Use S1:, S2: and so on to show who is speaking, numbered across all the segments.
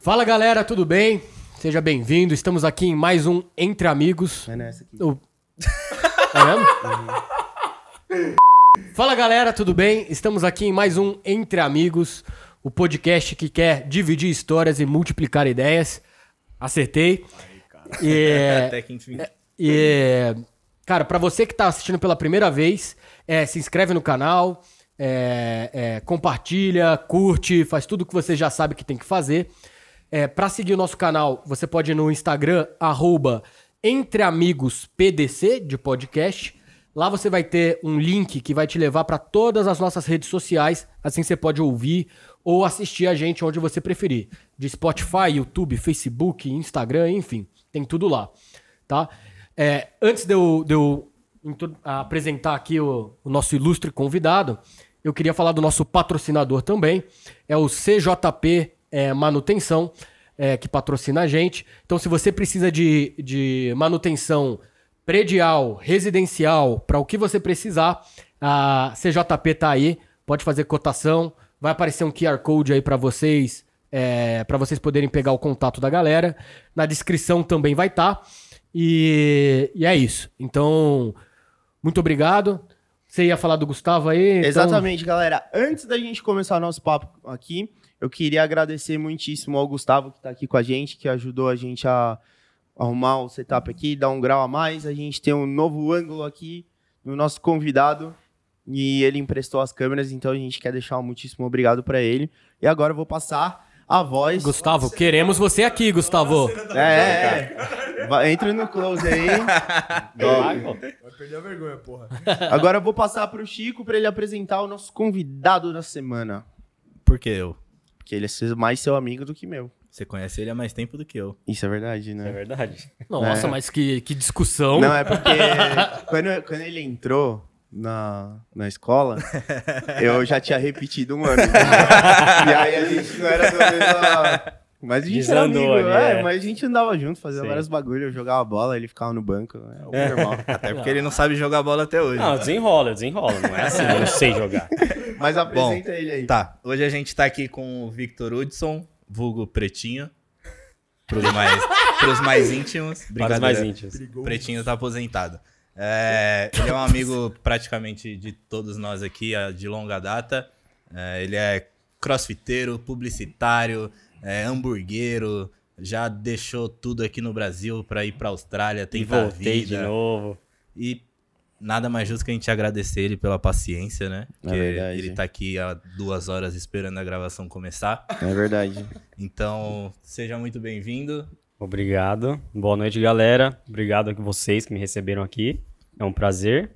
S1: Fala galera, tudo bem? Seja bem-vindo. Estamos aqui em mais um Entre Amigos.
S2: Mas não é essa aqui.
S1: O- É mesmo? É Fala galera, tudo bem? Estamos aqui em mais um Entre Amigos, o podcast que quer dividir histórias e multiplicar ideias. Acertei. E, é,
S3: Até que enfim.
S1: e, é, cara, pra você que tá assistindo pela primeira vez, é, se inscreve no canal, é, é, compartilha, curte, faz tudo que você já sabe que tem que fazer. É, para seguir o nosso canal, você pode ir no Instagram, arroba entreamigospdc, de podcast. Lá você vai ter um link que vai te levar para todas as nossas redes sociais. Assim você pode ouvir ou assistir a gente onde você preferir. De Spotify, YouTube, Facebook, Instagram, enfim. Tem tudo lá tá? É, antes de eu, de eu intro- apresentar aqui o, o nosso ilustre convidado, eu queria falar do nosso patrocinador também, é o CJP é, Manutenção, é, que patrocina a gente. Então, se você precisa de, de manutenção predial, residencial, para o que você precisar, a CJP tá aí, pode fazer cotação, vai aparecer um QR Code aí para vocês, para vocês poderem pegar o contato da galera. Na descrição também vai tá. estar. E, e é isso. Então, muito obrigado. Você ia falar do Gustavo aí? então-
S2: Exatamente, galera. Antes da gente começar nosso papo aqui, eu queria agradecer muitíssimo ao Gustavo que está aqui com a gente, que ajudou a gente a arrumar o setup aqui, dar um grau a mais. A gente tem um novo ângulo aqui no nosso convidado e ele emprestou as câmeras, então a gente quer deixar um muitíssimo obrigado para ele. E agora eu vou passar a voz.
S1: Gustavo, queremos você aqui, Gustavo.
S2: É, é, é. Vai- Entra no close aí. Dó.
S4: Vai perder a vergonha, porra.
S2: Agora eu vou passar para o Chico para ele apresentar o nosso convidado da semana.
S3: Por que eu?
S2: Porque ele é mais seu amigo do que meu.
S3: Você conhece ele há mais tempo do que eu.
S2: Isso é verdade, né?
S3: verdade.
S1: Nossa,
S2: É.
S1: mas que, que discussão.
S2: Não, é porque quando, quando ele entrou na, na escola, eu já tinha repetido um ano. e aí a gente não era do mesmo. Mas a gente
S5: Desandou
S2: era amigo,
S5: ali,
S2: é,
S5: é.
S2: mas a gente andava junto, fazia
S5: Sim.
S2: vários bagulhos, eu jogava bola, ele ficava no banco. É o normal.
S3: Até porque ele não sabe jogar bola até hoje.
S5: Ah. Não, desenrola, desenrola. Não é assim, eu não sei jogar.
S2: Mas apresenta ele aí.
S3: Tá, hoje a gente tá aqui com o Victor Hudson, vulgo Pretinho. Pros mais, pros mais íntimos.
S5: Para os mais
S3: Brincadeira.
S5: íntimos.
S3: O Pretinho tá aposentado. É, ele é um amigo praticamente de todos nós aqui, ah, de longa data. É, ele é crossfiteiro, publicitário, é, hamburguero, já deixou tudo aqui no Brasil pra ir pra Austrália,
S5: E
S3: tentar a
S5: voltei de
S3: vida.
S5: novo.
S3: E nada mais justo que a gente agradecer ele pela paciência, né?
S2: É
S3: Porque
S2: verdade.
S3: ele tá aqui há duas horas esperando a gravação começar.
S2: É verdade.
S3: Então, seja muito bem-vindo.
S5: Obrigado. Boa noite, galera. Obrigado a vocês que me receberam aqui. É um prazer.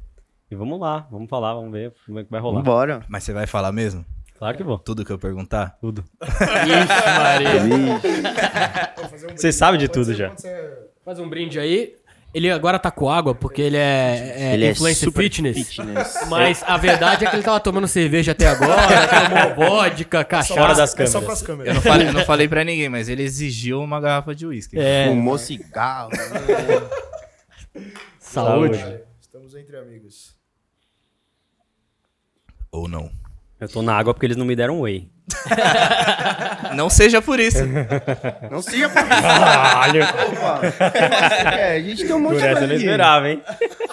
S5: E vamos lá, vamos falar, vamos ver como é que vai rolar.
S2: Vambora.
S3: Mas você vai falar mesmo?
S5: Claro que vou.
S3: Tudo que eu perguntar?
S5: Tudo.
S1: Ixi, Maria.
S5: Você sabe de tudo já.
S1: Faz um brinde aí. Ele agora tá com água porque ele é, é
S2: Ele é
S1: influencer
S2: super
S1: fitness.
S2: fitness.
S1: Mas a verdade é que ele tava tomando cerveja até agora, tomou vodka,
S5: Fora
S1: cachaça.
S5: das
S4: É só
S5: câmeras.
S4: pras
S3: Eu
S4: câmeras.
S3: não falei, eu não falei pra ninguém, mas ele exigiu uma garrafa de uísque.
S1: É,
S2: Fumou cigarro.
S1: saúde.
S4: Olha, Estamos entre amigos.
S3: Ou não.
S5: Eu tô na água porque eles não me deram whey.
S3: Não seja por isso.
S2: Não seja por isso,
S5: Caralho!
S2: mano. É, a gente tem um monte
S5: Por
S2: de
S5: essa eu não
S2: amiguinho.
S5: esperava, hein?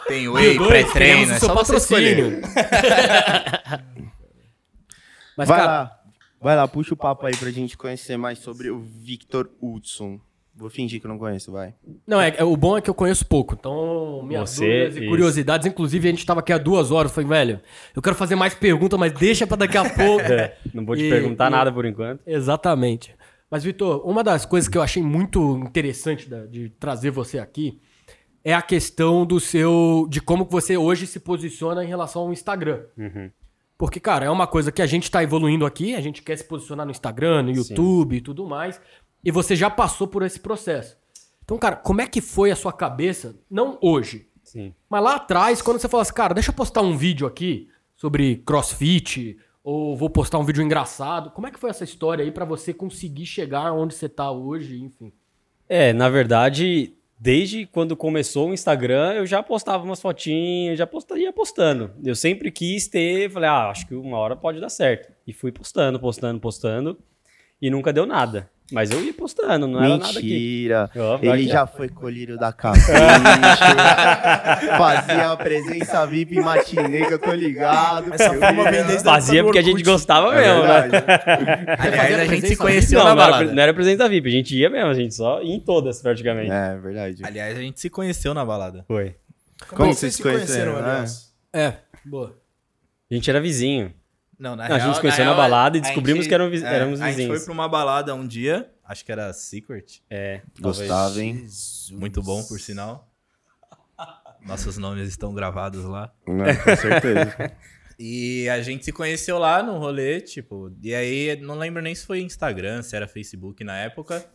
S3: Tem whey,
S1: Dois, queremos
S3: pré-treino,
S1: o
S3: é
S1: seu
S3: só você escolher.
S1: patrocínio. Mas,
S2: Vai
S1: cara,
S2: lá. Vai lá, puxa o papo aí pra gente conhecer mais sobre o Victor Hudson. Vou fingir que eu não conheço, vai.
S1: Não, é, é- o bom é que eu conheço pouco. Então, minhas
S5: Você-
S1: dúvidas e
S5: isso.
S1: curiosidades. Inclusive, a gente tava aqui há duas horas. Falei, velho, eu quero fazer mais perguntas, mas deixa pra daqui a pouco.
S5: É, não vou te
S1: E-
S5: perguntar
S1: e-
S5: nada por enquanto.
S1: Exatamente. Mas, Vitor, uma das coisas que eu achei muito interessante da- de trazer você aqui é a questão do seu. de como que você hoje se posiciona em relação ao Instagram. Porque, cara, é uma coisa que a gente tá evoluindo aqui, a gente quer se posicionar no Instagram, no YouTube e tudo mais. E você já passou por esse processo. Então, cara, como é que foi a sua cabeça? Não hoje,
S5: Sim.
S1: mas lá atrás, quando você falou assim, cara, deixa eu postar um vídeo aqui sobre crossfit, ou vou postar um vídeo engraçado. Como é que foi essa história aí pra você conseguir chegar onde você tá hoje, enfim?
S5: É, na verdade, desde quando começou o Instagram, eu já postava umas fotinhas, já postaria postando. Eu sempre quis ter, falei, ah, acho que uma hora pode dar certo. E fui postando, postando, postando, e nunca deu nada. Mas eu ia postando, não era nada aqui.
S2: Mentira.
S5: Ó, vai
S2: Ele
S5: aqui,
S2: já foi colírio da capricho, fazia a presença VIP matinê, que eu tô ligado.
S4: Essa
S2: eu
S4: fama vem
S2: ia-
S4: desde a
S5: Fazia
S4: época do
S5: porque a gente
S4: Orkut.
S5: gostava
S2: É
S5: mesmo, né?
S2: verdade.
S3: Aliás, a gente se
S1: presença
S3: conheceu
S5: é Não,
S3: na
S5: né? não era,
S3: balada.
S5: não era presença VIP, a gente ia mesmo, a gente só ia em todas praticamente.
S2: É verdade.
S3: Aliás, a gente se conheceu na balada.
S5: Foi.
S4: Como,
S2: Como
S4: vocês
S2: vocês
S4: se
S2: conheceram,
S4: conheceram,
S2: né?
S4: aliás?
S1: É, boa.
S5: A gente era vizinho.
S3: Não, na
S5: Não, a gente se conheceu na balada e descobrimos que eram vi- éramos
S3: A gente
S5: vizinhos.
S3: foi pra uma balada um dia, acho que era Secret.
S5: É.
S3: Talvez.
S2: Gostava, hein?
S3: Muito bom, por sinal. Nossos nomes estão gravados lá.
S2: Não, com certeza.
S3: E a gente se conheceu lá no rolê, tipo, e aí não lembro nem se foi Instagram, se era Facebook na época.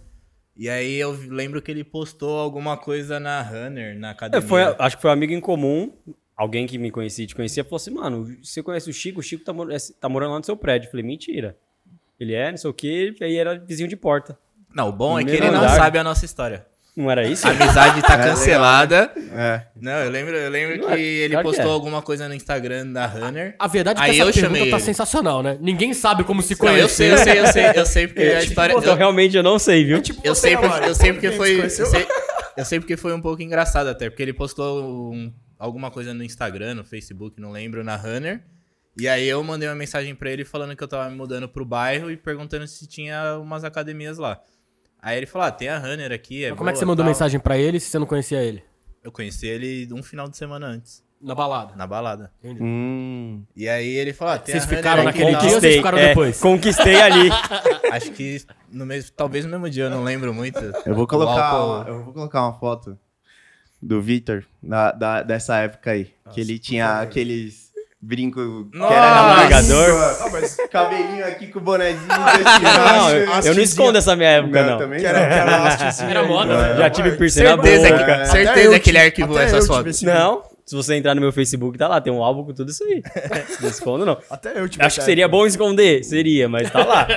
S3: E aí eu vi- lembro que ele postou alguma coisa na Runner, na
S5: É,
S3: academia.
S5: foi, acho que foi um amigo em comum, alguém que me conhecia e te conhecia, falou assim, mano, você conhece o Chico? O Chico tá, mor- é, tá morando lá no seu prédio. Eu falei, mentira. Ele é, não sei o quê, e aí era vizinho de porta.
S3: Não, o bom é que
S5: Primeiro
S3: ele não
S5: andar.
S3: sabe a nossa história.
S5: Não era isso?
S3: A amizade tá cancelada.
S2: É.
S3: Não, eu lembro, eu lembro
S5: Não é,
S3: que ele
S5: claro que
S3: postou
S5: é.
S3: alguma coisa no Instagram da Runner.
S1: A verdade é que
S3: Aí eu
S1: essa pergunta
S3: chamei
S1: tá
S3: ele.
S1: sensacional, né? Ninguém sabe como se
S3: Não, eu sei,
S1: conheceu.
S3: eu sei, eu sei, eu sei porque a história.
S1: é-
S5: Pô, então, realmente eu não sei, viu?
S4: Tipo,
S3: Eu
S4: você,
S3: sei, por-
S4: Mário,
S3: eu sei
S4: como
S3: porque
S4: que
S3: foi. Eu
S4: se conheceu?
S3: sei, eu sei porque foi um pouco engraçado até, porque ele postou um- alguma coisa no Instagram, no Facebook, não lembro, na Runner. E aí eu mandei uma mensagem pra ele falando que eu tava me mudando pro bairro e perguntando se tinha umas academias lá. Aí ele falou: ah, tem a Runner aqui. É
S1: Mas Como é que
S3: boa,
S1: você mandou
S3: tal."
S1: mensagem pra ele se você não conhecia ele?
S3: Eu conheci ele um final de semana antes,
S1: Na balada.
S3: na balada.
S2: Hum.
S3: E aí ele falou: ah, tem
S1: Vocês
S3: a Runner
S1: ficaram
S3: aqui e
S1: naquele
S3: tal."
S1: dia ou vocês ficaram
S5: é,
S1: depois?
S5: Conquistei ali.
S3: Acho que no mesmo, talvez no mesmo dia, eu não lembro muito.
S2: Eu vou
S3: O
S2: colocar,
S3: álcool- né?
S2: uma, eu vou colocar uma foto do Vitor da, da- dessa época aí. que ele tinha aqueles brincos que era
S3: Nossa!
S5: Navegador.
S4: Ah, mas
S2: Cabelinho aqui com o bonezinho.
S5: Não, eu, eu não
S4: Hastezinha.
S5: escondo essa minha época, não.
S2: também
S4: que era, que era hastezinha
S1: Era
S2: É,
S4: aí,
S1: moda,
S4: né?
S1: né?
S5: Já tive piercing na
S3: Certeza,
S5: boca.
S3: que,
S2: Até
S4: eu
S3: certeza que
S4: tive-
S3: ele arquivou
S4: até eu
S3: essas
S4: tive
S3: fotos.
S4: esse-
S5: Não. Se você entrar no meu Facebook, tá lá, tem um álbum com tudo isso aí. Não escondo, não.
S4: Até eu tive
S5: Acho que seria bom esconder, seria, mas tá lá.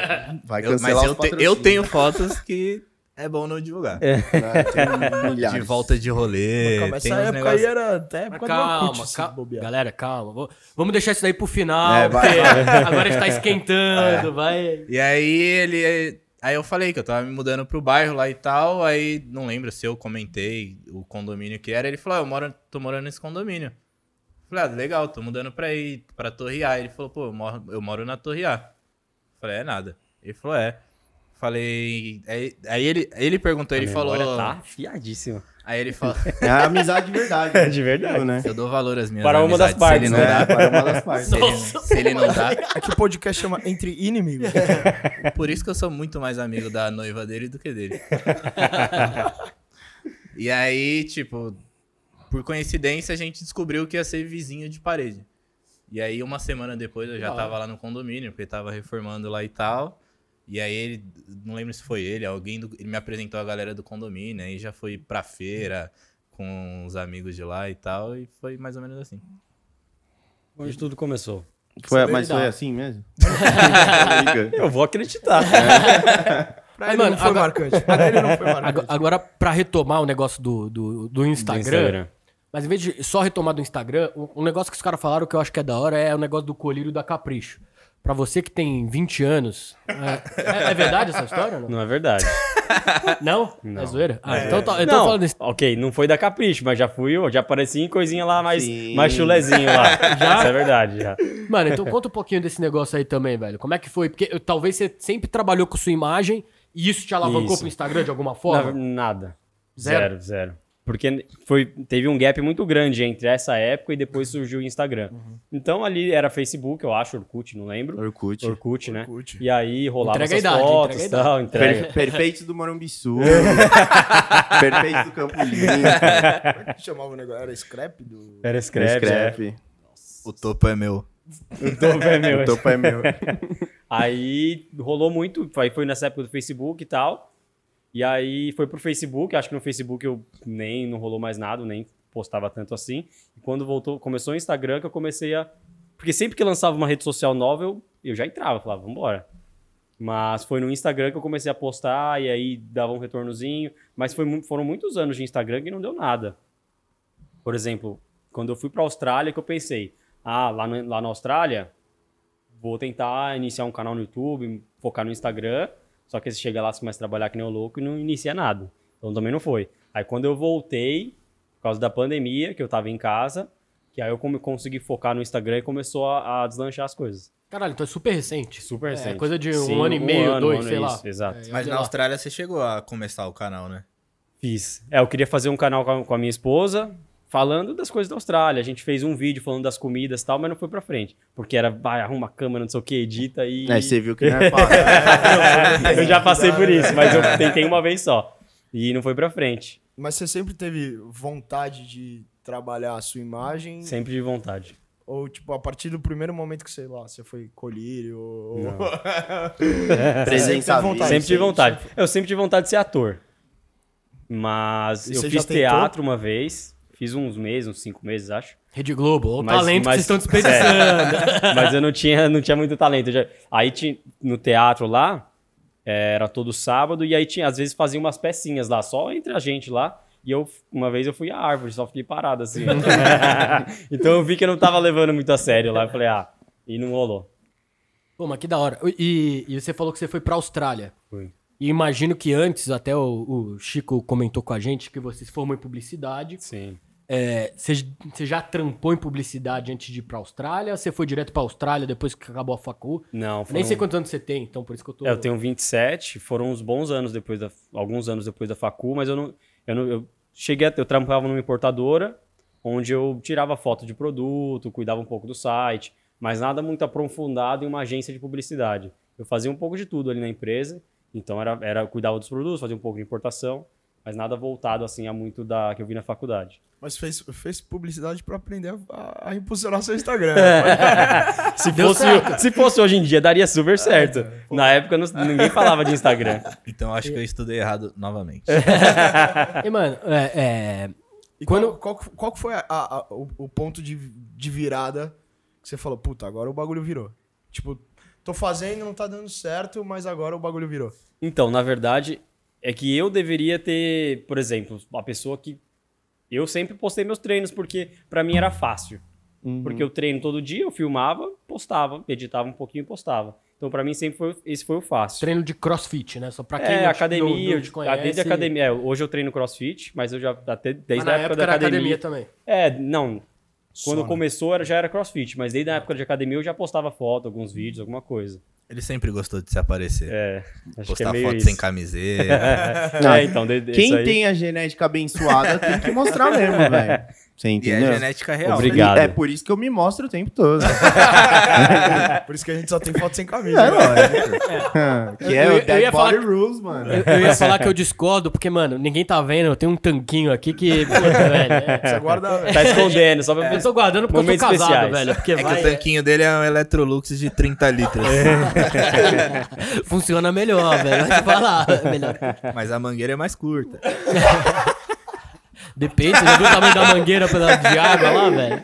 S2: Vai
S3: Eu-
S2: cancelar
S3: mas eu,
S2: os
S3: te- eu
S2: patrocínios.
S3: tenho fotos que é bom não divulgar.
S2: Ah, tem milhares.
S3: De volta de rolê.
S4: Calma, essa
S3: tem uns
S4: época aí é-
S3: negócios-
S4: era até a época do
S1: Calma,
S4: Orkut,
S1: calma.
S4: se bobear.
S1: Galera, calma. Vou- Vamos deixar isso daí pro final.
S2: É, vai, É.
S1: porque Agora está esquentando, vai.
S3: E aí ele. Aí eu falei que eu tava me mudando pro bairro lá e tal. Aí não lembro se eu comentei o condomínio que era. Ele falou: ah, eu moro, tô morando nesse condomínio. Eu Falei, ah, legal, tô mudando pra ir pra Torre A. Ele falou, pô, eu moro, eu moro na Torre A. Eu Falei, é nada. Ele falou, é. Falei. Aí, aí ele, ele perguntou, ele
S5: A
S3: falou.
S5: memória tá afiadíssima.
S3: Aí ele falou.
S2: É a amizade de verdade. né?
S5: De verdade.
S2: né?
S3: Eu dou valor às minhas
S5: Para uma das
S3: amizades, se ele
S5: partes,
S3: não
S5: né?
S3: dá.
S2: É, para uma das partes.
S3: Se ele, se ele não dá.
S4: Aqui É o podcast chama Entre Inimigos.
S3: Por isso que eu sou muito mais amigo da noiva dele do que dele. E aí, tipo, por coincidência, a gente descobriu que ia ser vizinho de parede. E aí, uma semana depois, eu já
S1: Da hora.
S3: tava lá no condomínio, porque tava reformando lá e tal. E aí, ele, não lembro se foi ele, alguém, do- ele me apresentou a galera do condomínio, aí já foi pra feira com os amigos de lá e tal, e foi mais ou menos assim.
S5: Onde tudo começou.
S2: Foi, mas foi assim mesmo?
S5: Eu vou acreditar.
S4: Pra
S1: Mas,
S4: ele
S1: mano,
S4: não foi
S1: agora-
S4: marcante. Pra ele não foi
S1: Agora,
S4: marcante.
S1: agora, pra retomar o negócio do, do, do Instagram,
S5: Instagram.
S1: mas em vez de só retomar do Instagram, um um negócio que os caras falaram que eu acho que é da hora é o negócio do colírio da capricho. Pra você que tem 20 anos. É, é- é verdade essa história? ou Não?
S5: Não é verdade.
S1: não? É zoeira? Ah, então, tá- então
S5: não,
S1: falando isso.
S5: ok, não foi da Capricho, mas já fui, eu, já apareci em coisinha lá mais,
S2: Sim.
S5: mais chulezinho lá. já? Isso é verdade, já.
S1: Mano, então conta um pouquinho desse negócio aí também, velho. Como é que foi? Porque eu- talvez você sempre trabalhou com sua imagem e isso te alavancou
S5: Isso.
S1: pro Instagram de alguma
S5: Na-
S1: forma?
S5: nada.
S1: Zero?
S5: Zero, zero. Porque foi, teve um gap muito grande entre essa época e depois surgiu o Instagram. Então ali era Facebook, eu acho, Orkut, não lembro.
S2: Orkut.
S5: Orkut, né?
S4: Orkut.
S5: E aí rolava
S1: Entrega a
S5: essas
S1: idade,
S5: fotos e
S1: entrega a
S5: tal, entrega.
S2: Per- perfeito do Morumbi Sul. perfeito do Campo Limpo.
S4: Como é que chamava o negócio? Era scrap do...
S5: Era escreve, é.
S2: Scrap.
S3: O topo é meu.
S5: O topo é meu.
S2: O topo é meu.
S5: Aí rolou muito, aí foi nessa época do Facebook e tal. E aí foi pro Facebook, acho que no Facebook eu nem não rolou mais nada, nem postava tanto assim. E quando voltou, começou o Instagram que eu comecei a porque sempre que lançava uma rede social nova, eu, eu já entrava, eu falava, vambora. Mas foi no Instagram que eu comecei a postar e aí dava um retornozinho, mas foi mu- foram muitos anos de Instagram que não deu nada. Por exemplo, quando eu fui pra Austrália que eu pensei, ah, lá, no- lá na Austrália vou tentar iniciar um canal no YouTube, focar no Instagram. Só que você chega lá, você começa a trabalhar que nem um louco e não inicia nada. Então também não foi. Aí quando eu voltei, por causa da pandemia, que eu tava em casa, que aí eu come- consegui focar no Instagram e começou a, a deslanchar as coisas.
S1: Caralho, então é super recente.
S5: Super
S1: É,
S5: recente.
S1: coisa de um
S5: Sim,
S1: ano e meio,
S5: ano,
S1: dois,
S5: ano,
S1: sei lá.
S5: isso, Exato.
S1: É, sei
S3: Mas na
S1: lá.
S3: Austrália você chegou a começar o canal, né?
S5: Fiz. É, eu queria fazer um canal com a, com a minha esposa falando das coisas da Austrália. A gente fez um vídeo falando das comidas e tal, mas não foi pra frente. Porque era, vai, arruma a câmera, não sei o que, edita e.
S2: É, você viu que não é fácil.
S5: eu já passei por isso, mas eu tentei uma vez só. E não foi pra frente.
S4: Mas você sempre teve vontade de trabalhar a sua imagem?
S5: Sempre de vontade.
S4: Ou, tipo, a partir do primeiro momento que, sei lá, você foi colírio ou...
S5: Não.
S2: Presença à
S4: Sempre
S2: vista.
S5: sempre
S4: Ah, isso aí,
S5: tive vontade. Eu sempre tive vontade de ser ator. Mas
S4: E
S5: eu
S4: você
S5: fiz
S4: já tentou?
S5: teatro uma vez. Fiz uns meses, uns cinco meses, acho.
S1: Rede Globo, o
S5: Mas-
S1: talento
S5: mas- é.
S1: que vocês estão desperdiçando.
S5: Mas eu não tinha, não tinha muito talento. Eu já- aí ti- no teatro lá, é, era todo sábado, e aí tinha, às vezes fazia umas pecinhas lá, só entre a gente lá. E eu, uma vez eu fui à árvore, só fiquei parado assim. então eu vi que eu não tava levando muito a sério lá. Eu falei, ah, e não rolou.
S1: Pô, mas que da hora. E, e você falou que você foi pra Austrália.
S5: Foi.
S1: E imagino que antes, até o, o Chico comentou com a gente, que você se formou em publicidade.
S5: Sim.
S1: É, Você você já trampou em publicidade antes de ir pra Austrália? Você foi direto pra Austrália depois que acabou a facu?
S5: Não,
S1: Eu nem
S5: foram-
S1: sei quantos anos você tem, então por isso que eu tô...
S5: É, Eu tenho 27, foram uns bons anos depois da, alguns anos depois da facu, mas eu não, eu não, eu cheguei, a, eu trampava numa importadora, onde eu tirava foto de produto, cuidava um pouco do site, mas nada muito aprofundado em uma agência de publicidade. Eu fazia um pouco de tudo ali na empresa, então era, era eu cuidava dos produtos, fazia um pouco de importação, mas nada voltado assim a muito da que eu vi na faculdade.
S4: Mas fez, fez publicidade pra aprender a, a impulsionar seu Instagram. É.
S5: Se
S1: Deu
S5: fosse,
S1: certo. É,
S5: se fosse hoje em dia daria super certo. Na época não- ninguém falava de Instagram.
S3: Então acho que eu estudei errado novamente.
S5: É.
S1: E, mano, é, é,
S4: E
S1: Quando-
S4: qual, qual, que- qual que foi a- a- a- o, o ponto de, de virada que você falou, puta, agora o bagulho virou? Tipo, tô fazendo, não tá dando certo, mas agora o bagulho virou.
S5: Então, na verdade, é que eu deveria ter, por exemplo, a pessoa que. Eu sempre postei meus treinos porque pra mim era fácil.
S1: Uhum.
S5: Porque eu treino todo dia, eu filmava, postava, editava um pouquinho e postava. Então, pra mim, sempre foi, esse foi o fácil.
S1: treino de crossfit, né? Só pra quem
S5: É,
S1: não te-
S5: academia,
S1: não- não te
S5: eu- desde a academia. é, hoje eu treino crossfit, mas eu já até
S1: Mas
S5: desde
S1: na
S5: a época da
S1: era
S5: academia.
S1: também.
S5: É, não. Quando
S4: Só, né?
S5: começou era, já era crossfit, mas desde a época de academia eu já postava foto, alguns vídeos, alguma coisa.
S3: Ele sempre gostou de se aparecer.
S5: É, acho que é
S3: Postar
S5: meio
S3: foto
S5: isso.
S3: sem camiseta.
S5: É, então, de, de- isso
S2: Quem
S5: aí-
S2: tem a genética abençoada tem que mostrar mesmo, velho. Você
S3: e é
S2: entendeu?
S3: genética real.
S5: Obrigado.
S2: É por isso que eu me mostro o tempo todo.
S4: Por isso que a gente só tem foto sem camisa.
S2: É
S4: né?
S2: lógico. que é
S1: Eu- eu
S2: o Dead
S1: ia falar
S2: Body Rules, mano.
S1: Eu, eu ia falar que eu discordo, porque, mano, ninguém tá vendo, eu tenho um tanquinho aqui que. Puta, velho. é-
S4: Você guarda.
S5: Tá escondendo, só pra
S1: Eu tô guardando porque
S5: Momentos
S1: eu tô casado,
S5: especiais.
S1: velho. Porque
S3: É que
S1: vai,
S3: o tanquinho dele é um Electrolux de 30 litros.
S1: é, funciona melhor, velho. Vai te falar. é Melhor.
S3: Mas a mangueira é mais curta.
S1: Depende, você já viu o tamanho da mangueira pela- de água lá, velho?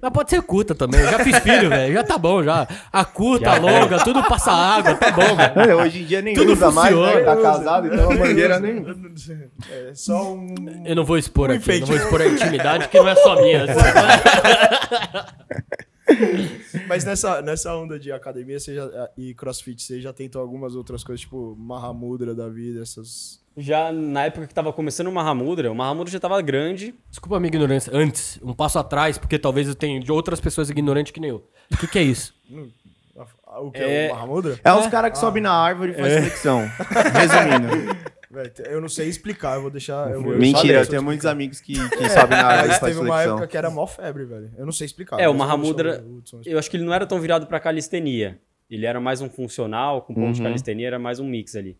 S1: Mas pode ser curta também. Eu já fiz filho, velho. Já tá bom, já. A curta,
S5: Já
S1: a longa, tudo passa água, tá bom, velho.
S2: Olha, Hoje em dia nem
S1: Tudo
S2: usa mais, né?
S1: funciona.
S2: Tá casado, então a mangueira nem...
S4: É só um.
S1: Eu não vou expor
S4: Um
S1: aqui,
S4: enfeite.
S1: não vou expor a intimidade, que não é só minha.
S4: Mas nessa, nessa onda de academia você já- e crossfit, você já tentou algumas outras coisas, tipo Mahamudra da vida, essas.
S5: Já na época que tava começando o Mahamudra, o Mahamudra já tava grande.
S1: Desculpa a minha ignorância. Antes, um passo atrás, porque talvez eu tenha de outras pessoas ignorantes que nem eu. O que, que é isso?
S4: O que é,
S5: É.
S4: o Mahamudra?
S2: É os caras que sobem na árvore e fazem flexão. Resumindo.
S4: Véi, eu não sei explicar, eu vou deixar. Eu vou, eu
S2: Mentira,
S4: sabia,
S2: eu
S4: só
S2: tenho muitos amigos que, que sobem na árvore e fazem
S4: Mas É, teve uma
S2: flexão.
S4: época que era mó febre, velho. Eu não sei explicar.
S5: É, o
S4: mas quando
S5: Mahamudra-
S4: chama o Hudson,
S5: Eu acho que ele não era tão virado pra calistenia. Ele era mais um funcional, com um pouco de calistenia, era mais um mix ali.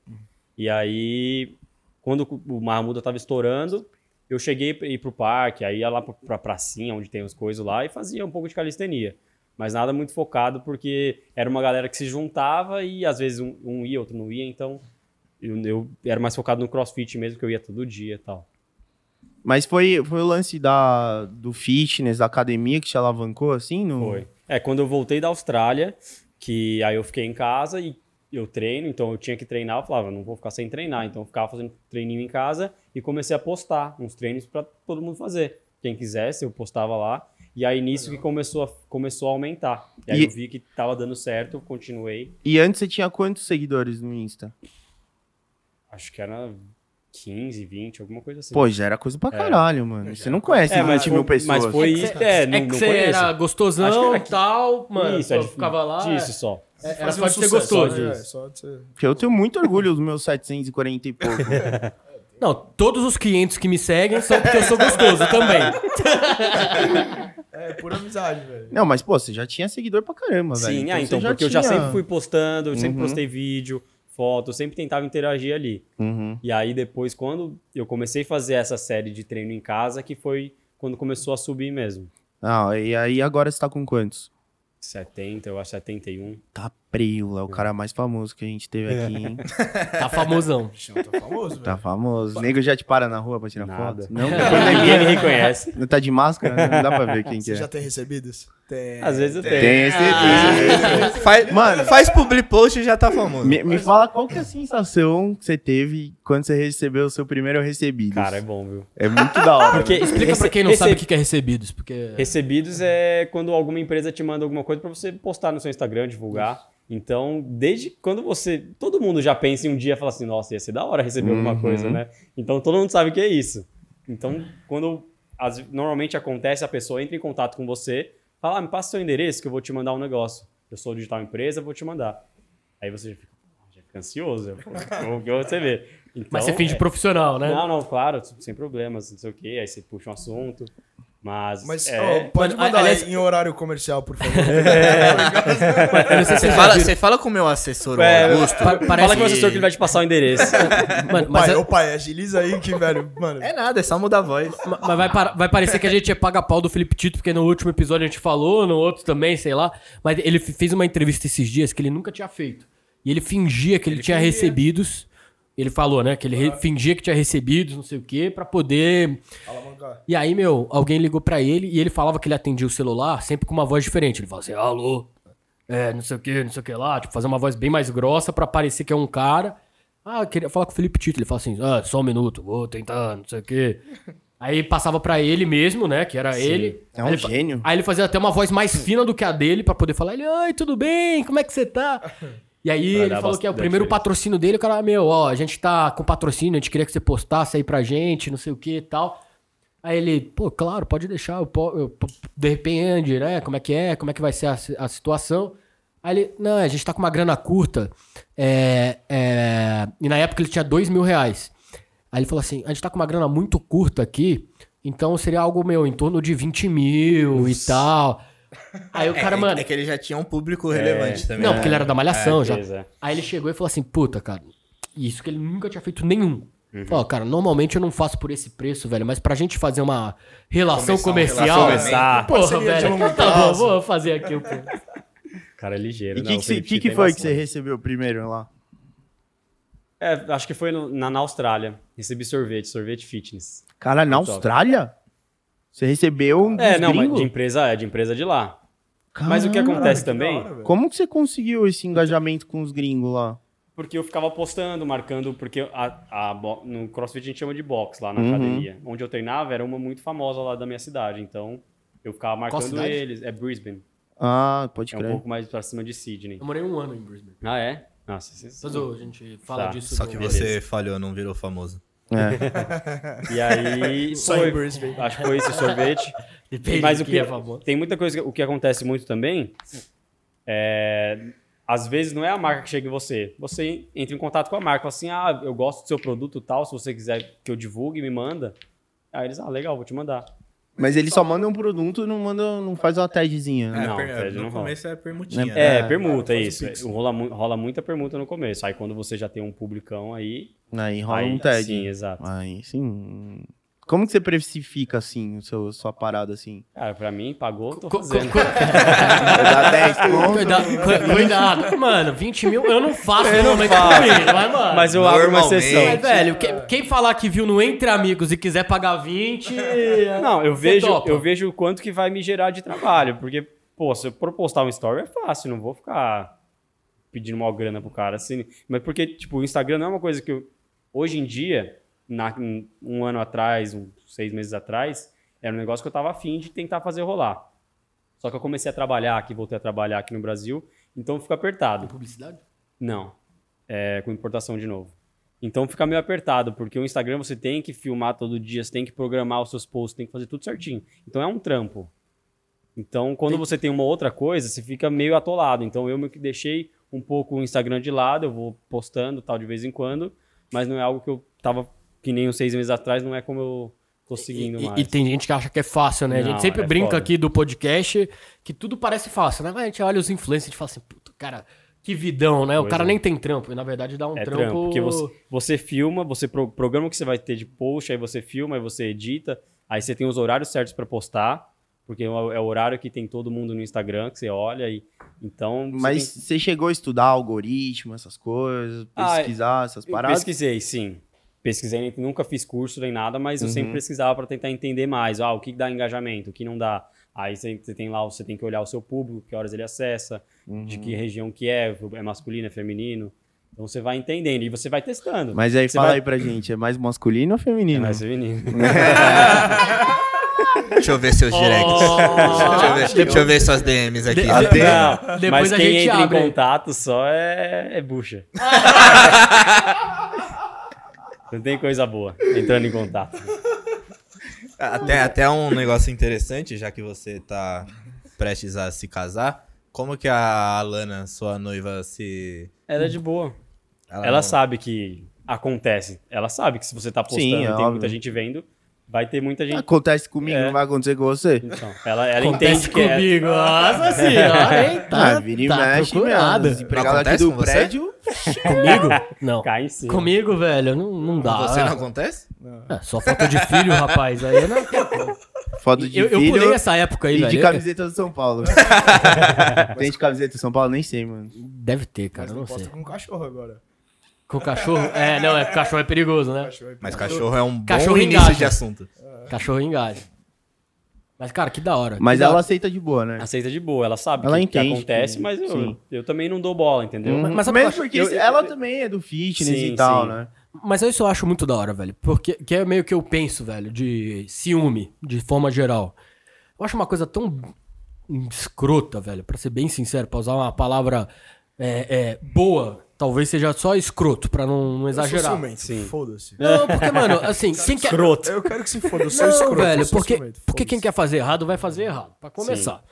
S5: E aí, quando o Mahamudra tava estourando, eu cheguei pra ir pro parque, aí ia lá pra, pra pracinha, onde tem as coisas lá, e fazia um pouco de calistenia. Mas nada muito focado, porque era uma galera que se juntava e às vezes um, um ia, outro não ia, então eu, eu era mais focado no crossfit mesmo, que eu ia todo dia e tal.
S2: Mas foi, foi o lance da, do fitness, da academia que te alavancou, assim? No...
S5: Foi. É, quando eu voltei da Austrália, que aí eu fiquei em casa e eu treino, então eu tinha que treinar, eu falava, não vou ficar sem treinar, então eu ficava fazendo treininho em casa e comecei a postar uns treinos para todo mundo fazer. Quem quisesse, eu postava lá. E aí nisso que começou a, começou a aumentar. E aí
S2: E-
S5: eu vi que tava dando certo, eu continuei.
S2: E antes você tinha quantos seguidores no Insta?
S5: Acho que era 15, 20, alguma coisa assim.
S2: Pô, já era coisa pra caralho, mano. Você não conhece
S5: é,
S2: 20
S5: mas,
S2: mil
S5: foi-
S2: pessoas.
S5: mas foi.
S1: É que cê-
S5: É, não,
S1: é que
S5: não
S1: você
S5: conheço.
S1: era
S5: Acho que
S1: gostosão
S5: era
S1: e
S5: que-
S1: tal, mano.
S5: Isso,
S1: eu
S5: é de-
S1: ficava lá.
S5: Disso só.
S1: é- era
S4: Fazia
S1: só
S4: um
S1: de ser
S4: sucesso,
S1: gostoso.
S4: né? É,
S1: isso.
S4: só de ser-
S2: Porque eu tenho muito orgulho dos meus 740 e pouco.
S1: Não, todos os 500 que me seguem são porque eu sou gostoso também.
S4: É pura amizade, velho.
S2: não, mas pô, você já tinha seguidor pra caramba, velho.
S5: Sim, ah,
S2: você
S5: então, porque eu já
S2: tinha-
S5: sempre fui postando, eu sempre
S2: Uhum.
S5: postei vídeo, foto, eu sempre tentava interagir ali.
S2: Uhum.
S5: E aí depois, quando eu comecei a fazer essa série de treino em casa, que foi quando começou a subir mesmo.
S2: Ah, e aí agora você tá com quantos?
S5: 70, eu acho 71.
S2: Tá preula, o cara mais famoso que a gente teve aqui, hein?
S1: Tá famosão.
S4: Bichão, tá famoso,
S2: Tá
S4: velho.
S2: famoso. O nego já te para na rua pra tirar
S5: Nada.
S2: foto? Não,
S5: Ninguém me reconhece.
S2: não tá de máscara, né? não dá pra ver quem que
S4: Você já
S2: é.
S4: tem recebidas? Tem.
S5: Às vezes eu tenho.
S2: Tem certeza.
S5: É.
S3: Faz,
S2: Mano.
S3: Mano, faz public post e já tá famoso.
S2: Me, me fala qual que é a sensação que você teve quando você recebeu o seu primeiro recebido.
S5: Cara, é bom, viu?
S2: é muito da hora.
S5: Porque
S1: Explica pra quem não
S5: rece-
S1: sabe o que que é recebidos, porque...
S5: Então, Recebidos é quando alguma empresa te manda alguma coisa pra você postar no seu Instagram, divulgar. Então, desde quando você. Todo mundo já pensa em um dia e fala assim: nossa, ia ser da hora receber alguma
S2: Uhum.
S5: coisa, né? Então, todo mundo sabe o que é isso. Então, quando as- normalmente acontece, a pessoa entra em contato com você, fala: ah, me passa seu endereço que eu vou te mandar um negócio. Eu sou digital empresa, vou te mandar. Aí você já fica, "Ah, já fica ansioso. eu falo, Como que eu vou receber? Então,
S1: Mas você finge
S5: é-
S1: profissional, né?
S5: Não, não, claro, sem problemas, não sei o quê. Aí você puxa um assunto. Mas.
S4: Mas,
S5: é-
S4: ó, pode
S1: Mano, a-
S4: mandar
S1: aliás-
S4: em horário comercial, por favor. É.
S1: Eu não sei se
S3: Você
S1: vocês
S3: fala,
S1: já viram.
S3: você fala com o meu assessor, o
S5: É,
S3: Augusto.
S1: pa- parece
S5: Fala com o assessor que
S3: que-
S5: ele vai te passar o endereço.
S1: Mano, mas,
S4: pai,
S1: é-
S4: ô pai, agiliza aí que, velho, mano.
S3: É nada, é só mudar a voz.
S1: ma- mas vai, par- vai parecer que a gente é paga-pau do Felipe Tito, porque no último episódio a gente falou, no outro também, sei lá. Mas ele f- fez uma entrevista esses dias que ele nunca tinha feito. E ele fingia que ele, tinha recebidos. Ele falou, né? Que ele re- fingia que tinha recebidos, não sei o quê, pra poder
S4: Alavancar.
S1: E aí, meu, alguém ligou pra ele e ele falava que ele atendia o celular sempre com uma voz diferente. Ele falava assim, alô, é, não sei o que, não sei o que lá. Tipo, fazer uma voz bem mais grossa pra parecer que é um cara. Ah, eu queria falar com o Felipe Tito. Ele fala assim, ah, só um minuto, vou tentar, não sei o que. Aí passava pra ele mesmo, né, que era ele.
S2: É
S1: Aí
S2: um
S1: ele fa-
S2: gênio.
S1: Aí ele fazia até uma voz mais fina do que a dele pra poder falar, ele, ai, tudo bem, como é que você tá? E aí
S5: Pra
S1: ele
S5: dar
S1: falou que é o
S5: bastante
S1: primeiro
S5: diferença.
S1: patrocínio dele, o cara, meu, ó, a gente tá com patrocínio, a gente queria que você postasse aí pra gente, não sei o que e tal. Aí ele, pô, claro, pode deixar, eu, po- eu po- de repente, né, como é que é, como é que vai ser a, si- a situação. Aí ele, não, a gente tá com uma grana curta, é, é, e na época ele tinha dois mil reais. Aí ele falou assim, a gente tá com uma grana muito curta aqui, então seria algo, meu, em torno de 20 mil e tal. Aí o cara,
S3: é,
S1: mano...
S3: É que é ele já tinha um público
S5: É.
S3: relevante também. né?
S1: Não, porque ele era da Malhação já.
S5: Pois é.
S1: Aí ele chegou e falou assim, puta, cara, isso que ele nunca tinha feito nenhum. Ó, cara, normalmente eu não faço por esse preço, velho, mas pra gente fazer uma relação
S3: Começar um
S1: comercial...
S3: relacionamento.
S5: Começar.
S1: Porra,
S4: Parceria de
S1: velho,
S4: longo
S1: tá bom,
S4: prazo.
S1: vou fazer aqui o... preço.
S5: Cara é ligeiro,
S2: E o
S5: né?
S2: que,
S5: O
S2: que, você-
S5: Felipe
S2: que, que
S5: tem
S2: foi que
S5: bastante.
S2: você recebeu primeiro lá?
S5: É, acho que foi no- na, na Austrália. Recebi sorvete, sorvete fitness.
S2: Cara, na
S5: Muito
S2: Austrália? Você recebeu um
S5: É,
S2: dos
S5: não, mas
S2: gringos?
S5: de empresa, é, de empresa de lá. Mas o que
S2: Caralho.
S5: acontece
S4: Que da
S5: também,
S4: hora, velho.
S2: Como que você conseguiu esse engajamento com os gringos lá?
S5: porque eu ficava postando, marcando, porque a, a bo- no CrossFit a gente chama de box lá na
S2: Uhum.
S5: academia. Onde eu treinava era uma muito famosa lá da minha cidade, então eu ficava marcando
S1: cidade?
S5: eles. É Brisbane,
S2: Ah, pode
S5: é um
S2: crer.
S5: pouco mais pra cima de Sydney.
S1: Eu morei um ano em Brisbane.
S5: Ah, é? Nossa, vocês...
S1: Mas ô, a gente fala
S5: Tá,
S1: disso...
S3: Só
S1: no-
S3: que você falhou, não virou famoso.
S2: É.
S5: E aí.
S4: Só
S5: foi-
S4: em Brisbane.
S5: Acho que foi esse sorvete.
S1: Depende
S5: Mas
S1: do
S5: o
S1: que
S5: que
S1: é famoso.
S5: Tem muita coisa. que- O que acontece muito também é. Às vezes não é a marca que chega em você. Você entra em contato com a marca, fala assim: ah, eu gosto do seu produto tal, se você quiser que eu divulgue, me manda. Aí eles, ah, legal, vou te mandar.
S2: Mas eles só mandam um produto e não mandam, não faz uma tagzinha. né?
S5: É, Não, per- Fred, no não rola. começo
S3: é permutinha.
S5: É, permuta, é
S4: faz o
S5: isso.
S4: Pix.
S5: Rola, mu- rola muita permuta no começo. Aí quando você já tem um publicão aí.
S2: Aí rola
S5: É. aí,
S2: um tag.
S5: Sim, exato.
S2: Aí sim. Como que você precifica assim, o seu, sua parada assim?
S5: Cara, pra mim, pagou, tô
S1: Co- co-
S5: fazendo.
S1: co-
S3: Tá
S2: Dá 10 pontos.
S1: Cuidado, cu- cuidado. Mano, 20 mil eu não faço eu não
S5: faço.
S1: mas, mano.
S5: Mas eu abro uma exceção.
S1: Mas, velho, que- quem falar que viu no Entre Amigos e quiser pagar 20.
S5: Não, eu
S1: Você
S5: vejo,
S1: topa?
S5: eu vejo o quanto que vai me gerar de trabalho, porque, pô, se eu propostar um story é fácil, não vou ficar pedindo uma grana pro cara assim. Mas porque, tipo, o Instagram não é uma coisa que eu, hoje em dia, na- um- um ano atrás, um, seis meses atrás, era um negócio que eu tava afim de tentar fazer rolar. Só que eu comecei a trabalhar aqui, voltei a trabalhar aqui no Brasil, então fica apertado.
S1: Publicidade?
S5: Não. É, com importação de novo. Então fica meio apertado, porque o Instagram você tem que filmar todo dia, você tem que programar os seus posts, tem que fazer tudo certinho. Então é um trampo. Então, quando você tem uma outra coisa, você fica meio atolado. Então eu meio que deixei um pouco o Instagram de lado, eu vou postando tal de vez em quando, mas não é algo que eu tava que nem uns seis meses atrás, não é como eu tô seguindo
S1: E-
S5: mais.
S1: E, tem gente que acha que é fácil, né? a
S5: Não,
S1: gente sempre
S5: é
S1: brinca
S5: foda.
S1: aqui do podcast que tudo parece fácil, né? Mas a gente olha os influencers e fala assim, puta, cara, que vidão, né? o
S5: Pois
S1: cara
S5: é.
S1: nem tem trampo. E na verdade dá um
S5: É
S1: trampo.
S5: trampo, porque você, você filma, você pro- programa o que você vai ter de post, aí você filma, aí você edita, aí você tem os horários certos pra postar, porque é o é o horário que tem todo mundo no Instagram, que você olha e então você
S2: Mas
S5: tem-
S2: você chegou a estudar algoritmo, essas coisas,
S5: Ah,
S2: pesquisar essas
S5: eu
S2: paradas?
S5: pesquisei, sim. Pesquisei, nunca fiz curso nem nada, mas eu
S2: Uhum.
S5: sempre pesquisava pra tentar entender mais, ah, o que dá engajamento, o que não dá. Aí você você tem lá, você tem que olhar o seu público, que horas ele acessa, de
S2: Uhum.
S5: que região que é, é masculino, é feminino. Então você vai entendendo e você vai testando.
S2: Mas aí
S5: Você
S2: fala
S5: vai-
S2: aí pra gente, é mais masculino ou
S5: É
S2: feminino?
S5: mais feminino.
S3: Deixa eu ver seus
S5: Oh.
S3: directs. Deixa, eu ver, deixa eu ver suas DMs aqui.
S1: De- de-
S5: Não,
S1: Depois
S5: mas
S1: a
S5: quem
S1: gente
S5: entra
S1: abre.
S5: em contato só é, é bucha. Não tem coisa boa entrando em contato.
S3: Até, até um negócio interessante, já que você tá prestes a se casar. Como que a Alana, sua noiva, se.
S5: Ela é de boa. Ela sabe que acontece. Ela sabe que se você tá postando
S2: Sim, é
S5: e tem
S2: óbvio.
S5: muita gente vendo, vai ter muita
S1: Ah,
S5: gente.
S2: Acontece comigo,
S5: É.
S2: não vai acontecer com você?
S5: Então, ela ela
S1: Acontece
S5: entende que é,
S1: comigo. Nossa senhora, hein? Tá,
S2: Ah, vira e mexe, meu. assim. Os
S1: procurado.
S2: empregados aqui
S3: Acontece
S2: do
S3: com você?
S2: prédio.
S1: Comigo? Não.
S5: cai em cima.
S1: Comigo, velho, não, não dá.
S3: Você não acontece?
S1: É, só falta de filho, rapaz. Aí eu não.
S2: Foto de
S1: eu, eu
S2: filho
S1: pulei essa época aí,
S2: e
S1: velho.
S2: de
S1: Eu-
S2: camiseta do São Paulo. Tem de camiseta do São Paulo? Nem sei, mano.
S1: Deve ter, cara,
S4: Mas
S1: eu
S4: não
S1: não
S4: posta
S1: sei.
S4: com cachorro agora.
S1: Com cachorro? É, não, é cachorro é perigoso, né?
S4: Cachorro é
S3: Mas
S4: perigoso.
S3: cachorro é um
S1: Cachorro
S3: bom início
S1: engaja.
S3: de assunto.
S1: Cachorro engaja. Mas, cara, que da hora.
S2: Mas
S1: que da
S2: ela aceita de boa, né?
S5: Aceita de boa, ela sabe
S2: Ela
S5: que, que
S2: entende
S5: acontece,
S2: que-
S5: mas eu,
S2: sim.
S5: eu também não dou bola, entendeu?
S2: Uhum.
S1: mas sabe o que eu
S2: Mesmo
S1: acho?
S2: porque
S5: Eu-
S2: isso- ela também é do fitness
S5: Sim,
S2: e tal,
S5: sim.
S2: né?
S1: Mas isso eu acho muito da hora, velho. Porque que é meio que eu penso, velho, de ciúme, de forma geral. Eu acho uma coisa tão escrota, velho. Pra ser bem sincero, pra usar uma palavra é, é, boa, talvez seja só escroto, pra não, não
S4: Eu sou
S1: exagerar.
S4: ciumento,
S5: Sim.
S4: Foda-se.
S1: Não, porque, mano, assim, quem quer.
S5: Escroto.
S4: Eu quero que se foda, eu sou
S1: Não,
S4: escroto. eu
S1: velho,
S4: sou
S1: porque,
S4: ciumento,
S1: porque
S4: foda-se.
S1: quem é quer fazer errado vai fazer errado, pra começar.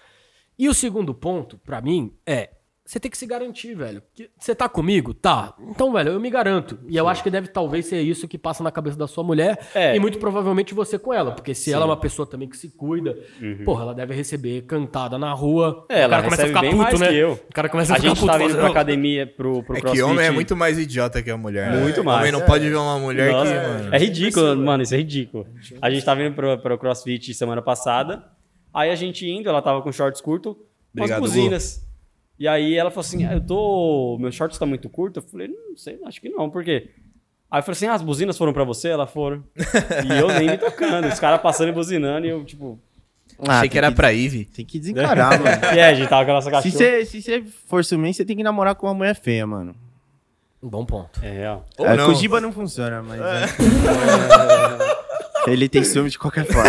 S1: E o segundo ponto, pra mim, é você tem que se garantir, velho. Que Você tá comigo? Tá. Então, velho, eu me garanto. E eu acho que deve talvez ser isso que passa na cabeça da sua mulher
S5: É.
S1: e muito provavelmente você com ela, porque se ela é uma pessoa também que se cuida, porra, ela deve receber cantada na rua.
S5: Uhum. É, ela recebe bem mais que eu.
S1: né? O cara começa a
S5: A
S1: ficar
S5: gente
S1: puto.
S5: tava indo
S1: fala,
S5: pra
S1: "Não,
S5: academia, pro, pro
S3: É que
S5: CrossFit.
S3: homem é muito mais idiota que a mulher. né?
S5: Muito mais.
S3: Homem não pode ver uma mulher
S5: Nossa,
S3: que. Mano,
S5: é ridículo, mano, isso é ridículo. A gente tava indo pro, pro CrossFit semana passada, aí a gente indo, ela tava com shorts curto, umas
S3: Obrigado,
S5: buzinas. E aí ela falou assim, ah, eu tô... meu shorts tá muito curto? Eu falei, não sei, acho que não, por quê? Aí eu falei assim, ah, as buzinas foram pra você? Ela foram. E eu nem me tocando, os caras passando e buzinando, e eu tipo...
S2: Ah,
S3: achei
S2: tem
S3: que era pra Ivy.
S2: Tem que desencarar, mano.
S5: E aí, a gente tava com a nossa
S2: Se você
S5: cachorra.
S2: se cê for ciumento, você tem que namorar com uma mulher feia, mano.
S1: Bom ponto.
S5: É, ó.
S3: Ou
S2: É,
S3: não.
S2: com o Giba não funciona, mas... é. Ele tem ciúme de qualquer forma.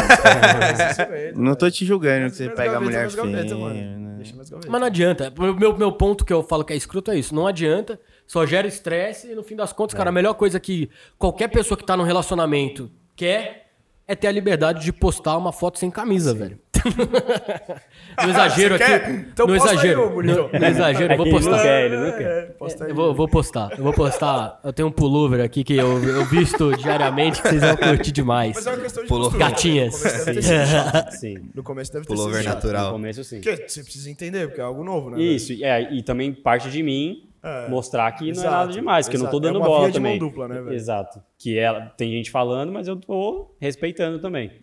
S4: Ciumento,
S2: Não tô
S4: velho.
S2: te julgando que você
S4: Minhas
S2: pega a
S4: gavetas,
S2: mulher
S4: minhas
S2: feia,
S4: gavetas, mano.
S2: né?
S4: Deixa minhas gavetas.
S1: Mas não adianta. O meu, meu ponto que eu falo que é escroto é isso. Não adianta. Só gera estresse e no fim das contas,
S4: É.
S1: cara, a melhor coisa que qualquer pessoa que tá num relacionamento quer é ter a liberdade de postar uma foto sem camisa, velho. no exagero
S4: Você
S1: aqui.
S4: quer? Então
S1: no
S4: posta aí,
S1: exagero.
S4: ô, bonitão.
S1: no, no exagero, eu
S5: É
S1: vou
S5: que ele não
S1: postar.
S5: quer, ele não quer.
S4: É, posta aí.
S1: Eu vou, vou postar, eu vou postar. Eu tenho um pullover aqui que eu, eu visto diariamente que vocês vão curtir demais.
S4: Mas é uma questão de
S3: Pulou.
S4: postura.
S1: Gatinhas.
S4: No começo deve ter sido chato.
S5: Sim,
S4: No começo deve ter
S3: Pullover
S4: sido chato.
S5: no
S3: natural.
S5: começo sim.
S4: Porque você precisa entender, porque é algo novo, né? velho?
S5: Isso, e, é, e também parte de mim
S4: É.
S5: mostrar que não
S4: Exato,
S5: é nada demais, que eu não tô
S4: exato. É
S5: dando
S4: uma
S5: bola
S4: via de mão
S5: também.
S4: dupla, né, velho?
S5: Exato. Que ela tem gente falando, mas eu tô respeitando também.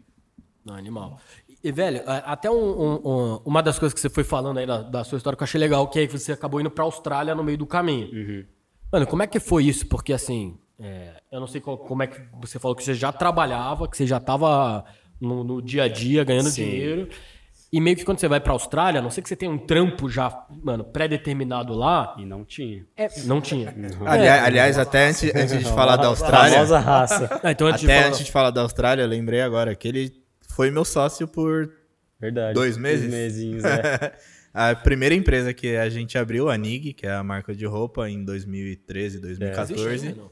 S1: Não, animal. E, E, velho, a- até um- um- um- uma das coisas que você foi falando aí da, da sua história que eu achei legal, que aí você acabou indo pra Austrália no meio do caminho.
S3: Uhum.
S1: Mano, como é que foi isso? Porque, assim, é, eu não sei qual- como é que você falou que você já trabalhava, que você já tava no, no dia a dia ganhando dinheiro. E meio que quando você vai pra Austrália, a não sei que você tenha um trampo já, mano, pré-determinado lá.
S5: E não tinha.
S1: é- não tinha.
S3: Ali- aliás, até antes, antes de falar da
S5: A
S3: Austrália.
S5: famosa raça.
S1: Ah, então, antes de
S3: Até
S1: falar-
S3: antes de falar da Austrália, eu lembrei agora que ele foi meu sócio por
S5: Verdade.
S3: Dois meses?
S5: Dois mesinhos, é.
S3: a primeira empresa que a gente abriu, a NIG, que é a marca de roupa, em 2013, 2014.
S1: Não.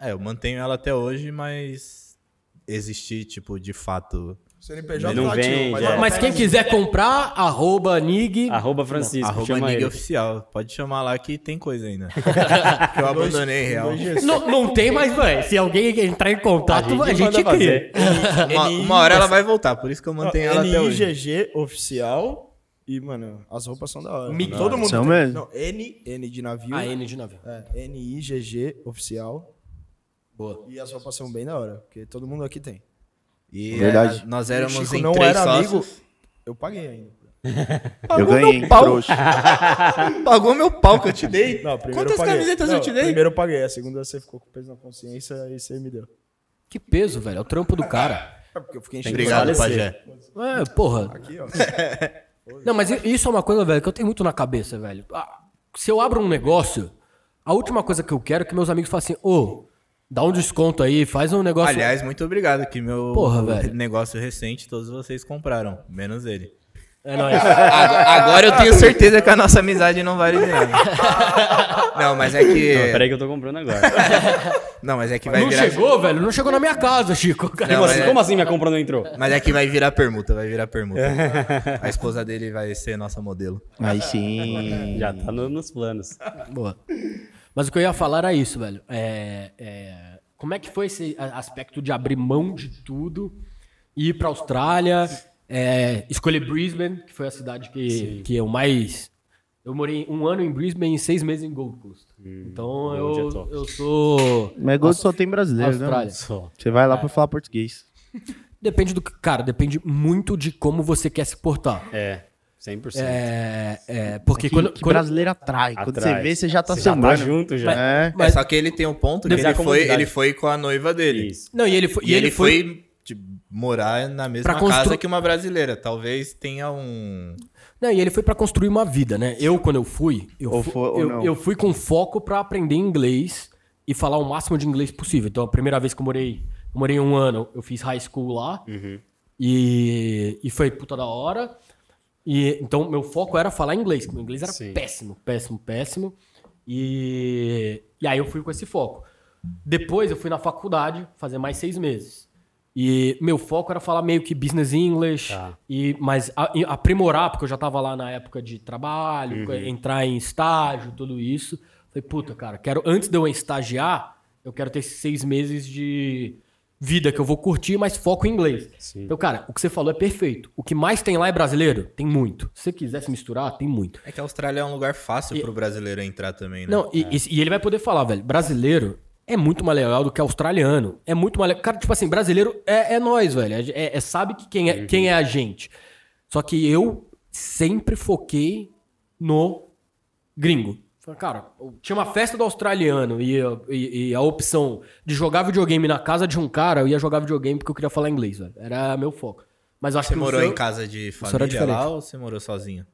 S3: É, eu mantenho ela até hoje, mas existir, tipo, de fato.
S4: CNPJ
S5: Não
S4: tá ativo,
S5: vende, é.
S4: ela
S1: Mas quem
S4: perde.
S1: quiser comprar, arroba Nig.
S5: Arroba Francisco,
S3: Arroba
S5: chama
S3: Nigga
S5: ele.
S3: Oficial. Pode chamar lá que tem coisa ainda. que eu abandonei, real.
S1: Não, não tem, mas, velho, se alguém entrar em contato, a gente,
S5: manda
S1: cria.
S5: fazer.
S3: Uma, uma hora ela vai voltar, por isso que eu mantenho ela até hoje.
S4: NIGG oficial. E, mano, as roupas são da hora.
S1: Mi-
S4: Mano. Todo mundo
S2: São
S4: tem-
S2: mesmo.
S4: Não, N, N de navio.
S1: A N de navio.
S4: É, NIGG oficial.
S1: Boa.
S4: E as roupas são bem da hora, porque todo mundo aqui tem.
S3: E
S2: Verdade.
S3: é, nós
S4: O
S3: éramos
S4: Chico
S3: em
S4: não
S3: três
S4: era
S3: sócios.
S4: amigo. Eu paguei ainda.
S2: Eu ganhei, trouxa.
S3: Pagou meu pau que eu te dei.
S4: Não, primeiro eu
S3: Quantas
S4: paguei.
S3: camisetas
S4: Não,
S3: eu te dei?
S4: Primeiro eu paguei, a segunda você ficou com peso na consciência e você me deu.
S1: Que peso, velho. É o trampo do cara.
S4: É porque eu fiquei enchendo
S3: Obrigado,
S4: o saco.
S3: pajé.
S1: É, porra.
S4: Aqui, ó.
S1: Não, mas i- isso é uma coisa, velho, que eu tenho muito na cabeça, velho. Ah, Se eu abro um negócio, a última coisa que eu quero é que meus amigos façam assim, ô, dá um desconto aí, faz um negócio.
S3: Aliás, muito obrigado, que meu
S1: Porra, velho.
S3: negócio recente todos vocês compraram, menos ele.
S1: É nóis.
S3: Agora, eu tenho certeza que a nossa amizade não vale nada. Não, mas é que.
S5: Peraí que eu tô comprando agora.
S3: Não, mas é que vai
S1: Não
S3: virar.
S1: chegou, velho? Não chegou na minha casa, Chico. Cara.
S3: Não,
S5: Como
S3: mas
S5: assim-
S3: é-
S5: como assim minha compra não entrou?
S3: Mas é que vai virar permuta, vai virar permuta. A esposa dele vai ser nossa modelo.
S2: Aí sim.
S5: Já tá no- nos planos.
S1: Boa. Mas o que eu ia falar era isso, velho. É, é, como é que foi esse a- aspecto de abrir mão de tudo, ir pra Austrália, é, escolher Brisbane, que foi a cidade que, que eu mais. Eu morei um ano em Brisbane e seis meses em Gold Coast. então
S5: Gold é
S1: eu,
S5: top.
S1: eu sou.
S2: Mas Gold só tem brasileiro, né?
S1: Austrália.
S2: mano? Você vai lá pra falar português.
S1: Depende do. que- Cara, depende muito de como você quer se portar.
S5: É, 100%.
S1: É, é, porque
S2: Que,
S1: quando.
S2: que
S1: quando-
S2: brasileiro atrai. Quando
S5: Atrai.
S2: você vê, você já tá
S5: Já tá
S2: sembrando.
S5: junto já.
S2: É.
S1: Mas-
S3: É, só que ele tem um ponto que
S5: Mas é a
S3: ele foi,
S5: comunidade.
S3: ele foi com a noiva dele.
S5: Isso.
S1: Não, e ele foi.
S3: E, ele, foi, tipo, morar na mesma
S1: Pra constru-
S3: casa que uma brasileira. Talvez tenha um.
S1: Não, e ele foi pra construir uma vida, né? Eu, quando eu fui, eu,
S2: Ou
S1: fu-
S2: foi ou
S1: eu-
S2: não.
S1: eu fui com foco pra aprender inglês e falar o máximo de inglês possível. Então, a primeira vez que eu morei, eu morei um ano, eu fiz high school lá
S2: Uhum.
S1: e, e foi puta da hora. E, então, meu foco era falar inglês. Meu inglês era
S5: Sim.
S1: péssimo, péssimo, péssimo. E, e aí eu fui com esse foco. Depois eu fui na faculdade fazer mais seis meses. E meu foco era falar meio que business English,
S5: Tá.
S1: e, mas a- e aprimorar, porque eu já tava lá na época de trabalho,
S5: Uhum.
S1: entrar em estágio, tudo isso. Falei, puta, cara, quero, antes de eu estagiar, eu quero ter esses seis meses de vida que eu vou curtir, mas foco em inglês.
S5: Sim.
S1: Então, cara, o que você falou é perfeito. O que mais tem lá é brasileiro? Tem muito. Se você quiser se misturar, tem muito.
S3: É que a Austrália é um lugar fácil pro brasileiro entrar também, né?
S1: Não, e, e- e ele vai poder falar, velho, brasileiro é muito mais legal do que australiano. É muito mais legal. Cara, tipo assim, brasileiro é, é nós, velho. É- É, é- sabe que quem,
S3: Uhum.
S1: é, quem é a gente. Só que eu sempre foquei no gringo. Falei, Cara, tinha uma festa do australiano e, eu- e- e a opção de jogar videogame na casa de um cara, eu ia jogar videogame porque eu queria falar inglês, velho. Era meu foco. Mas eu acho
S3: Você
S1: que o
S3: morou
S1: seu-
S3: em casa de
S1: senhor era
S3: família lá
S1: diferente.
S3: ou você morou sozinho?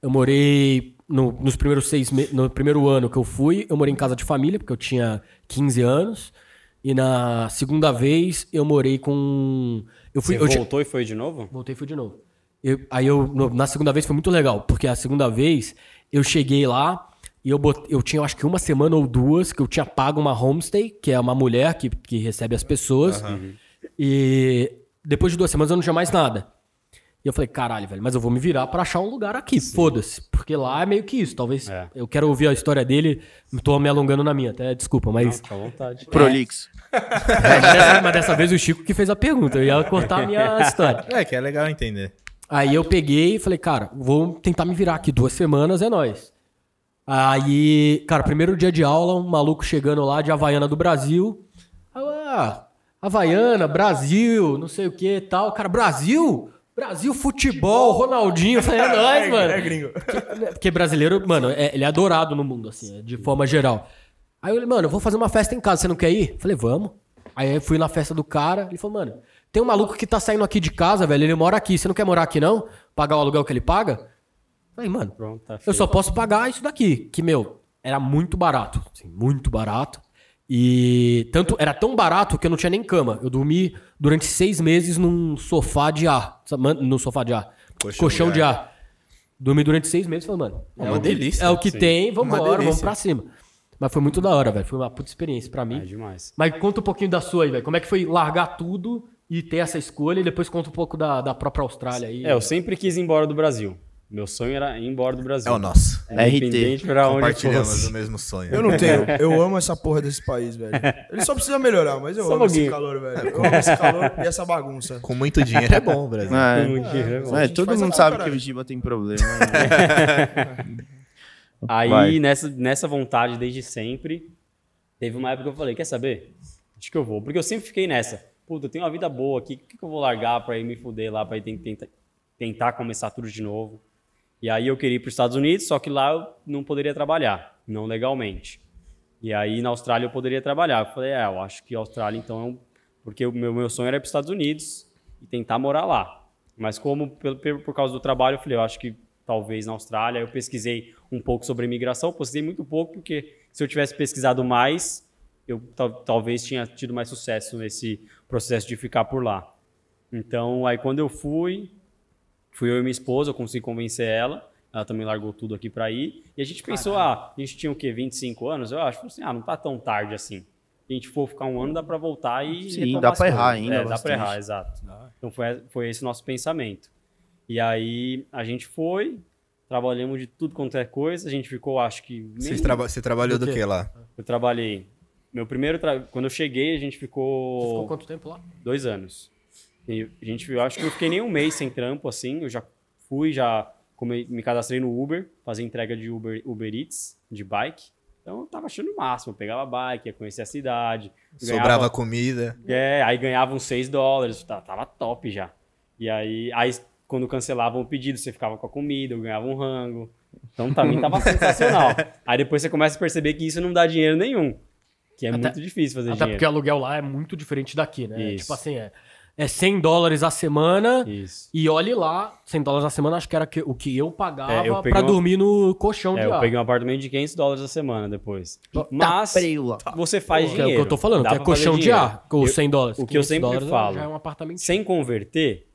S1: Eu morei no- nos primeiros seis meses, no primeiro ano que eu fui, eu morei em casa de família, porque eu tinha 15 anos. E na segunda vez eu morei com. Eu fui.
S5: Você
S1: Eu tinha-
S5: voltou e foi de novo?
S1: Voltei e fui de novo. Eu- aí eu, no- na segunda vez foi muito legal, porque a segunda vez eu cheguei lá e eu, bot- eu tinha acho que uma semana ou duas que eu tinha pago uma homestay, que é uma mulher que, que recebe as pessoas. E depois de duas semanas eu não tinha mais nada. E eu falei, caralho, velho, mas eu vou me virar pra achar um lugar aqui, foda-se. Porque lá é meio que isso. Talvez
S5: É.
S1: eu quero ouvir a história dele, tô me alongando na minha, até desculpa, mas.
S5: Fica à vontade.
S2: Prolixo.
S1: mas, dessa, mas dessa vez o Chico que fez a pergunta, eu ia cortar a minha história.
S3: É, que é legal entender.
S1: Aí eu peguei e falei, cara, vou tentar me virar aqui duas semanas, é nóis. Aí, cara, primeiro dia de aula, um maluco chegando lá de Havaiana do Brasil. Aí eu, Ah, Havaiana, Brasil, não sei o que e tal. Cara, Brasil? Brasil, futebol, Ronaldinho. Eu falei, é nóis, mano.
S4: É gringo.
S1: Porque brasileiro, mano, é- ele é adorado no mundo, assim, é, de forma geral. Aí eu falei, mano, eu vou fazer uma festa em casa, você não quer ir? Falei, vamos. Aí eu fui na festa do cara, ele falou, mano, tem um maluco que tá saindo aqui de casa, velho, ele mora aqui, você não quer morar aqui não? Pagar o aluguel que ele paga? Falei, mano,
S5: Pronto, tá
S1: eu
S5: feito.
S1: só posso pagar isso daqui, que, meu, era muito barato, assim, muito barato. E tanto, era tão barato que eu não tinha nem cama. Eu dormi durante seis meses num sofá de ar, sabe, man- no sofá de ar, colchão,
S3: Colchão
S1: de,
S3: de
S1: ar. Dormi durante seis meses e falei, mano, é
S3: Uma
S1: o que-
S3: delícia.
S1: é o que tem,
S3: Uma
S1: vambora, vamos
S3: delícia.
S1: pra cima. Mas foi muito da hora, velho. Foi uma puta experiência pra
S5: É
S1: mim.
S5: demais.
S1: Mas conta um pouquinho da sua aí, velho. Como é que foi largar tudo e ter essa escolha? E depois conta um pouco da, da própria Austrália aí.
S5: É, eu sempre quis ir embora do Brasil. Meu sonho era ir embora do Brasil.
S3: É o nosso.
S5: Independente pra É onde
S3: Compartilhamos o
S5: fosse.
S3: mesmo sonho.
S4: Eu não tenho. Eu amo essa porra desse país, velho. Ele só precisa melhorar, mas eu
S5: Só um
S4: amo esse
S5: pouquinho.
S4: calor, velho. Eu amo esse calor e essa bagunça.
S3: Com muito dinheiro é bom, Brasil.
S2: É,
S5: Não tinha,
S4: É,
S5: não.
S2: É,
S4: A gente
S2: todo
S4: faz
S2: mundo
S4: a-
S2: sabe
S4: caralho.
S2: que o Giba tem problema. né? Vai.
S5: Aí, nessa, nessa vontade desde sempre, teve uma época que eu falei, quer saber? Acho que eu vou. Porque eu sempre fiquei nessa. Puta, eu tenho uma vida boa aqui, o que, que eu vou largar pra ir me fuder lá, pra ir ten- tenta- tentar começar tudo de novo? E aí eu queria ir pros Estados Unidos, só que lá eu não poderia trabalhar, não legalmente. E aí na Austrália eu poderia trabalhar. Eu falei, é, eu acho que a Austrália então é um... Porque o meu, meu sonho era ir pros Estados Unidos e tentar morar lá. Mas como pelo- por, por causa do trabalho, eu falei, eu acho que talvez na Austrália. Eu pesquisei um pouco sobre imigração, eu pesquisei muito pouco, porque se eu tivesse pesquisado mais, eu tal- talvez tinha tido mais sucesso nesse processo de ficar por lá. Então, aí quando eu fui, fui eu e minha esposa, eu consegui convencer ela. Ela também largou tudo aqui para ir. E a gente pensou, ah, a gente tinha o quê? 25 anos? Eu acho, falou assim, ah, não tá tão tarde assim. Se a gente for ficar um ano, dá para voltar e.
S2: Sim,
S5: retomar
S2: dá
S5: as
S2: pra errar
S5: coisas.
S2: ainda
S5: É, dá para
S2: bastante.
S5: errar, exato. Então foi, foi esse nosso pensamento. E aí a gente foi, trabalhamos de tudo quanto é coisa. A gente ficou, acho que. nem-
S3: Vocês traba- Você trabalhou
S1: Do
S3: do
S1: quê?
S3: que lá?
S5: Eu trabalhei. Meu primeiro. tra- Quando eu cheguei, a gente
S1: Você
S5: ficou.
S1: ficou quanto tempo lá?
S5: Dois anos. E a gente, eu acho que eu fiquei nem um mês sem trampo, assim. Eu já fui, já come- me cadastrei no Uber, fazia entrega de Uber, Uber Eats, de bike. Então eu tava achando o máximo. Eu pegava bike, ia conhecer a cidade. ganhava-
S3: Sobrava comida.
S5: é, aí ganhavam 6 dólares, tá- tava top já. E aí, aí quando cancelavam o pedido, você ficava com a comida, eu ganhava um rango. Então também tava sensacional. Aí depois você começa a perceber que isso não dá dinheiro nenhum. Que é
S1: Até-
S5: muito difícil fazer
S1: Até porque
S5: dinheiro.
S1: o aluguel lá é muito diferente daqui, né?
S5: Isso.
S1: Tipo assim, é, é 100 dólares a semana
S5: Isso.
S1: e olhe lá, 100 dólares a semana acho que era que- o que eu pagava
S5: É, eu peguei
S1: pra
S5: uma-
S1: dormir no colchão
S5: É,
S1: de
S5: eu
S1: ar.
S5: peguei um apartamento de 500 dólares a semana depois.
S1: Tá
S5: Mas
S2: preula.
S5: você faz
S1: Que é o
S5: dinheiro.
S1: que eu tô falando,
S5: dá
S1: que é
S5: pra fazer
S1: colchão de
S5: dinheiro.
S1: ar, com
S5: Eu-
S1: 100 dólares.
S5: o que eu
S1: 500
S5: sempre
S1: dólares
S5: falo.
S1: Já é um apartamento.
S5: Sem converter,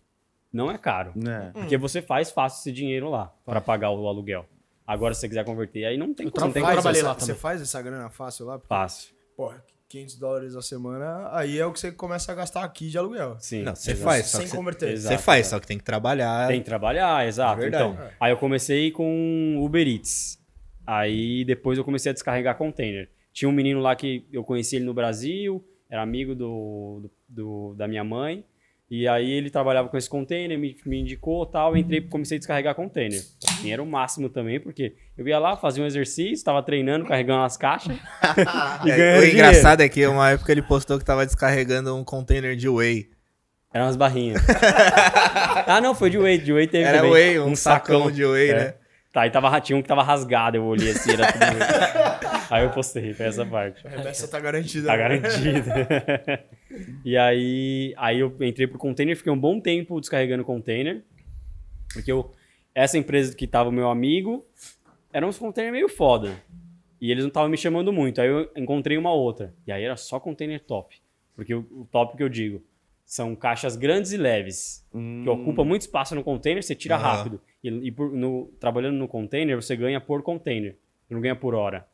S5: não é caro.
S2: É.
S5: Porque você faz fácil esse dinheiro lá para pagar o aluguel. Agora, se você quiser converter, aí não tem
S1: Eu
S5: como. Não tem
S1: Eu trabalho-
S5: como
S1: trabalhei
S4: essa,
S1: lá
S4: Você
S1: também.
S4: faz essa grana fácil lá? Porque,
S5: fácil.
S4: Porra, 500 dólares a semana, aí é o que você começa a gastar aqui de aluguel.
S5: Sim.
S3: Não, você
S5: exato.
S3: faz, só
S4: Sem
S3: que você-
S4: converter.
S5: Exato. é.
S3: você faz, só que tem que trabalhar.
S5: Tem que trabalhar, exato.
S3: É Verdade.
S5: Então, aí eu comecei com Uber Eats. Aí depois eu comecei a descarregar container. Tinha um menino lá que eu conheci ele no Brasil, era amigo do, do- do- da minha mãe. E aí ele trabalhava com esse container, me, me indicou tal, eu entrei e comecei a descarregar container. E era o máximo também, porque eu ia lá, fazia um exercício, estava treinando, carregando as caixas. e
S3: É,
S5: ganhando
S3: o
S5: dinheiro.
S3: engraçado é que uma época ele postou que tava descarregando um container de whey.
S5: Eram umas barrinhas. ah, não, foi de whey, de whey teve
S3: Era
S5: também.
S3: whey, um, sacão, de whey,
S5: É.
S3: né?
S5: Tá, e tava, tinha um que tava rasgado, eu olhei assim, era tudo. aí eu postei, foi essa parte.
S4: A remessa tá garantida.
S5: Tá
S4: né?
S5: garantido. Tá e aí, aí eu entrei pro container, fiquei um bom tempo descarregando o container. Porque eu, essa empresa que tava o meu amigo, era uns container meio foda. E eles não estavam me chamando muito. Aí eu encontrei uma outra. E aí era só container top. Porque o, o top que eu digo são caixas grandes e leves.
S4: Hum.
S5: Que ocupa muito espaço no container, você tira
S3: Aham.
S5: rápido. E, e por- no- trabalhando no container, você ganha por container. Você não ganha por hora.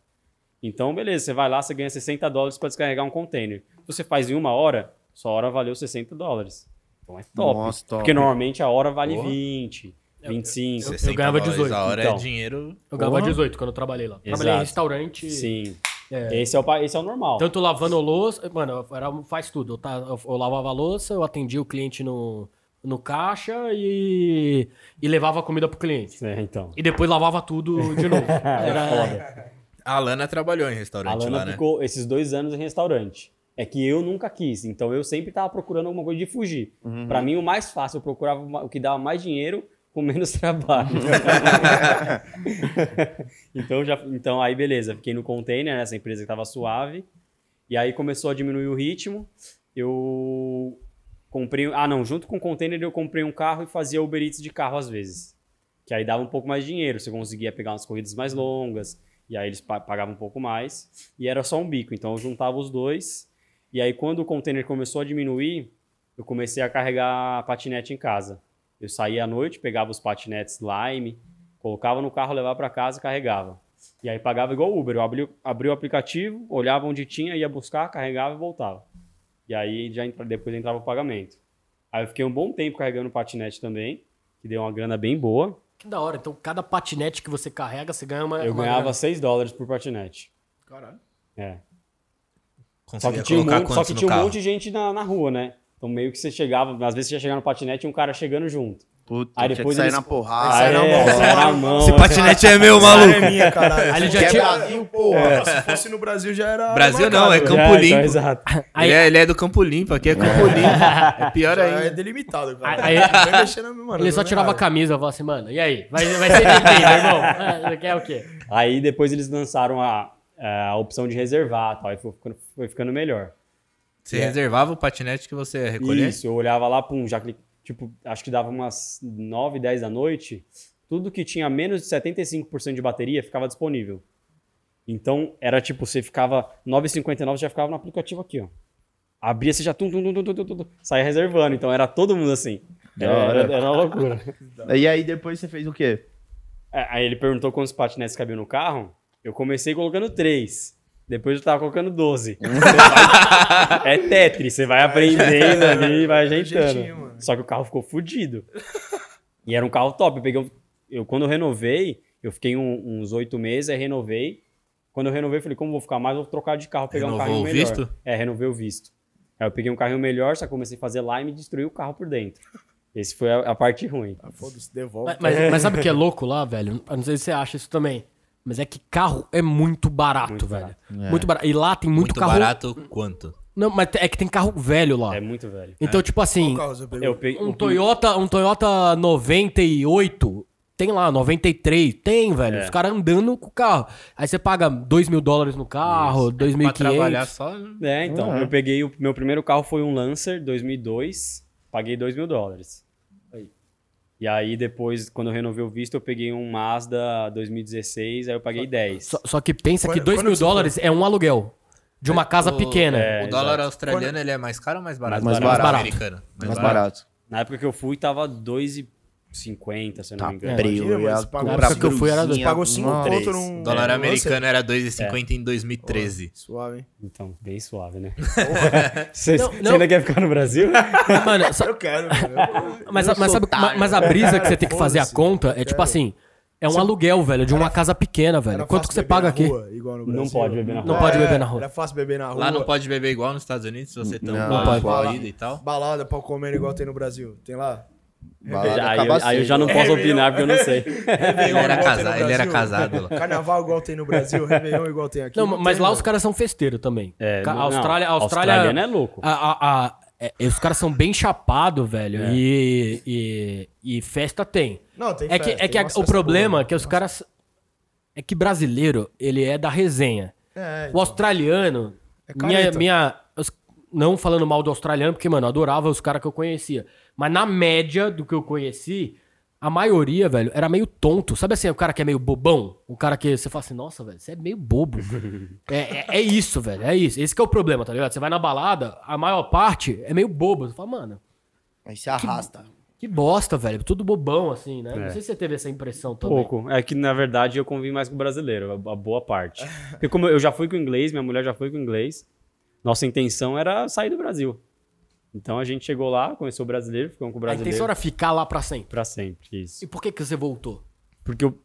S5: Então, beleza, você vai lá, você ganha 60 dólares para descarregar um container. Você faz em uma hora, sua hora valeu 60 dólares. Então é top.
S2: Nossa, top.
S5: Porque normalmente a hora vale
S3: Porra.
S5: 20, 25.
S3: 60
S1: ganhava
S3: dólares
S1: 18,
S3: A hora
S5: então.
S3: é dinheiro.
S1: Eu ganhava
S2: Porra.
S1: 18 quando eu trabalhei lá. Trabalhei em
S5: Exato.
S1: restaurante,
S5: Sim.
S1: É. Então-
S5: Esse, é o, pa- esse é o normal.
S1: tanto lavando louça. Mano, eu era, faz tudo. Eu, tá- eu- eu lavava a louça, eu atendia o cliente no, no caixa e, e levava a comida pro cliente.
S5: É, então.
S1: E depois lavava tudo de novo. É, Era
S5: Foda.
S3: A Lana trabalhou em
S5: A
S3: restaurante
S5: Lana
S3: lá, né?
S5: ficou esses dois anos em restaurante. É que eu nunca quis, então eu sempre tava procurando alguma coisa de fugir.
S3: Uhum.
S5: Pra mim, o mais fácil, eu procurava uma- o que dava mais dinheiro com menos trabalho. então, já, então, aí beleza, fiquei no container, nessa empresa que tava suave. E aí começou a diminuir o ritmo. Eu comprei. Ah, não, junto com o container eu comprei um carro e fazia Uber Eats de carro às vezes. Que aí dava um pouco mais de dinheiro, você conseguia pegar umas corridas mais longas. E aí eles pa- pagavam um pouco mais. E era só um bico. Então eu juntava os dois. E aí quando o container começou a diminuir, eu comecei a carregar patinete em casa. Eu saía à noite, pegava os patinetes Lime, colocava no carro, levava para casa e carregava. E aí pagava igual Uber. Eu abri, abri o aplicativo, olhava onde tinha, ia buscar, carregava e voltava. E aí já entra- depois entrava o pagamento. Aí eu fiquei um bom tempo carregando patinete também, que deu uma grana bem boa.
S1: Que da hora. Então, cada patinete que você carrega, você ganha uma.
S5: Eu
S1: uma
S5: ganhava
S1: grana.
S5: 6 dólares por patinete.
S4: Caralho.
S5: É. Só que
S3: Conseguia
S5: tinha um
S3: colocar
S5: monte, só
S3: quantos
S5: que
S3: no
S5: tinha um
S3: carro?
S5: monte de gente na, na rua, né? Então meio que você chegava, às vezes você ia chegar no patinete e um cara chegando junto.
S2: Puta,
S5: Aí
S2: tinha que
S5: depois
S2: sair
S5: eles-
S2: na porrada.
S5: Ah,
S4: sai na
S5: é,
S4: mão.
S5: sai na mão.
S3: Esse patinete é meu,
S4: Cara,
S3: maluco.
S4: é minha, caralho.
S1: Aí ele
S4: Se
S1: já
S4: é
S1: tinha-
S4: Brasil, porra. Se fosse no Brasil já era.
S3: Brasil
S4: marcado,
S3: não, é
S4: né?
S3: Campo
S5: É, então,
S3: Limpo.
S5: exato.
S1: Aí-
S3: Ele, é, ele é do Campo Limpo, aqui é Campo Limpo. É pior
S4: Já É
S3: ainda.
S4: delimitado, cara.
S1: Aí-
S4: Não vai mexer na minha, mano,
S1: Ele
S4: não
S1: só
S4: é
S1: tirava a
S4: nada.
S1: camisa e falava assim, mano, e aí? Vai, vai ser de quem, meu irmão? É, Você quer o quê?
S5: Aí depois eles lançaram a, é, a opção de reservar tal, aí foi ficando, foi ficando melhor.
S3: Você reservava o patinete que você recolhia?
S5: Isso, eu olhava lá, pum, já clic- tipo, acho que dava umas 9, 10 da noite, tudo que tinha menos de 75% de bateria ficava disponível. Então, era tipo, você ficava 9,59, já ficava no aplicativo aqui, ó. Abria, você já tum, tum, tum, tum, tum, tum, tum, tum, saía reservando. Então, era todo mundo assim. Era,
S2: hora.
S5: era, era uma loucura.
S2: E aí depois você fez o quê?
S5: É, Aí ele perguntou quantos patinetes cabiam no carro. Eu comecei colocando três. Depois eu tava colocando 12.
S4: Hum.
S5: Você vai- é Tetris, você vai aprendendo ali e vai
S4: É o
S5: ajeitando.
S4: jeitinho, mano.
S5: Só que o carro ficou fudido. E era um carro top. Eu, peguei um- eu- quando eu renovei, eu fiquei um- uns oito meses, aí renovei. Quando eu renovei, eu falei, como vou ficar mais, eu vou trocar de carro, pegar um
S3: Renovou
S5: carrinho
S3: o
S5: melhor.
S3: visto?
S5: É, renovei o visto. Aí eu peguei um carrinho melhor, só comecei a fazer lá e me destruiu o carro por dentro. Esse foi a, a parte ruim.
S4: Ah, Foda-se, devolve.
S1: Mas, mas- mas sabe o que é louco lá, velho? Eu não sei se você acha isso também. Mas é que carro é muito barato,
S5: Muito
S1: velho.
S5: barato.
S1: Muito barato. E lá tem muito,
S3: Muito
S1: carro.
S3: barato
S5: um
S3: quanto?
S1: Não, mas é que tem carro velho
S4: Ah.
S1: lá.
S5: É muito velho.
S1: Então, tipo assim,
S4: Qual carro você pegou?
S5: Eu peguei,
S1: um Toyota, um Toyota 98, tem lá, 93, tem, velho.
S5: É.
S1: Os caras andando com o carro. Aí você paga 2 mil dólares no carro,
S3: Pra trabalhar
S1: 2.500.
S3: só.
S5: É, então,
S1: Ah,
S5: eu peguei o meu primeiro carro foi um Lancer 2002, paguei 2 mil dólares. E aí depois, quando eu renovei o visto, eu peguei um Mazda 2016, aí eu paguei 10.
S1: Só, só que pensa que
S4: Quando-
S1: 2
S4: quando
S1: mil
S4: você foi?
S1: dólares é um aluguel de uma casa
S3: O-
S1: pequena.
S5: é.
S3: o dólar
S5: exato.
S3: australiano ele é mais caro ou mais barato?
S2: Mais
S3: Do
S2: barato.
S3: Americano.
S2: Mais barato.
S5: Na época que eu fui tava 2,50, se eu não
S1: Tá
S5: me engano.
S2: frio,
S4: Imagina,
S2: eu ia
S4: mas pagou-
S2: comprar
S1: Na época que eu fui era
S2: brusinha,
S4: Pagou 5
S2: nossa.
S4: pontos num.
S3: O dólar
S5: É,
S4: num
S3: americano era 2,50 em 2013.
S4: Lancer. Suave, hein?
S5: Então, bem suave, né? Você
S1: Não,
S5: você
S1: não.
S5: ainda quer ficar no Brasil?
S1: Mano, sa-
S4: Eu quero, velho.
S1: mas, mas, sabe, ma- mas a brisa que você tem que fazer a
S4: Foda-se,
S1: conta é tipo assim, é um aluguel, velho, de uma casa pequena, velho.
S4: Era
S1: Quanto
S4: fácil
S1: que você
S4: beber
S1: paga
S4: na
S1: aqui?
S4: rua, igual no
S5: Não
S4: Brasil. É,
S5: pode beber na
S1: Não
S5: rua.
S1: pode beber na rua.
S4: Era fácil beber na rua.
S3: Lá não pode beber igual nos Estados Unidos, se você tem
S2: Não,
S3: uma
S1: pode.
S3: corrida e tal.
S4: Balada pra comer igual tem no Brasil. Tem lá?
S2: Balada
S5: aí, eu, aí eu já não
S2: acaba cedo.
S5: posso
S4: É,
S5: opinar porque eu não sei.
S3: É, Ele
S4: Igual
S3: era,
S4: tem
S3: casa-
S4: no
S3: ele era
S4: Brasil.
S3: casado lá.
S4: Carnaval igual tem no Brasil, Réveillon igual tem aqui.
S1: Não, mas
S4: tem,
S1: lá
S4: mano.
S1: os caras são festeiros também.
S5: É,
S1: Ca-
S5: não,
S1: Austrália,
S5: não,
S1: Austrália,
S5: australiano é louco.
S1: A, a- a- é, os caras são bem chapados, velho.
S5: É.
S1: E, e- e festa tem.
S4: Não, tem
S1: é que,
S4: festa,
S1: é que
S4: tem
S1: a-
S4: umas
S1: o
S4: festas
S1: problema
S4: boas.
S1: é que os caras. É que brasileiro, ele é da resenha.
S4: É,
S1: O australiano.
S4: É
S1: minha,
S4: careta.
S1: minha. os- Não falando mal do australiano, porque, mano, eu adorava os caras que eu conhecia. Mas na média do que eu conheci, a maioria, velho, era meio tonto. Sabe assim, o cara que é meio bobão? O cara que você fala assim, nossa, velho, você é meio bobo. é, é, é isso, velho, é isso. Esse que é o problema, tá ligado? Você vai na balada, a maior parte é meio bobo. Você fala, mano,
S2: Aí se arrasta.
S1: que bosta, velho. Tudo bobão, assim, né?
S5: É.
S1: Não sei se você teve essa impressão também.
S5: Pouco. É que, na verdade, eu convivi mais com o brasileiro, a a boa parte. Porque como eu já fui com o inglês, minha mulher já foi com o inglês, nossa intenção era sair do Brasil. Então a gente chegou lá, conheceu o brasileiro, ficamos com o
S3: Ah,
S1: A
S3: então
S5: brasileiro
S1: intenção era ficar lá pra sempre.
S5: pra sempre, isso.
S1: E por que que você voltou?
S5: Porque o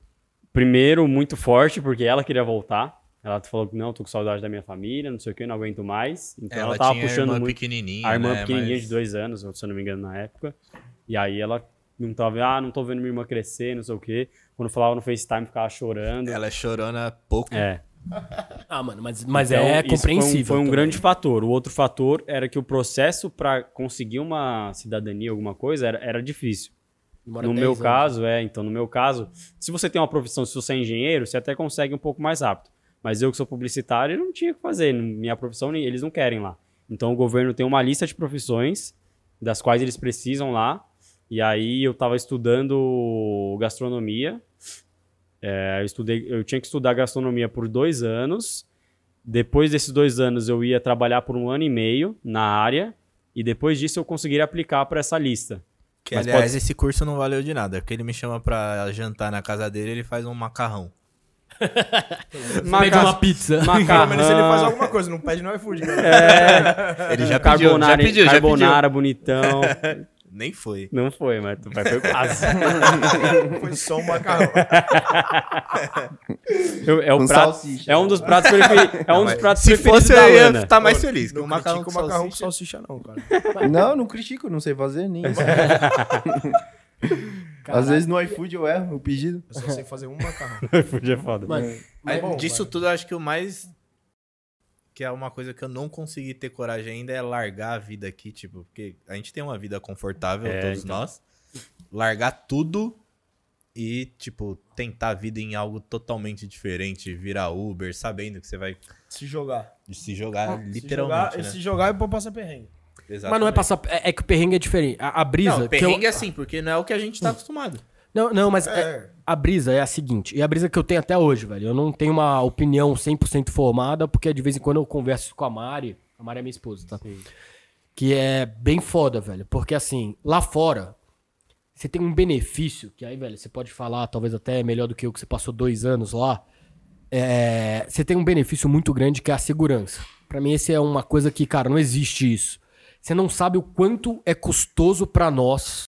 S5: primeiro, muito forte, porque ela queria voltar. Ela falou que não, tô com saudade da minha família, não sei o que, não aguento mais. Então ela,
S3: Ela,
S5: tava
S3: tinha a
S5: puxando
S3: irmã
S5: muito
S3: pequenininha,
S5: a irmã
S3: né,
S5: pequenininha
S3: mas-
S5: de dois anos, se eu não me engano, na época. E aí ela não tava, ah, não tô vendo minha irmã crescer, não sei o quê. Quando falava no FaceTime, ficava chorando.
S3: Ela é chorona pouco.
S5: É.
S1: Ah, mano, mas, mas
S5: Então,
S1: é
S5: isso foi um-
S1: compreensível.
S5: Foi um,
S1: também.
S5: grande fator. O outro fator era que o processo para conseguir uma cidadania, alguma coisa, era, era difícil.
S1: Demora
S5: no
S1: 10
S5: meu
S1: anos.
S5: caso, é. Então, no meu caso, se você tem uma profissão, se você é engenheiro, você até consegue um pouco mais rápido. Mas eu que sou publicitário, não tinha o que fazer. Minha profissão, nem- eles não querem lá. Então, o governo tem uma lista de profissões das quais eles precisam lá. E aí, eu estava estudando gastronomia. É, eu, estudei, eu tinha que estudar gastronomia por dois anos. Depois desses dois anos, eu ia trabalhar por um ano e meio na área. E depois disso, eu conseguiria aplicar para essa lista.
S3: Que,
S5: Mas
S3: aliás,
S5: pode-
S3: esse curso não valeu de nada, porque ele me chama pra jantar na casa dele ele faz um macarrão.
S1: Pede uma pizza.
S4: Pelo menos ele faz
S5: Macarrão,
S4: alguma coisa, não pede no iFood. né? cara.
S1: É.
S3: Ele já pediu, já
S5: carbonara,
S3: pediu, já pediu.
S5: carbonara bonitão.
S3: Nem foi.
S5: Não foi, mas tu vai foi quase.
S4: Foi só um macarrão.
S5: Eu- É, o
S2: Um
S5: prato-
S2: salsicha.
S5: é um dos pratos preferidos. É um dos pratos
S3: Se
S5: preferidos
S3: fosse,
S5: da
S3: eu ia
S5: Lana.
S3: estar Tá mais feliz. que
S4: Não
S3: o macarrão
S4: critica
S3: com
S4: o macarrão com
S3: salsicha.
S4: salsicha, não, cara.
S2: Não, não critico, não sei fazer nem. Às vezes no iFood eu erro o pedido.
S4: Eu só sei fazer um macarrão.
S5: Fude é foda.
S1: Mas,
S4: Mas bom,
S3: disso
S4: mano.
S3: tudo, eu acho que o mais. Que é uma coisa que eu não consegui ter coragem ainda é largar a vida aqui, tipo, porque a gente tem uma vida confortável,
S5: É,
S3: todos nós. Largar tudo e, tipo, tentar a vida em algo totalmente diferente, virar Uber, sabendo que você vai
S4: Se jogar.
S3: se jogar
S4: Se jogar,
S3: literalmente. né?
S4: se jogar é pra passar perrengue.
S1: mas não é passar. É, é que o perrengue é diferente. A, a brisa.
S3: Não,
S1: que eu-
S3: perrengue é assim, porque não é o que a gente tá acostumado.
S1: não, não, mas é-
S4: É.
S1: a brisa é a seguinte. E a brisa que eu tenho até hoje, velho. Eu não tenho uma opinião 100% formada, porque de vez em quando eu converso com a Mari. A Mari é minha esposa, tá? Que é bem foda, velho. Porque assim, lá fora, você tem um benefício, que aí, velho, você pode falar, talvez até é melhor do que eu, que você passou dois anos lá. É, você tem um benefício muito grande que é a segurança. Pra mim, essa é uma coisa que, cara, não existe isso. Você não sabe o quanto é custoso pra nós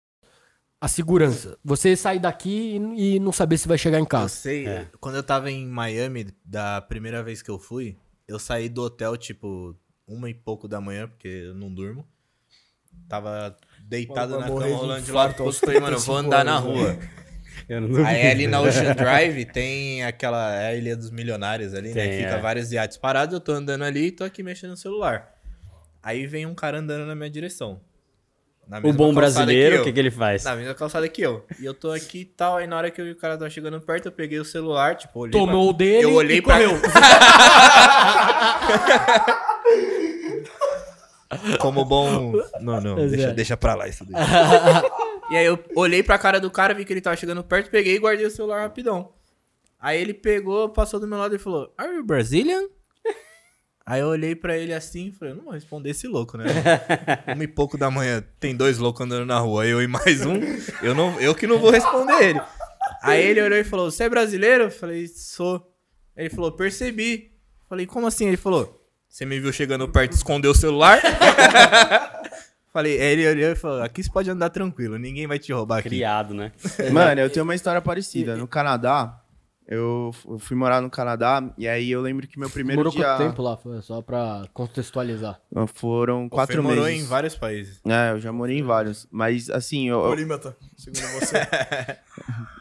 S1: a segurança. Você sair daqui e e não saber se vai chegar em
S5: Tá,
S3: Eu
S1: casa.
S3: sei,
S5: é.
S3: quando eu tava em Miami, da primeira vez que eu fui, eu saí do hotel, tipo, uma e pouco da manhã, porque eu não durmo. Tava deitado
S4: Mano,
S3: na
S4: vai
S3: cama,
S4: morrer de
S3: rolando de um lado
S4: infarto
S3: pro
S4: aos né?"
S3: outro, falei, mano, eu vou
S4: 35
S3: andar na rua.
S4: anos,
S5: Eu não duvido.
S3: Aí é ali na Ocean Drive tem aquela é a Ilha dos Milionários ali, né?
S5: Tem,
S3: Fica
S5: é.
S3: vários iates parados, eu tô andando ali e tô aqui mexendo no celular. Aí vem um cara andando na minha direção. Na
S5: O
S3: mesma
S5: bom
S3: calçada
S5: brasileiro, o
S3: eu.
S5: que, que ele faz?
S3: Na mesma calçada que eu. E eu tô aqui e tal. Aí na hora que eu vi o cara tava chegando perto, eu peguei o celular, tipo, olhei.
S1: Tomou o
S3: pra...
S1: dele
S3: Eu olhei
S1: e correu.
S3: Como bom. Não, não. Deixa,
S1: Exato.
S3: deixa pra lá isso daí. e aí eu olhei pra cara do cara, vi que ele tava chegando perto, peguei e guardei o celular rapidão. Aí ele pegou, passou do meu lado e falou: Are you Brazilian? Aí eu olhei pra ele assim e falei, não vou responder esse louco, né? Uma e pouco da manhã, tem dois loucos andando na rua, eu e mais um. Eu, não, eu que não vou responder ele. Aí ele olhou e falou, você é brasileiro? Eu falei, sou. Ele falou, percebi. Eu falei, como assim? Ele falou, você me viu chegando perto e escondeu o celular? falei, aí ele olhou e falou, aqui você pode andar tranquilo, ninguém vai te roubar aqui.
S5: Criado, né?
S2: Mano, eu tenho uma história parecida. No Canadá, eu f- eu fui morar no Canadá e aí eu lembro que meu primeiro
S1: Demorou
S2: dia
S1: quanto tempo lá? Foi Só pra contextualizar.
S2: foram
S3: Quatro
S2: quatro meses.
S3: morou em vários países.
S2: É, eu já morei em vários, mas assim, eu, eu-
S4: Polímata, segundo você.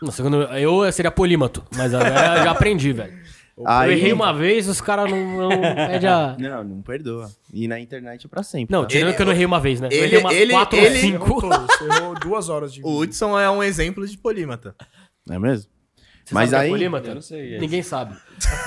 S1: Nossa, quando eu eu seria polímato, mas agora eu já aprendi, velho.
S2: Aí-
S1: Eu errei uma vez, os caras não, não pedem a.
S2: não, não perdoa. E na internet é pra sempre.
S1: Não,
S2: tá?
S1: tirando
S3: Ele-
S1: que eu não errei uma vez, né? eu
S3: ele-
S1: errei umas
S3: ele-
S1: quatro
S3: ele-
S1: ou
S4: Você errou
S1: cinco.
S4: todos, você errou duas horas de
S3: O Hudson é um exemplo de polímata.
S2: não é mesmo?
S1: Você
S2: Mas
S1: sabe o que é
S2: aí-
S1: polímata?
S5: Eu não sei.
S1: Ninguém sabe.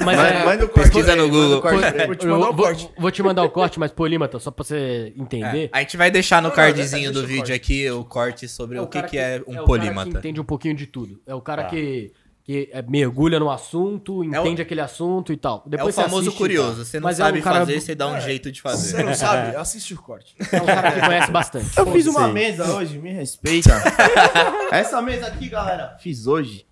S1: Mas é-
S2: Manda o
S3: Pesquisa no Google.
S2: corte, manda o corte.
S4: Vou te
S1: eu
S4: mandar o
S1: vou,
S4: corte.
S1: vou te mandar o corte, mas polímata, só pra você entender.
S3: É, a gente vai deixar no
S4: Não,
S3: cardzinho
S4: não, deixa-
S3: do
S4: deixa o
S3: vídeo
S4: corte.
S3: aqui o corte sobre
S1: É
S3: o que,
S1: cara
S3: que é um Tá.
S1: o cara que
S3: polímata.
S1: entende um pouquinho de tudo. É o cara que, que é, mergulha no assunto, entende aquele assunto e tal.
S3: É o
S1: Depois você
S3: famoso
S1: assiste,
S3: curioso.
S1: tá?
S3: Você não
S1: Mas é um
S3: sabe
S1: cara-
S3: fazer, você dá um jeito de fazer.
S4: Você não sabe? Assiste o corte.
S1: É um cara que conhece bastante.
S2: Eu fiz uma
S1: Sim.
S2: mesa hoje, me respeita. Essa mesa aqui, galera, fiz hoje.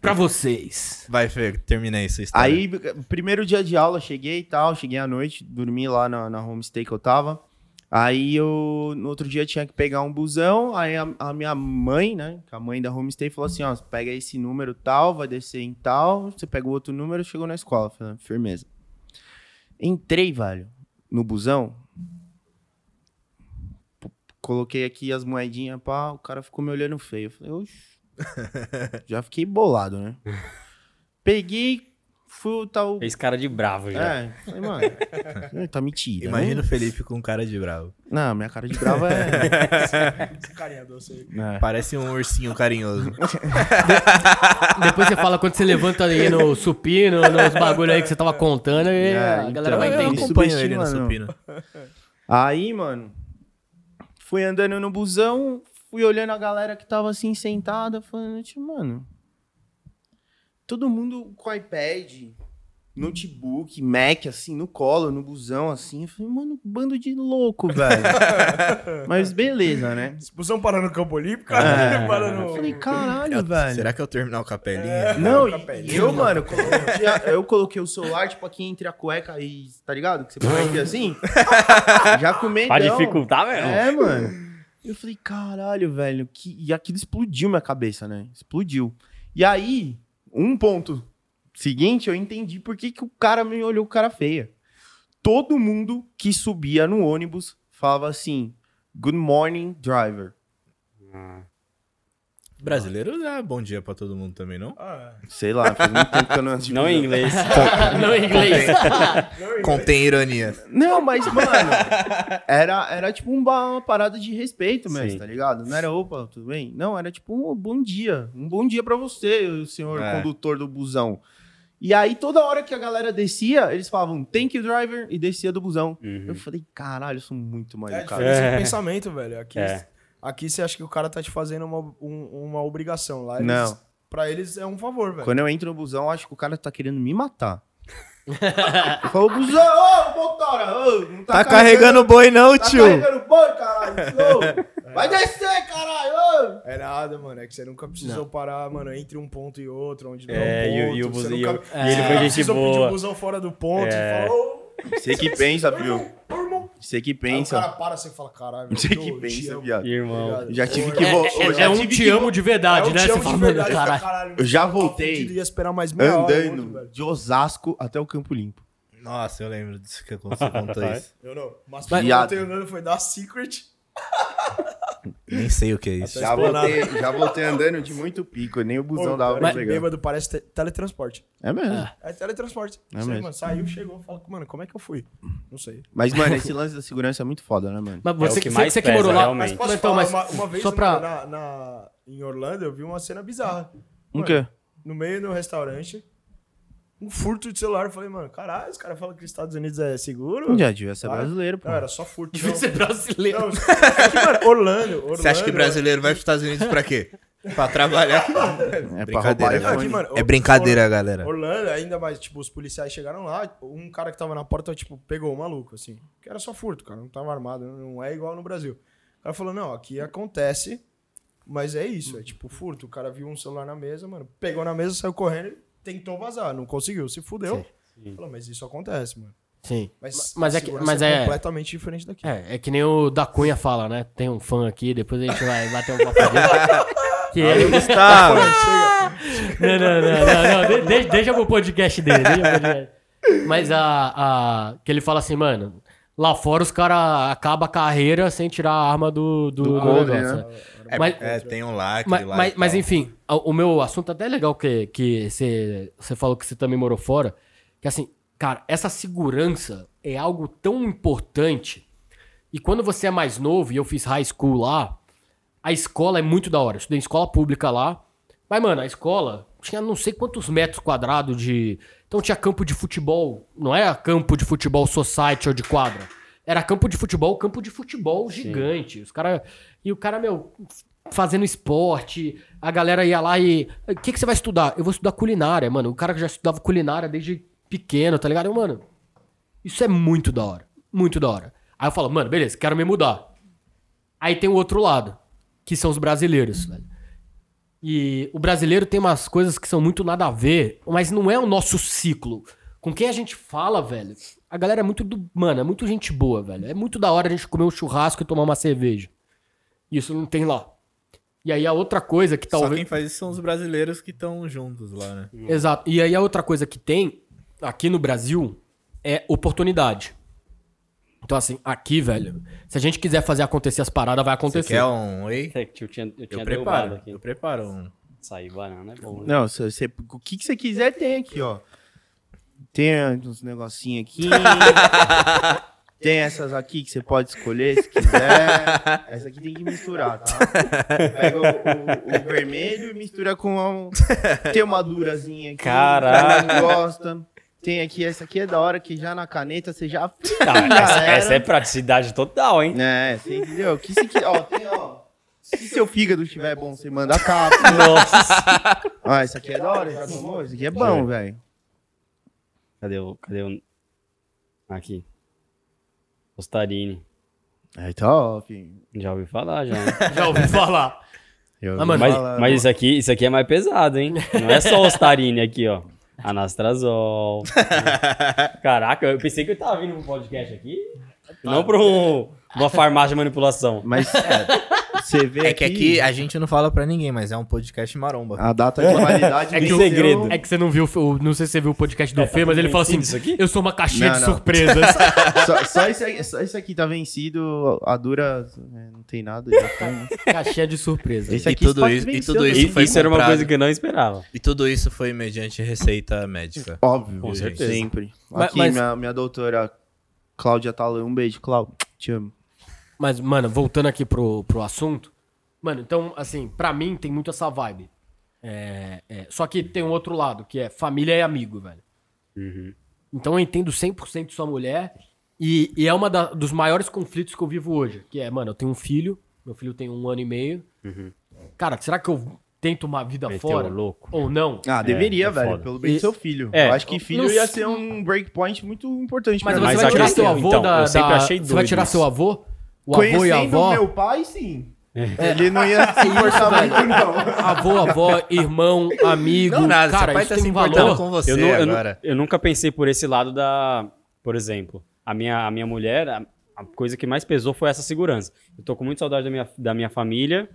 S1: Pra vocês.
S3: Vai, Fê, termina aí sua história.
S2: Aí, primeiro dia de aula, cheguei e tal, cheguei à noite, dormi lá na, na homestay que eu tava. Aí eu, no outro dia, tinha que pegar um busão. Aí a, a minha mãe, né, que é a mãe da homestay, falou assim: ó, você pega esse número tal, vai descer em tal, você pega o outro número, chegou na escola. Falei, "Ah, firmeza. Entrei, velho, no busão. P- Coloquei aqui as moedinhas, pá, o cara ficou me olhando feio. Eu falei, oxe. Já fiquei bolado, né? Peguei, fui tal.
S5: Esse cara de bravo já.
S2: É, falei, mano, tá mentindo.
S3: Imagina o Felipe com cara de bravo.
S2: Não, minha cara de brava é.
S4: Esse carinha doce aí.
S2: é.
S3: Parece um ursinho carinhoso.
S1: Depois você fala quando você levanta aí no supino, nos bagulho aí que você tava contando, e
S2: É,
S1: a galera
S2: então,
S1: vai
S2: eu
S1: entender.
S2: acompanho ele no supino. Aí, mano, fui andando no busão, fui olhando a galera que tava assim sentada, falando, tipo, mano, todo mundo com iPad, notebook, Mac, assim, no colo, no busão, assim. Eu falei, mano, bando de louco, velho. Mas beleza, né?
S4: Expulsão parando no Campo
S5: É.
S4: Olímpico, cara. parando
S2: Eu
S4: no-
S2: falei, caralho,
S3: Eu-
S2: velho.
S3: Será que é um eu terminar o capelinha?
S1: É.
S2: Não,
S4: Tá
S2: e-
S4: pele.
S2: e eu, mano, coloquei a- eu coloquei o celular, tipo, aqui entre a cueca e. Tá ligado? Que você põe aqui assim. já comei.
S5: Pra
S4: Então.
S5: dificultar, velho.
S2: É, mano. Eu falei, caralho, velho. Que... E aquilo explodiu minha cabeça, né? Explodiu. E aí, um ponto seguinte, eu entendi por que, que o cara me olhou cara feia. Todo mundo que subia no ônibus falava assim: Good morning, driver.
S3: Brasileiro dá bom dia pra todo mundo também, não?
S4: Ah,
S2: Sei lá, faz muito tempo que eu não assisti.
S5: Não em inglês.
S1: Não em inglês.
S4: não,
S3: Contém ironia.
S2: Não, mas, mano, era, era tipo um ba- uma parada de respeito mesmo,
S5: Sim.
S2: tá ligado? Não era, opa, tudo bem? Não, era tipo um bom dia. Um bom dia pra você, senhor
S3: É.
S2: condutor do busão. E aí, toda hora que a galera descia, eles falavam, thank you, driver, e descia do busão. Eu
S5: Uhum.
S2: falei, caralho, eu sou muito mais
S4: É a
S2: educado.
S4: diferença
S5: É.
S4: de pensamento, velho. Aqui,
S5: É.
S4: aqui você acha que o cara tá te fazendo uma, um- uma obrigação. Lá eles,
S2: Não.
S4: pra eles é um favor, velho.
S2: Quando eu entro no busão, eu acho que o cara tá querendo me matar. eu falo, busão, ô, motora, ô,
S3: o
S2: não tá,
S3: boi não,
S2: Tá carregando boi, caralho, ô, vai descer, caralho, ô.
S4: É nada, mano. É que você nunca precisou parar, mano, entre um ponto e outro, onde não
S5: É,
S4: é um
S5: e o- e o
S4: ponto. você
S5: busão- e ele
S4: nunca- você
S5: foi
S4: nunca
S5: gente
S4: precisou pedir
S5: boa. É.
S4: o busão fora do ponto e falou...
S2: Você que pensa, viu? Você que
S4: Aí o
S2: pensa.
S4: cara para, você fala, caralho,
S2: Você
S4: eu
S2: que
S4: te
S2: pensa,
S4: amo.
S2: viado.
S5: Irmão.
S2: Já tive que
S1: É,
S2: vo-
S1: é-
S2: eu
S1: é
S2: já
S1: um
S2: tive
S1: te
S2: que
S1: amo de verdade,
S4: eu
S1: né?
S4: é um te
S1: Você
S4: amo de
S1: fala, mano,
S4: verdade,
S1: caralho.
S4: caralho.
S2: Eu já
S4: tá
S2: voltei
S4: fudido, ia esperar mais meia hora, outro,
S2: andando
S4: velho.
S2: de Osasco até o Campo Limpo.
S3: Nossa, eu lembro disso que você contou isso.
S4: Eu não. Mas
S1: Vai-
S4: ontem
S2: Viado.
S4: andando foi da Secret.
S3: Nem sei o que é isso.
S4: Já voltei-
S2: já voltei andando de muito pico, nem o
S4: Pô, cara, Bêbado parece te- teletransporte.
S2: tá É mesmo.
S4: É teletransporte.
S2: É
S4: Isso aí,
S2: mesmo.
S4: mano, saiu, chegou, fala, mano, como é que eu fui? Não sei.
S2: Mas, mano, esse lance da segurança é muito foda, né, mano?
S1: Mas você
S5: o
S1: que,
S5: que
S1: você,
S5: mais
S1: você que
S5: pesa,
S1: morou lá.
S5: realmente.
S4: Mas posso
S1: então,
S4: falar,
S1: mas
S4: uma, uma vez
S1: só pra.
S4: na, na- em Orlando eu vi uma cena bizarra.
S2: O
S4: Mano,
S2: quê?
S4: No meio do restaurante, um furto de celular. Eu falei, mano, caralho, os caras falam que os Estados Unidos é seguro.
S2: Já devia ser
S4: Para.
S2: brasileiro, pô.
S4: Não, era só furto.
S1: Difícil ser brasileiro.
S4: Não, é que, mano, Orlando, Orlando.
S3: Você acha que brasileiro vai pros Estados Unidos pra quê? Pra trabalhar.
S2: É pra roubar
S3: Brincadeira,
S4: iPhone.
S2: iPhone.
S4: Aqui, mano,
S3: É brincadeira, galera.
S4: Orlando, ainda mais, tipo, os policiais chegaram lá, um cara que tava na porta, tipo, pegou o maluco, assim. Que era só furto, cara, não tava armado, não é igual no Brasil. O cara falou, não, aqui acontece, mas é isso, é tipo furto. O cara viu um celular na mesa, mano, pegou na mesa, saiu correndo, e tentou vazar, não conseguiu, se fudeu. Falou, mas isso acontece, mano.
S1: Sim.
S4: Mas,
S1: Mas é que-
S4: segurança
S1: mas é-
S4: completamente diferente daqui.
S1: É, é que nem o da Cunha fala, né? Tem um fã aqui, depois a gente vai bater um papo dele. Que ele...
S3: tá- Gustavo!
S1: Não, não, não, não, não. De- de- deixa pro podcast dele. deixa pro podcast. Mas a, a. Que ele fala assim, mano. Lá fora os caras acabam a carreira sem tirar a arma do, do, do
S2: homem,
S1: negócio.
S2: né?
S1: né?
S3: É,
S1: Mas-
S3: é, tem um lacre
S1: Mas,
S3: lá.
S1: mas,
S3: e
S1: mas,
S3: tal.
S1: enfim, a- o meu assunto até é legal que que você você falou que você também morou fora. Que assim, cara, essa segurança é algo tão importante. E quando você é mais novo, e eu fiz high school lá, a escola é muito da hora. Eu estudei em escola pública lá. Mas, mano, a escola tinha não sei quantos metros quadrados de. Então tinha campo de futebol. Não era campo de futebol society ou de quadra. Era campo de futebol, campo de futebol gigante. Os cara... E o cara, meu, fazendo esporte. A galera ia lá e. O que, que você vai estudar? Eu vou estudar culinária, mano. O cara que já estudava culinária desde pequeno, tá ligado? Eu, mano, isso é muito da hora. Muito da hora. Aí eu falo, mano, beleza, quero me mudar. Aí tem o outro lado, que são os brasileiros, velho. E o brasileiro tem umas coisas que são muito nada a ver, mas não é o nosso ciclo. Com quem a gente fala, velho, a galera é muito do. Mano, é muito gente boa, velho. É muito da hora a gente comer um churrasco e tomar uma cerveja. Isso não tem lá. E aí a outra coisa que
S3: Só
S1: talvez.
S3: quem faz isso são os brasileiros que estão juntos lá, né?
S1: Exato. E aí a outra coisa que tem aqui no Brasil é oportunidade. Então, assim, aqui, velho, se a gente quiser fazer acontecer as paradas, vai
S3: Você
S1: acontecer.
S3: quer um whey?
S5: É que Eu tinha, eu
S3: Eu
S5: tinha derrubado
S3: preparo. Eu
S5: aqui.
S3: preparo um.
S5: Sair banana é bom, né?
S2: Não, se você- o que, que você quiser tem aqui, ó. Tem uns negocinhos aqui. tem essas aqui que você pode escolher se quiser. Essa aqui tem que misturar, tá? Pega o, o- o vermelho e mistura com a, tem uma durazinha aqui.
S5: Caralho.
S2: quem Gosta. Tem aqui, essa aqui é da hora que já na caneta você já.
S5: Tá,
S2: Já
S5: essa,
S2: era.
S5: essa é praticidade total, hein?
S2: É, você entendeu? O Que se, qui- ó, tem, ó. Se seu fígado estiver bom, você manda capa.
S5: Nossa.
S2: Ah, isso aqui é da hora, já tomou? Isso aqui é bom, velho.
S5: Cadê o. Cadê o. Aqui. Tostarini.
S2: É top.
S5: Já ouvi falar, já.
S1: Já ouvi falar.
S2: Eu-
S1: Ah, mano,
S5: mas
S2: fala-
S5: mas isso, aqui, isso aqui é mais pesado, hein? Não é só Tostarini aqui, ó. Anastrazol. Caraca, eu pensei que eu tava vindo pro podcast aqui. Não pra um- uma farmácia de manipulação.
S2: Mas você vê
S3: É que aqui a gente não fala pra ninguém, mas é um podcast maromba.
S2: a data de validade
S1: É que
S2: venceu-
S1: o
S5: segredo.
S1: É que você não viu, o- não sei se você viu o podcast do Fê, mas ele fala assim:
S5: Isso aqui?
S1: eu sou uma caixinha
S2: Não,
S1: de
S2: não.
S1: surpresas.
S2: É Só, só isso aí- só isso aqui tá vencido, a dura é, não tem nada. Já foi, né?
S1: caixinha de surpresa.
S2: Esse
S3: E
S2: aqui, esse
S3: tudo
S2: papo
S3: isso- e
S2: venceu
S3: tudo
S5: E-
S2: também.
S3: isso
S5: Isso,
S3: foi
S5: era uma
S3: comprado.
S5: coisa que eu não esperava.
S3: E tudo isso foi mediante receita médica.
S2: Óbvio.
S5: Com
S3: Gente,
S5: certeza.
S2: Sempre.
S1: Mas-
S2: Aqui,
S1: mas-
S2: Minha, minha doutora Cláudia Talã, um beijo, Cláudia. Te amo.
S1: Mas, mano, voltando aqui pro, pro assunto. Mano, então, assim, pra mim tem muito essa vibe. É, é, só que tem um outro lado, que é família e amigo, velho.
S5: Uhum.
S1: Então eu entendo 100% sua mulher. E, e é um dos maiores conflitos que eu vivo hoje. Que é, mano, eu tenho um filho. Meu filho tem um ano e meio. Cara, será que eu tento uma vida
S5: Uhum. Meteu
S1: fora?
S5: o louco.
S1: Ou não?
S2: Ah, deveria,
S5: é
S2: velho.
S5: foda.
S2: Pelo bem do
S1: E-
S2: seu filho.
S5: É.
S2: eu acho que filho
S1: Não
S2: ia
S1: sei.
S2: ser um breakpoint muito importante.
S1: Mas,
S2: pra
S1: você
S5: Mas
S2: nós.
S1: vai
S5: a
S1: tirar
S5: questão-
S1: seu avô
S5: então,
S1: da,
S5: eu sempre
S1: da-
S5: achei
S1: Você vai
S5: doido
S1: tirar
S5: isso.
S1: seu avô? O avô e a
S2: Conhecendo
S1: avó?
S2: meu pai, sim.
S5: É.
S2: Ele não ia se importar
S1: velho.
S2: muito, não.
S1: um então. Avô, avó, irmão, amigo.
S3: então. Não, nada,
S1: cara,
S3: seu pai
S1: isso
S3: tá
S1: tem
S3: se
S1: um valor.
S3: importando com você
S5: eu, nu- eu nu-
S3: agora.
S5: eu nunca pensei por esse lado da. Por exemplo, a minha, a minha mulher, a, a coisa que mais pesou foi essa segurança. Eu tô com muita saudade da minha, da minha família,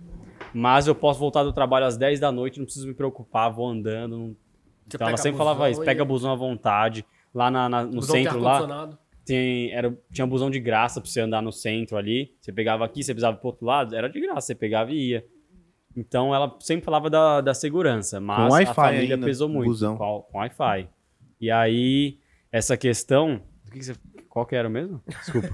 S5: mas eu posso voltar do trabalho às 10 da noite, não preciso me preocupar, vou andando. não-
S1: Você
S5: Então ela
S1: pega
S5: sempre
S1: busão
S5: falava isso:
S1: e-
S5: pega busão à vontade. Lá na- na- no
S1: Busão tem
S5: centro, lá,
S1: ar-condicionado.
S5: tem, era, tinha um busão de graça pra você andar no centro ali. Você pegava aqui, você precisava pro outro lado, era de graça, você pegava e ia. Então ela sempre falava da, da segurança, mas
S2: Com
S5: a
S2: Wi-Fi
S5: família
S2: ainda,
S5: pesou muito
S2: busão.
S5: com, a- com Wi-Fi. E aí, essa questão. do que que você- qual que era mesmo? Desculpa.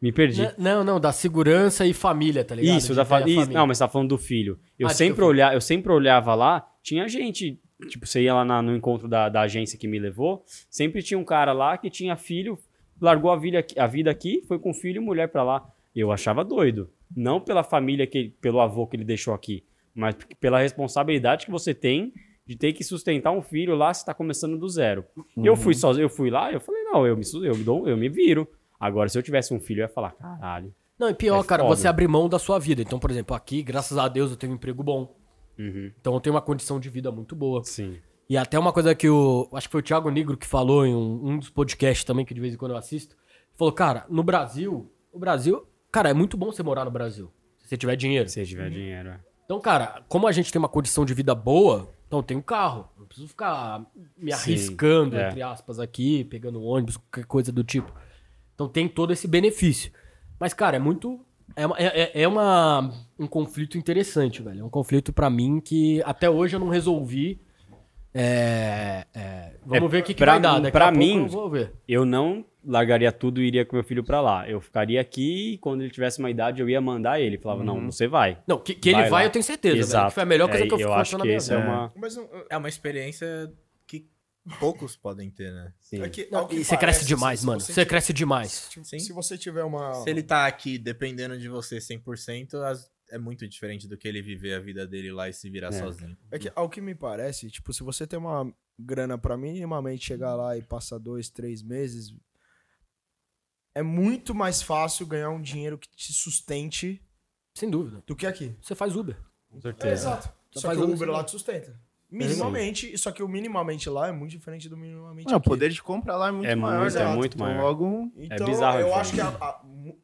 S5: Me perdi.
S1: N- Né, Não, não, da segurança e família, tá ligado?
S5: Isso,
S1: De
S5: da
S1: ter
S5: fa-
S1: a
S5: isso, Não, mas tá falando do filho. Eu
S1: Ah, de que
S5: sempre
S1: eu-
S5: olhava, eu sempre olhava lá, tinha gente. Tipo, você ia lá na- no encontro da, da agência que me levou, sempre tinha um cara lá que tinha filho, largou a vida aqui, a vida aqui foi com filho e mulher pra lá. Eu achava doido. Não pela família, que ele- pelo avô que ele deixou aqui, mas p- pela responsabilidade que você tem de ter que sustentar um filho lá, você tá começando do zero.
S1: Uhum.
S5: Eu fui sozinho, eu fui lá, eu falei, não, eu me, su- eu me dou, eu me viro. Agora, se eu tivesse um filho, eu ia falar, caralho.
S1: Não, e pior,
S5: É
S1: cara,
S5: foda.
S1: você abrir mão da sua vida. Então, por exemplo, aqui, graças a Deus, eu tenho um emprego bom.
S5: Uhum.
S1: Então eu tenho uma condição de vida muito boa.
S5: Sim.
S1: E até uma coisa que o. Acho que foi o Thiago Negro que falou em um, um dos podcasts também, que de vez em quando eu assisto. Falou, cara, no Brasil, o Brasil. Cara, é muito bom você morar no Brasil. Se você tiver dinheiro.
S5: Se tiver dinheiro, é.
S1: Então, cara, como a gente tem uma condição de vida boa, então eu tenho um carro. Não preciso ficar me
S5: Sim,
S1: arriscando,
S5: é.
S1: entre aspas, aqui, pegando ônibus, qualquer coisa do tipo. Então tem todo esse benefício. Mas, cara, é muito. É, uma- é- é- é uma, um conflito interessante, velho. É um conflito pra mim que até hoje eu não resolvi. É, é, vamos
S5: É,
S1: ver o que, que
S5: pra
S1: vai dar.
S5: mim-
S1: Daqui
S5: pra
S1: a pouco
S5: mim-
S1: eu vou ver.
S5: eu não largaria tudo e iria com meu filho pra lá. Eu ficaria aqui e quando ele tivesse uma idade eu ia mandar ele. Falava, não, você vai.
S1: Não, que, que ele vai,
S5: lá.
S1: eu tenho certeza, velho.
S5: Exato.
S1: Que foi a Uhum. melhor coisa
S5: É,
S1: que eu fiz
S5: acho que esse é
S1: vida.
S5: uma...
S4: Mas não,
S3: É uma experiência que poucos podem ter, né?
S5: Sim.
S4: é que,
S1: Não,
S4: ao que
S1: e você cresce
S4: parece,
S1: demais,
S4: se
S1: mano.
S4: você
S1: Você cresce demais.
S4: tiver-
S3: Sim.
S4: Se você tiver uma.
S3: Se ele tá aqui dependendo de você 100%, as- é muito diferente do que ele viver a vida dele lá e se virar
S5: É.
S3: sozinho.
S4: É que, ao que me parece, tipo, se você tem uma grana pra minimamente chegar lá e passar dois, três meses, é muito mais fácil ganhar um dinheiro que te sustente
S1: Sem dúvida.
S4: do que aqui.
S1: Você faz Uber.
S5: Com
S4: É,
S5: certeza.
S4: Exato.
S1: Só
S4: Só
S1: faz
S4: que o
S1: um
S4: Uber
S1: assim.
S4: lá te sustenta. Minimamente, só que o minimamente lá é muito diferente do minimamente
S2: Não, o
S4: aqui.
S2: poder de compra lá é muito
S5: É
S2: maior.
S5: muito,
S2: né?
S5: é muito
S2: Então,
S5: maior.
S2: Logo,
S4: Então,
S5: bizarro a
S4: eu
S5: diferença.
S4: acho que a- a- mu-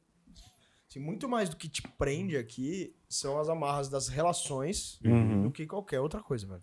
S4: assim, muito mais do que te prende aqui são as amarras das relações
S5: Uhum.
S2: Uhum.
S4: do que qualquer outra coisa, velho.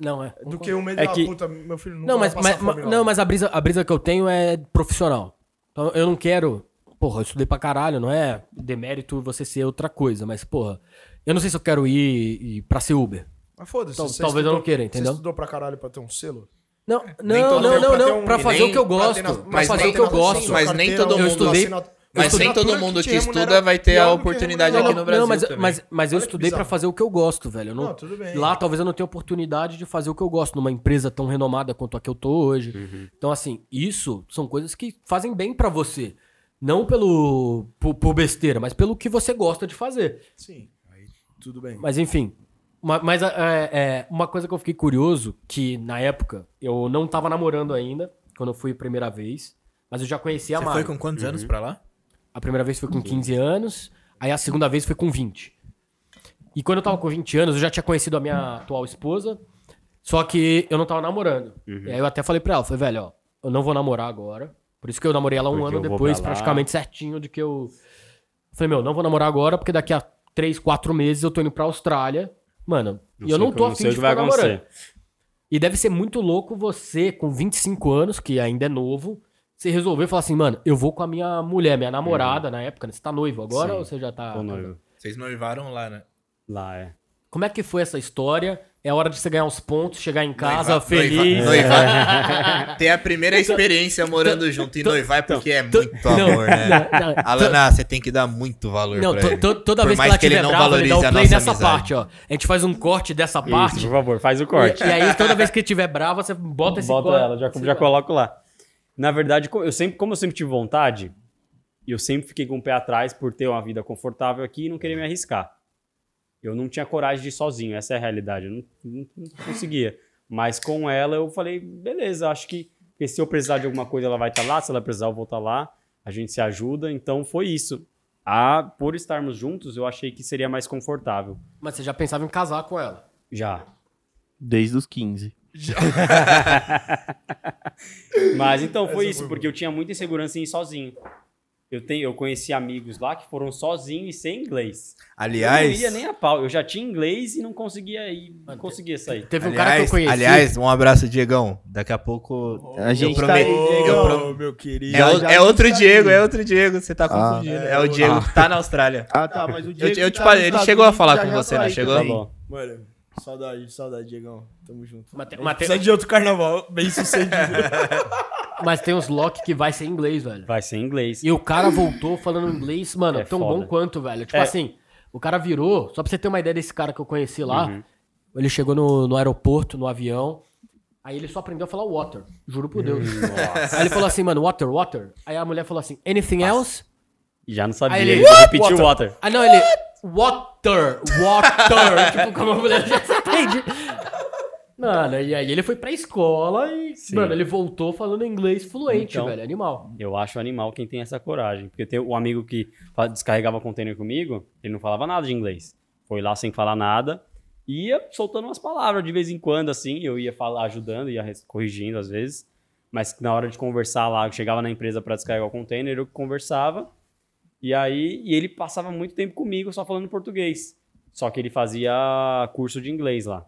S1: Não, é.
S4: Do que o medo
S5: É
S4: da
S5: que-
S4: puta, meu filho nunca
S1: Não,
S4: vai
S1: mas,
S4: passar
S1: mas,
S4: fome lá.
S1: não, mas a brisa, a brisa que eu tenho é profissional. Então eu não quero. Porra, eu estudei pra caralho, não é demérito você ser outra coisa, mas, porra, eu não sei se eu quero ir, ir pra ser
S4: É,
S1: Uber.
S4: Mas foda-se.
S1: Tal-
S4: você
S1: talvez eu não queira,
S4: Você
S1: entendeu?
S4: estudou pra caralho pra ter um selo?
S1: Não,
S3: nem
S1: não,
S3: todo
S1: não,
S3: mundo
S1: não,
S4: pra ter
S1: não.
S4: um-
S1: Pra
S4: e
S1: fazer
S3: nem
S1: o que eu
S4: pra ter
S1: gosto.
S4: nas-
S1: Pra
S3: mas
S1: fazer
S3: nem
S1: o que eu
S3: nas- sim,
S1: gosto.
S3: mas nem todo
S1: mundo- Eu estudei-
S3: Mas nem todo mundo que estuda vai
S4: é
S3: ter a oportunidade aqui no Brasil.
S1: Não, mas,
S3: também.
S1: mas, mas eu
S4: Olha que
S1: estudei pra
S4: bizarro.
S1: fazer o que eu gosto, velho. Eu não-
S4: Não, tudo bem.
S1: Lá talvez eu não tenha oportunidade de fazer o que eu gosto numa empresa tão renomada quanto a que eu tô hoje.
S3: Uhum.
S1: Então, assim, isso são coisas que fazem bem pra você. Não pelo por, por besteira, mas pelo que você gosta de fazer.
S4: Sim, aí tudo bem.
S1: Mas enfim. ma- Mas é, é, uma coisa que eu fiquei curioso, que na época eu não tava namorando ainda, quando eu fui a primeira vez. Mas eu já conhecia a
S6: Você
S1: Mari.
S6: foi com quantos anos pra lá?
S1: A primeira vez foi com 15 anos, aí a segunda vez foi com 20. E quando eu tava com 20 anos, eu já tinha conhecido a minha atual esposa, só que eu não tava namorando.
S5: Uhum.
S1: E aí eu até falei pra ela, falei, velho, ó, eu não vou namorar agora. Por isso que eu namorei ela um
S5: Porque
S1: ano
S5: eu vou
S1: depois,
S5: pra lá.
S1: praticamente certinho do que eu... Falei, meu, não vou namorar agora, porque daqui a 3, 4 meses eu tô indo pra Austrália. Mano, e eu não tô afim de ficar namorando. E deve ser muito louco você, com 25 anos, que ainda é novo, você resolver falar assim, mano, eu vou com a minha mulher, minha
S3: Uhum.
S1: namorada na época, né? Você tá noivo agora
S5: Sim,
S1: ou você já tá.
S5: Tô noivo.
S6: Vocês noivaram lá, né?
S5: Lá, é.
S1: Como é que foi essa história? É hora de você ganhar uns pontos, chegar em casa
S3: Noivar-
S1: feliz. É. Então,
S3: noivar- noivar- Ter a primeira experiência morando junto. E noivar é porque é muito
S1: Não,
S3: amor, né?
S1: não, não,
S3: Alana, você tem que dar muito valor
S1: Não,
S3: pra
S1: to-
S3: ele.
S1: to- toda
S3: Por
S1: vez que
S3: mais
S1: ela
S3: que ele
S1: tiver
S3: não
S1: brava, ele dá
S3: valorize
S1: o
S3: a
S1: play
S3: nossa
S1: nessa
S3: amizade.
S1: parte, ó. A gente faz um corte dessa parte.
S5: Isso, por favor, faz o corte.
S1: E, e aí, toda vez que tiver brava, você bota esse
S5: Bota
S1: corte.
S5: ela, já, já coloco lá. Na verdade, co- eu sempre, como eu sempre tive vontade, eu sempre fiquei com o pé atrás por ter uma vida confortável aqui e não querer me arriscar. Eu não tinha coragem de ir sozinho, essa é a realidade. Eu não, não- não conseguia. Mas com ela eu falei, beleza, acho que porque se eu precisar de alguma coisa ela vai estar lá, se ela precisar eu vou estar lá, a gente se ajuda. Então foi isso. Ah, por estarmos juntos, eu achei que seria mais confortável.
S1: Mas você já pensava em casar com ela.
S5: Já.
S2: Desde os 15.
S5: Mas então foi isso, porque eu tinha muita insegurança em ir sozinho. Eu, tenho, eu conheci amigos lá que foram sozinhos e sem inglês. eu não
S3: Aliás,
S5: ia nem a pau. Eu já tinha inglês e não conseguia ir, não conseguia sair.
S1: Teve um cara que eu
S3: aliás,
S1: conheci.
S3: aliás, um abraço, Diegão. Daqui a pouco...
S2: A gente
S3: eu
S2: tá aí,
S3: prometo-
S2: Diego.
S3: eu
S4: Ô,
S3: pro-
S4: meu querido.
S3: É, o-
S2: já
S3: é outro
S2: está
S3: Diego,
S2: aí.
S3: é outro Diego. Você tá confundindo. É, o Diego que tá na Austrália.
S2: Ah, tá, mas o
S3: Eu,
S2: Diego
S3: eu
S2: que
S3: te
S2: tá
S3: falei,
S2: nos
S3: ele
S2: Estados
S3: chegou a
S2: Unidos
S3: falar
S2: já
S3: com
S2: já
S3: você,
S2: tá
S3: não
S2: aí
S3: chegou?
S5: Tá
S2: também.
S5: bom.
S4: Mano, saudade, saudade, Diegão. Tamo junto.
S1: Mas tem-
S4: A gente
S1: mas tem-
S4: Precisa de outro carnaval, bem sucedido.
S1: Mas tem uns lock que vai ser em inglês, velho.
S5: Vai ser inglês.
S1: E o cara voltou falando inglês, mano,
S5: É
S1: tão
S5: foda.
S1: bom quanto, velho. Tipo
S5: É.
S1: assim, o cara virou, só pra você ter uma ideia desse cara que eu conheci lá,
S5: Uhum.
S1: ele chegou no, no aeroporto, no avião, aí ele só aprendeu a falar water, juro por Deus. Aí ele falou assim, mano, water, water. Aí a mulher falou assim, anything else?
S5: Já não sabia.
S1: Aí ele-
S5: eu repeti o water.
S1: Ah, não, ele, water, water. tipo, como a mulher já se entende. Mano, e aí ele foi pra escola e, mano, ele voltou falando inglês fluente,
S5: Então.
S1: velho, animal.
S5: Eu acho animal quem tem essa coragem. Porque tem um amigo que fa- descarregava container comigo, ele não falava nada de inglês. Foi lá sem falar nada, ia soltando umas palavras de vez em quando, assim, eu ia falar, ajudando, ia res- corrigindo às vezes. Mas na hora de conversar lá, eu chegava na empresa para descarregar o container, eu conversava. E aí, e ele passava muito tempo comigo só falando português. Só que ele fazia curso de inglês lá.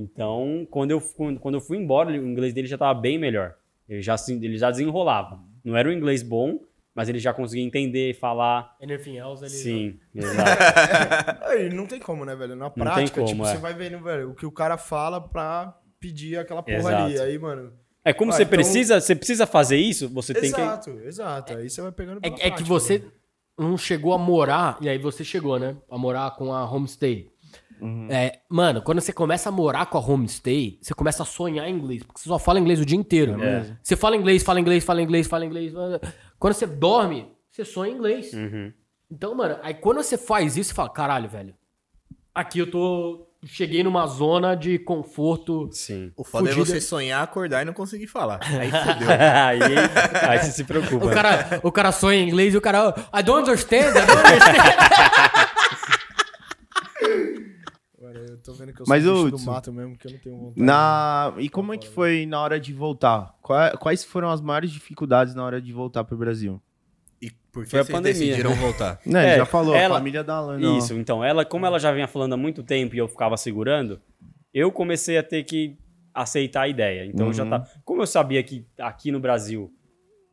S5: Então, quando eu, fu- quando eu fui embora, o inglês dele já estava bem melhor. Ele já, se- ele já desenrolava. Não era um inglês bom, mas ele já conseguia entender, falar.
S1: Anything else, ele...
S5: Sim, exato.
S4: Aí, não tem como, né, velho? Na
S5: tem
S4: prática,
S5: como,
S4: tipo,
S5: é.
S4: você vai vendo, velho, o que o cara fala pra pedir aquela porra
S5: Exato.
S4: ali. Aí, mano.
S5: É como
S4: Ah,
S5: você
S4: então-
S5: precisa, você precisa fazer isso, você tem que.
S4: exato, exato. Aí você vai pegando
S1: É,
S4: pela
S1: é que
S4: prática,
S1: você
S4: velho.
S1: não chegou a morar, e aí você chegou, né? A morar com a homestay. É, mano, quando você começa a morar com a homestay, você começa a sonhar em inglês, porque você só fala inglês o dia inteiro.
S5: É mesmo.
S1: Você fala inglês, fala inglês, fala inglês, fala inglês. fala- Quando você dorme, você sonha em inglês.
S5: Uhum.
S1: Então, mano, aí quando você faz isso, você fala, caralho, velho, aqui eu tô... Cheguei numa zona de conforto.
S5: Sim.
S6: O foda
S1: Fudida.
S6: é você sonhar, acordar e não conseguir falar. Aí fudeu.
S5: aí, aí você se preocupa.
S1: O cara, o cara sonha em inglês e o cara... "Oh, I don't understand, I don't understand.
S4: Mano, eu tô vendo que eu
S2: Mas,
S4: sou um
S2: ô,
S4: bicho do
S2: Hudson,
S4: mato mesmo, que eu não tenho vontade.
S2: Na... E como é que foi na hora de voltar? Qua- Quais foram as maiores dificuldades na hora de voltar pro Brasil?
S6: E por que
S5: Foi a
S6: vocês
S5: pandemia.
S6: decidiram voltar?
S2: Né,
S5: É,
S2: já falou,
S5: ela-
S2: a família da Alana. ó.
S5: Isso, então, ela, como ela já vinha falando há muito tempo e eu ficava segurando, eu comecei a ter que aceitar a ideia. Então eu já
S2: Uhum.
S5: tá. Como eu sabia que aqui no Brasil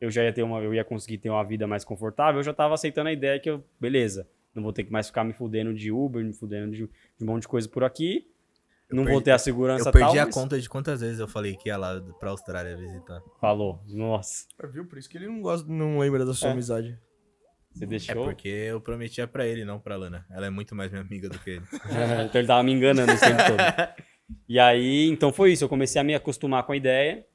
S5: eu já ia ter uma, eu ia conseguir ter uma vida mais confortável, eu já tava aceitando a ideia que eu, beleza, não vou ter que mais ficar me fudendo de Uber, me fudendo de, de um monte de coisa por aqui. não vou
S6: perdi-
S5: ter a segurança
S6: Eu perdi
S5: tal,
S6: a
S5: mas-
S6: conta de quantas vezes eu falei que ia lá pra Austrália visitar.
S5: Falou. Nossa,
S4: É, Viu? Por isso que ele não gosta, não lembra da sua
S5: É.
S4: amizade.
S5: você
S6: É
S5: deixou.
S6: porque eu prometia pra ele, não pra Lana. Ela é muito mais minha amiga do que ele.
S5: então ele tava me enganando o tempo todo. E aí, então foi isso. Eu comecei a me acostumar com a ideia.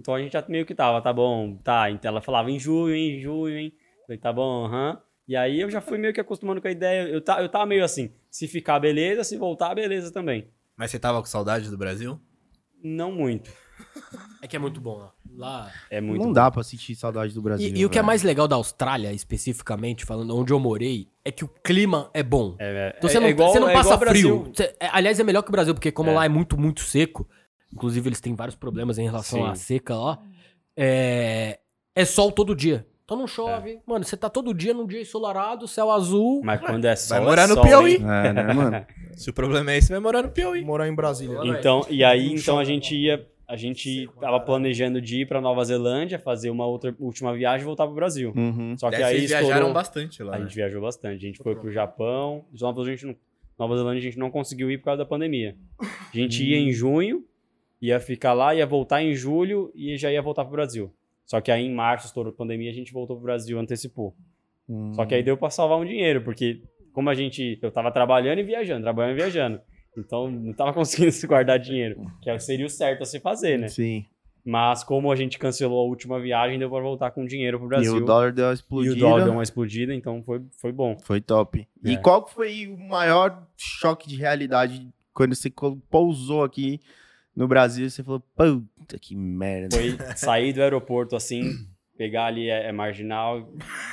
S5: Então a gente já meio que tava, tá bom, tá. Então ela falava em junho, em junho, hein? Falei, tá bom, aham. E aí eu já fui meio que acostumando com a ideia. Eu, tá, eu tava meio assim, se ficar beleza, se voltar, beleza também.
S6: Mas você tava com saudade do Brasil?
S5: Não muito.
S1: É que é muito bom lá. Lá.
S5: É muito.
S2: não
S5: bom.
S2: dá pra sentir saudade do Brasil. né?
S1: E, e o que é
S5: né?
S2: velho.
S1: mais legal da Austrália, especificamente, falando onde eu morei, é que o clima é bom.
S5: É, é,
S1: Então você não,
S5: é igual,
S1: você não
S5: é
S1: passa
S5: igual ao
S1: frio.
S5: Brasil.
S1: Você- é, aliás, é melhor que o Brasil, porque como lá é muito, muito seco, inclusive eles têm vários problemas em relação
S5: Sim.
S1: à seca lá, é, é sol todo dia. Então não chove. Mano, você tá todo dia num dia ensolarado, céu azul.
S5: É. Mas quando é sol,
S3: morar
S5: é
S3: no
S5: sol,
S3: Piauí.
S5: hein?
S2: É, né, mano?
S3: Se o problema é esse, vai morar no Piauí.
S4: Morar em Brasília.
S1: Olha
S5: Então, e aí, então a gente ia, a gente tava planejando de ir pra Nova Zelândia, fazer uma outra última viagem e voltar pro Brasil.
S2: Uhum.
S5: Só que
S6: Deve
S5: aí
S6: vocês viajaram
S5: estourou-
S6: bastante lá.
S5: A
S6: né?
S5: gente viajou bastante. A gente foi pro Japão. Nova Zelândia, a gente não, Nova Zelândia a gente não conseguiu ir por causa da pandemia. A gente ia
S6: Hum.
S5: em junho, ia ficar lá, ia voltar em julho e já ia voltar pro Brasil. Só que aí em março estourou a pandemia, a gente voltou pro Brasil, antecipou.
S2: uhum.
S5: Só
S6: Hum.
S5: que aí deu pra salvar um dinheiro, porque como a gente. Eu tava trabalhando e viajando, trabalhando e viajando. Então não tava conseguindo se guardar dinheiro, que é o que seria o certo a se fazer, né?
S2: Sim.
S5: Mas como a gente cancelou a última viagem, deu pra voltar com dinheiro pro
S2: E
S5: Brasil.
S2: o dólar deu uma
S5: E
S2: explodida.
S5: o dólar deu uma explodida, então foi, foi bom.
S2: Foi top.
S5: É.
S2: E qual que foi o maior choque de realidade quando você col- pousou aqui no Brasil? Você falou, puta que merda.
S5: Foi sair do aeroporto assim, pegar ali é, é marginal.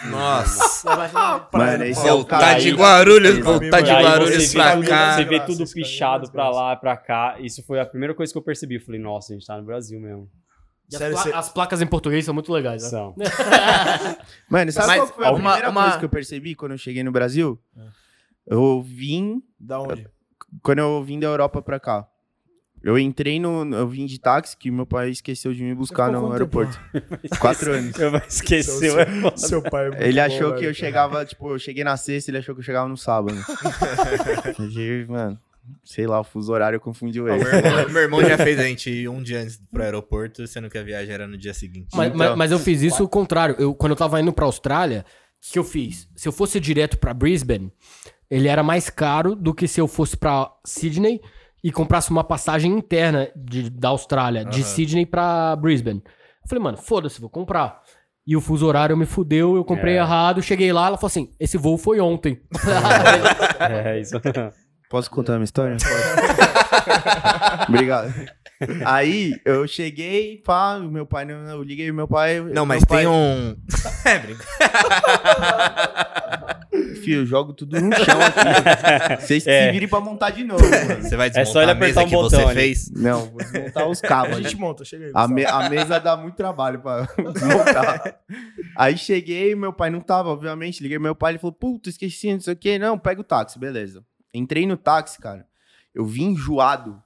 S6: Nossa.
S2: Mano, esse é o
S6: Voltar
S2: cara.
S6: Tá de
S5: Aí-
S6: Guarulhos,
S2: Aí-
S6: voltar
S5: E
S6: de
S5: aí
S6: Guarulhos
S5: você vê,
S6: pra
S4: caminho-
S6: cá.
S5: você vê
S4: Desgraça,
S5: tudo
S4: esse caminho é
S5: pichado pra
S4: desgraça.
S5: lá, pra cá. Isso foi a primeira coisa que eu percebi. Eu falei, nossa, a gente tá no Brasil mesmo.
S1: E as,
S4: Sério,
S1: pla-
S4: você-
S1: as placas em português são muito legais, né?
S5: São.
S2: Mano, sabe
S6: Mas
S2: qual que foi a
S6: uma-
S2: primeira
S6: uma-
S2: coisa que eu percebi quando eu cheguei no Brasil? Eu vim
S4: Da onde?
S2: quando eu vim da Europa pra cá. Eu entrei no. Eu vim de táxi, que meu pai esqueceu de me buscar
S4: ficou
S2: no
S4: quanto tempo
S2: aeroporto. Quatro anos.
S5: Eu esqueci.
S4: Seu-
S5: eu-
S4: Seu pai. é muito
S2: Ele
S4: bom,
S2: achou que
S4: velho.
S2: eu chegava, tipo, eu cheguei na sexta, ele achou que eu chegava no sábado. Eu cheguei, mano, sei lá, o fuso horário confundiu
S6: Meu
S2: ele.
S6: irmão, meu irmão já fez a gente ir um dia antes pro aeroporto, sendo que a viagem era no dia seguinte.
S1: Mas,
S2: Então.
S1: mas- mas eu fiz isso o contrário. Eu, quando eu tava indo pra Austrália, o que eu fiz? Se eu fosse direto pra Brisbane, ele era mais caro do que se eu fosse pra Sydney e comprasse uma passagem interna de- da Austrália, de Sydney pra Brisbane. Eu falei, mano, foda-se, vou comprar. E o fuso horário me fudeu, eu comprei
S5: É.
S1: errado, cheguei lá, ela falou assim: esse voo foi ontem.
S5: É isso.
S2: Posso contar uma história? Obrigado. Aí eu cheguei, pá, meu pai não. Eu liguei meu pai.
S6: Não, mas
S2: meu
S6: tem
S2: pai,
S6: um. é, brinca. um-
S2: Filho, eu jogo tudo no chão aqui. Vocês que
S5: É.
S2: se virem pra montar de novo, mano.
S6: Você vai
S5: É só
S6: desmontar
S5: ele
S6: a mesa
S5: apertar um
S6: que
S5: botão
S6: você
S5: ali.
S6: fez.
S2: Não, vou desmontar os
S4: A
S2: cabos.
S4: gente monta, chega aí.
S2: A,
S4: Gustavo.
S2: me- a mesa dá muito trabalho pra montar. Aí cheguei, meu pai não tava, obviamente. Liguei meu pai, ele falou: Puta, esqueci, não sei o quê. Não, pega o táxi, beleza. Entrei no táxi, cara. Eu vim enjoado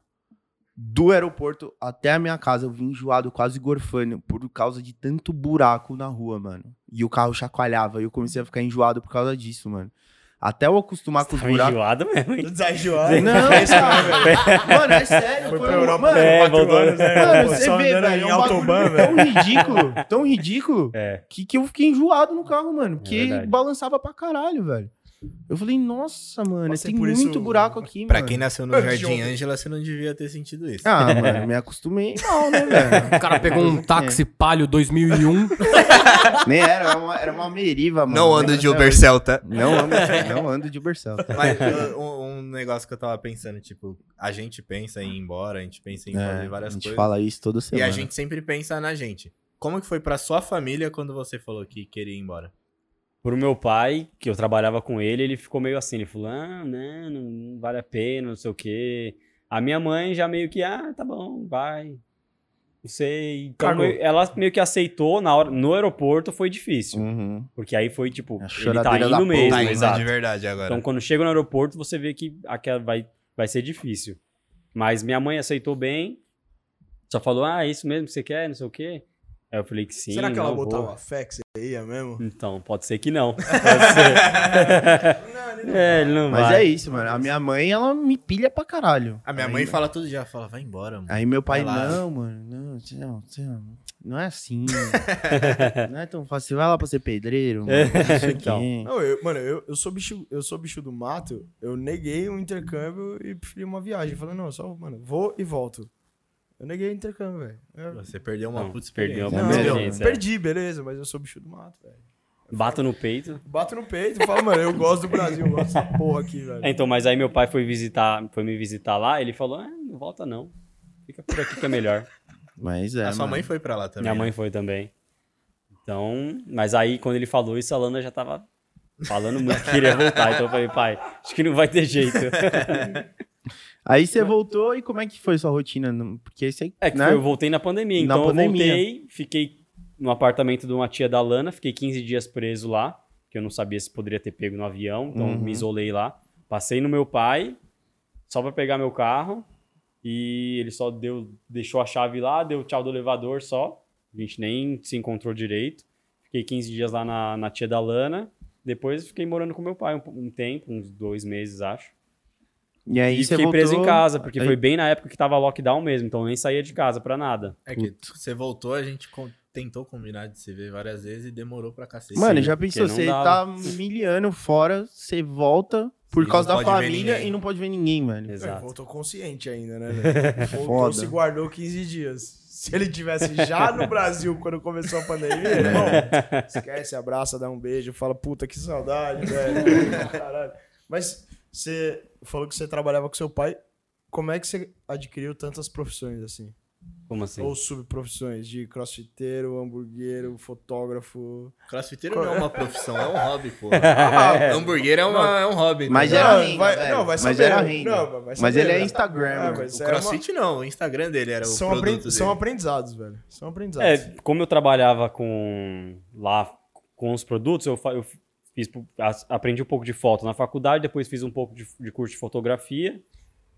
S2: do aeroporto até a minha casa. Eu vim enjoado, quase gorfando, por causa de tanto buraco na rua, mano. E o carro chacoalhava. E eu comecei a ficar enjoado por causa disso, mano. Até eu acostumar com os
S5: Tava
S2: buracos.
S5: enjoado mesmo, hein?
S4: Desenjoado.
S2: Não, cara. mano, é sério.
S4: Foi
S2: Foi,
S4: pra Europa.
S2: mano,
S5: É,
S4: quatro
S5: voltou.
S4: anos, né?
S2: Mano,
S4: Pô,
S2: você
S4: só
S2: vê,
S4: andando
S2: velho,
S4: em
S2: é um
S4: autobahn,
S2: bagulho
S4: velho.
S2: tão ridículo, tão ridículo,
S5: É.
S2: que, que eu fiquei enjoado no carro, mano,
S6: É
S2: porque
S5: verdade.
S2: balançava pra caralho, velho. Eu falei, nossa, é mano,
S4: Passei
S2: tem
S4: por
S2: muito
S4: isso-
S2: buraco aqui,
S6: Pra
S2: mano.
S6: quem nasceu no
S4: Eu
S6: Jardim
S4: jogo.
S6: Ângela, você não devia ter sentido isso.
S2: Ah, mano, me acostumei mal, né, velho?
S1: O cara pegou
S2: É.
S1: um táxi palio 2001.
S2: Nem era, era uma, era uma meriva, mano. né?
S6: não ando de Uber Celta.
S2: Não ando, não ando de Uber Celta.
S6: Mas uh, um, um negócio que eu tava pensando, tipo, a gente pensa em ir embora, a gente pensa em
S2: É,
S6: fazer
S2: a
S6: várias
S2: gente
S6: coisas.
S2: fala isso toda
S6: E
S2: semana.
S6: a gente sempre pensa na gente. Como que foi pra sua família quando você falou que queria ir embora?
S5: Pro meu pai, que eu trabalhava com ele, ele ficou meio assim, ele falou, ah, né, não, não vale a pena, não sei o quê. A minha mãe já meio que, ah, tá bom, vai. Não sei. Então,
S4: Cagou.
S5: meio- ela meio que aceitou na hora, no aeroporto foi difícil.
S2: Uhum.
S5: Porque aí foi tipo,
S2: A
S5: ele tá
S2: choradeira da
S5: indo
S2: porra.
S5: mesmo,
S6: tá indo
S5: exato.
S6: de verdade agora.
S5: Então quando chega no aeroporto, você vê que aquela vai, vai ser difícil. Mas minha mãe aceitou bem, só falou, ah, é isso mesmo que você quer, não sei o quê. Aí eu falei que sim.
S4: Será que ela
S5: não,
S4: botava
S5: vou.
S4: fax aí, é mesmo?
S5: Então, pode ser que não. Pode ser. é, ele não
S2: Mas
S5: vai.
S2: é isso, mano. A minha mãe, ela me pilha pra caralho.
S6: a minha
S2: Aí,
S6: mãe fala todo dia, fala, vai embora, mano.
S2: Aí meu pai,
S6: Vai lá.
S2: não, mano, não, você não, você não, não é assim. não é tão fácil. Você vai lá pra ser pedreiro, mano. Não sei o
S5: Então.
S2: quê.
S4: Não, eu, mano, eu, eu, sou bicho, eu sou bicho do mato, eu neguei um intercâmbio e preferi uma viagem. Falei, não, só, mano, vou e volto. Eu neguei o intercâmbio, velho. Eu-
S6: Você perdeu uma
S5: Não,
S6: puta experiência.
S5: perdeu uma
S4: Não,
S5: boa
S2: É mesmo? né?
S5: experiência.
S4: perdi, beleza, mas eu sou bicho do mato, velho.
S5: Bato no peito.
S4: Bato no peito e falo, mano, eu gosto do Brasil, eu gosto dessa porra aqui, velho.
S5: É, Então, mas aí meu pai foi visitar, foi me visitar lá, ele falou, ah, não volta não. Fica por aqui que é melhor.
S2: Mas é.
S3: a sua
S2: mano.
S3: mãe foi pra lá também.
S5: Minha
S3: né?
S5: mãe foi também. é. Então, mas aí quando ele falou isso, a Lana já tava falando muito que queria voltar. Então eu falei, pai, acho que não vai ter jeito.
S2: Aí você voltou e como é que foi sua rotina? Não- Porque você.
S5: É que
S2: né?
S5: foi- eu voltei na pandemia.
S2: Na
S5: Então
S2: pandemia.
S5: eu voltei, fiquei no apartamento de uma tia da Lana, fiquei 15 dias preso lá, que eu não sabia se poderia ter pego no avião, então
S2: Uhum.
S5: me isolei lá. Passei no meu pai, só pra pegar meu carro, e ele só deu, deixou a chave lá, deu tchau do elevador só. A gente nem se encontrou direito. Fiquei 15 dias lá na, na tia da Lana. Depois fiquei morando com meu pai um, um tempo, uns dois meses, acho.
S2: E aí
S5: E
S2: você
S5: fiquei
S2: voltou.
S5: preso em casa, porque
S2: aí-
S5: foi bem na época que tava lockdown mesmo, então eu nem saía de casa pra nada.
S3: É que você voltou, a gente con- tentou combinar de se ver várias vezes e demorou pra cacete.
S2: Mano,
S5: Sim,
S2: já pensou?
S5: porque não
S2: Você tá
S5: dava.
S2: miliano fora, você volta por
S3: E
S2: causa
S3: não
S2: da
S3: pode ver
S2: família
S3: ninguém.
S2: e não pode ver ninguém, velho.
S4: Ele
S5: Exato.
S4: É, voltou consciente ainda, né? velho? Voltou,
S2: Foda.
S4: se guardou 15 dias. Se ele tivesse já no Brasil quando começou a pandemia,
S2: É.
S4: irmão, esquece, abraça, dá um beijo, fala, puta, que saudade, velho. Caralho. Mas você falou que você trabalhava com seu pai. Como é que você adquiriu tantas profissões assim?
S5: Como assim?
S4: Ou subprofissões de crossfiteiro, hamburgueiro, fotógrafo.
S3: Crossfiteiro não é uma profissão, é um hobby, pô.
S4: Ah,
S3: Hambúrguer é, uma- é um hobby.
S2: Mas
S3: entendeu?
S2: era
S4: Não,
S2: renda,
S4: vai-
S2: velho.
S4: não, vai
S2: Mas
S4: saber.
S2: era renda.
S4: Não, vai
S2: Mas
S4: saber,
S2: ele é
S4: né?
S2: Instagram.
S4: Ah,
S2: mano.
S4: mas
S3: O
S4: é uma-
S3: crossfit não, o Instagram dele era o
S4: são,
S3: produto
S4: apren-
S3: dele.
S4: são aprendizados, velho. São aprendizados.
S5: É, como eu trabalhava com lá com os produtos, eu, fa- eu fiz, pu- as- aprendi um pouco de foto na faculdade, depois fiz um pouco de, de curso de fotografia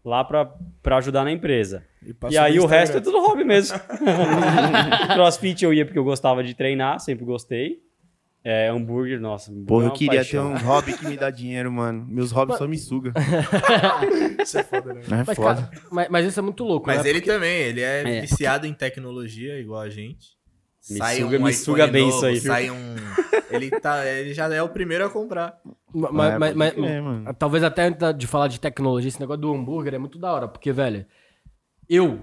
S5: lá para ajudar na empresa.
S4: passou
S5: e aí
S4: no
S5: o resto é
S4: Instagram.
S5: tudo hobby mesmo. Crossfit eu ia porque eu gostava de treinar, sempre gostei. É, hambúrguer, nossa. hambúrguer
S2: Porra,
S5: é
S2: eu
S5: uma
S2: queria ter
S5: paixão.
S2: um hobby que me dá dinheiro, mano. Meus hobbies só me sugam.
S4: Isso é foda, né?
S2: É
S1: Mas,
S2: foda.
S1: cara, mas, mas isso é muito louco,
S3: Mas
S1: né?
S3: ele também, ele é,
S5: É.
S3: viciado em tecnologia, igual a gente. um
S5: Me suga- me
S3: iPhone
S5: suga bem
S3: novo,
S5: isso aí, viu?
S3: Sai um... ele, tá, ele já é o primeiro a comprar.
S1: Ma- ma-
S2: É,
S1: ma-
S2: pode
S1: ma-
S2: crer, mano.
S1: Talvez até antes da- de falar de tecnologia, esse negócio do hambúrguer é muito da hora, porque, velho, eu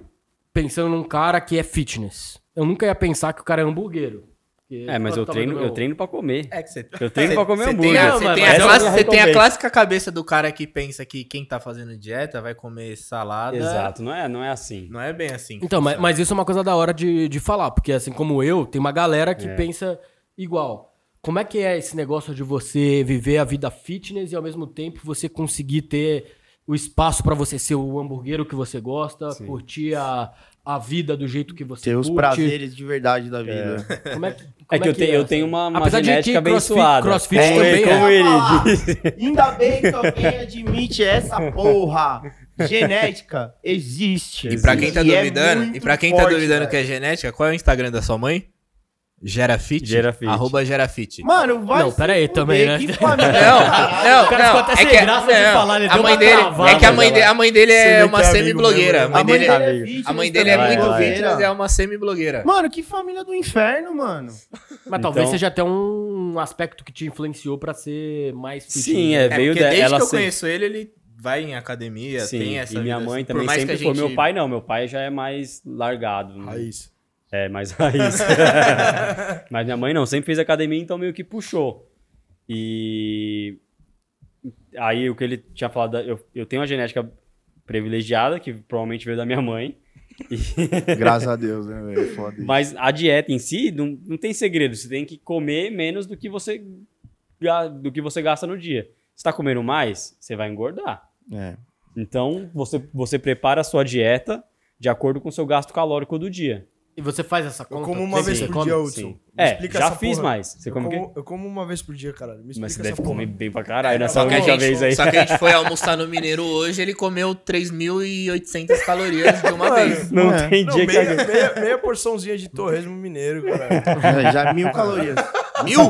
S1: pensando num cara que é fitness, eu nunca ia pensar que o cara é hambúrguero. Porque
S5: É, mas
S1: quanto tamanho
S5: eu treino,
S1: do meu-
S5: eu treino para comer.
S3: É que você...
S5: Eu treino
S3: Cê-
S5: para comer
S3: cê
S5: hambúrguer.
S3: Tem a,
S1: Não,
S3: cê
S1: mas-
S3: tem,
S1: mas
S3: a,
S1: eu
S3: classe- cê tem a
S5: arredondei.
S3: clássica cabeça do cara que pensa que quem tá fazendo dieta vai comer salada.
S5: Exato, não é, não é assim.
S3: Não é bem assim. que
S1: Então, mas,
S3: funciona.
S1: mas isso é uma coisa da hora de, de falar, porque assim como eu, tem uma galera
S5: É.
S1: que pensa igual. Como é que é esse negócio de você viver a vida fitness e ao mesmo tempo você conseguir ter o espaço pra você ser o hamburguero que você gosta,
S5: Sim.
S1: curtir a, a vida do jeito que você
S2: Ter os
S1: curte?
S2: prazeres de verdade da vida.
S1: Como é que, como
S5: É que eu tenho, eu tenho uma, uma
S1: Apesar de que
S5: genética
S1: crossfit-
S5: abençoada.
S1: crossfit
S5: Como ele-
S4: então
S1: também é.
S5: como ele diz.
S2: É. Ainda bem que alguém admite essa porra. Genética existe.
S5: E
S3: E pra quem tá
S2: E é
S3: duvidando,
S2: muito
S3: e pra quem tá
S2: forte,
S3: duvidando
S2: velho.
S3: que é genética, qual é o Instagram da sua mãe? Gerafit?
S5: Gerafit.
S3: Arroba Gerafit.
S2: Mano, vai.
S1: Não,
S2: se
S1: pera aí
S2: fuder,
S1: também, né?
S2: que família, tá- caralho.
S3: é Não, É
S1: O cara ficou até sem graça de falar, ele
S3: a
S1: deu
S3: mãe
S1: uma
S3: dele,
S1: travada,
S3: é que a mãe,
S1: cara.
S3: de, a mãe dele
S4: Você vê
S3: é
S4: que
S3: uma
S4: é amigo
S3: semi-blogueira.
S4: mesmo,
S3: A
S4: né?
S3: mãe dele,
S2: é
S5: amigo.
S2: fitness
S3: a mãe dele é
S2: também,
S3: muito
S2: blogueira.
S3: fitness, é uma semi-blogueira.
S2: Mano, que família do inferno, mano.
S1: Mas talvez
S5: Então-
S1: seja até um aspecto que te influenciou pra ser mais né? fitness.
S5: Sim, é,
S3: É,
S5: veio
S3: porque
S5: dela.
S3: desde
S5: ela
S3: que eu
S5: sempre-
S3: conheço ele, ele vai em academia,
S5: Sim,
S3: tem essa
S5: e minha
S3: vida,
S5: mãe
S3: assim. Por
S5: também
S3: mais
S5: sempre
S3: que a
S5: foi.
S3: gente-
S5: Meu pai não, meu pai já é mais largado. né?
S4: Raiz.
S5: É, mais raiz. Mas minha mãe não, sempre fez academia, então meio que puxou. E aí o que ele tinha falado, da- eu, eu tenho uma genética privilegiada, que provavelmente veio da minha mãe,
S2: Graças a Deus, né, velho? Foda isso.
S5: mas a dieta em si não, não tem segredo, você tem que comer menos do que você, ga- do que você gasta no dia. Você tá comendo mais, você vai engordar.
S2: É.
S5: Então, você, você prepara a sua dieta de acordo com o seu gasto calórico do dia.
S1: E você faz essa
S4: Eu
S1: conta?
S4: como uma
S1: Sempre
S4: vez
S1: você
S4: por
S1: come?
S4: dia,
S5: Sim.
S4: Hudson. Me
S5: É,
S4: explica
S5: já
S4: essa
S5: fiz
S4: porra.
S5: mais. Você
S4: Eu
S5: come o quê?
S4: como, eu como uma vez por dia, caralho. Me explica
S5: Mas você
S4: essa
S5: deve
S4: porra. É,
S5: comer bem pra caralho
S4: Só
S5: nessa
S3: Só que, a
S5: última
S3: gente,
S5: vez aí.
S3: só que a gente foi almoçar no Mineiro hoje, ele comeu 3.800 calorias de uma vez.
S5: Não
S2: É.
S5: tem
S4: Não,
S5: dia que
S4: meia,
S5: alguém...
S4: meia- meia porçãozinha de torresmo mineiro, caralho.
S2: É, Já mil calorias.
S3: Mil?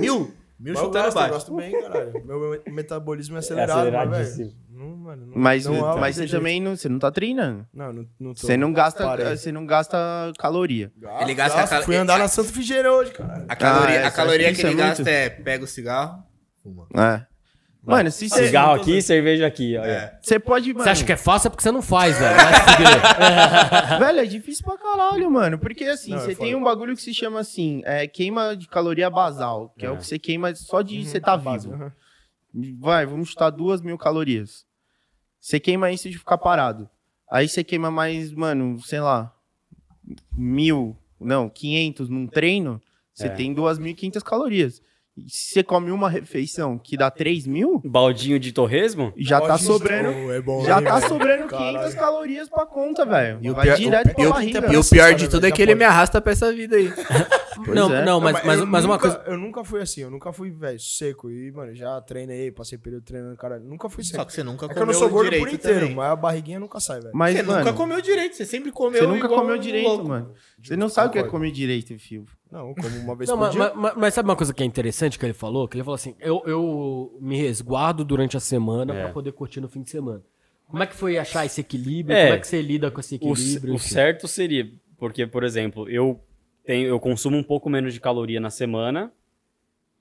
S3: Mil? Mil
S4: Mas eu
S3: chutando
S4: gosto, eu
S3: baixo.
S4: gosto bem, caralho. Meu metabolismo é
S5: É
S4: acelerado, mas, velho.
S5: aceleradíssimo.
S4: Não, mano, não-
S2: Mas,
S4: não há
S2: mas
S4: outro
S2: você
S4: jeito.
S2: também não, você não tá treinando.
S4: Não, não, não tô.
S2: Você não gasta,
S4: Parei.
S2: você não gasta caloria.
S4: Gasta,
S3: Ele gasta a
S4: gasta.
S3: cal-
S4: Fui andar na Santa Figueira hoje, caralho.
S3: A caloria,
S2: Ah, é,
S3: a caloria
S2: isso
S3: que
S2: é
S3: ele
S2: muito.
S3: gasta é pega o cigarro, fuma.
S2: É. Mano, se você
S4: é
S5: Cigarro aqui, cerveja aqui. olha.
S2: você pode, mano.
S1: Você acha que é fácil é porque você não faz, velho. Vai se fuder.
S2: Velho, é difícil pra caralho, mano. Porque assim,
S4: Não, é
S2: você
S4: foda.
S2: tem um bagulho que se chama assim, é, queima de caloria basal, que é, o que você queima só de você tá vivo.
S4: Uhum.
S2: Vai, vamos chutar duas mil calorias. Você queima isso de ficar parado. Aí você queima mais, mano, sei lá, mil, não, 500 num treino, você
S5: É.
S2: tem 2.500 calorias. E se você come uma refeição que dá 3 mil,
S5: Baldinho de torresmo?
S2: já tá
S4: Pode-
S2: sobrando.
S4: Oh, é bom,
S2: Já
S4: hein,
S2: tá
S4: velho?
S2: sobrando
S4: Caralho.
S2: 500 calorias pra conta, velho.
S3: E o
S2: Vai
S3: pior-
S2: direto pra
S3: eu-
S2: barriga.
S6: E o pior de tudo é que ele
S4: Já
S6: me
S4: pode.
S6: arrasta pra essa vida aí.
S2: Pois
S1: não,
S2: é.
S1: não, mas,
S4: Não,
S1: mas,
S4: eu
S1: mas uma
S4: nunca-
S1: coisa.
S4: Eu nunca fui assim, eu nunca fui, velho, seco. E, mano, já treinei, passei período treinando, caralho. Nunca fui seco.
S6: Só que você nunca
S4: É
S6: comeu
S4: que eu não sou gordo
S6: direito
S4: por inteiro,
S6: também.
S4: mas a barriguinha nunca sai, velho.
S2: Mas,
S6: Você
S2: mano,
S6: nunca comeu direito, você sempre comeu
S2: você nunca
S6: igual
S2: comeu
S6: um
S2: direito,
S6: louco.
S2: mano. Você não sabe o que é comer direito, filho.
S4: Não, eu como uma vez
S1: Não,
S4: por
S1: mas,
S4: dia.
S1: mas- mas sabe uma coisa que é interessante que ele falou? Que ele falou assim: eu, eu me resguardo durante a semana
S5: É.
S1: pra poder curtir no fim de semana. Como é que foi achar esse equilíbrio?
S5: É.
S1: Como é que você lida com esse
S5: O, c-
S1: equilíbrio?
S5: o
S1: enfim?
S5: certo seria, porque, por exemplo, eu, tenho, eu consumo um pouco menos de caloria na semana,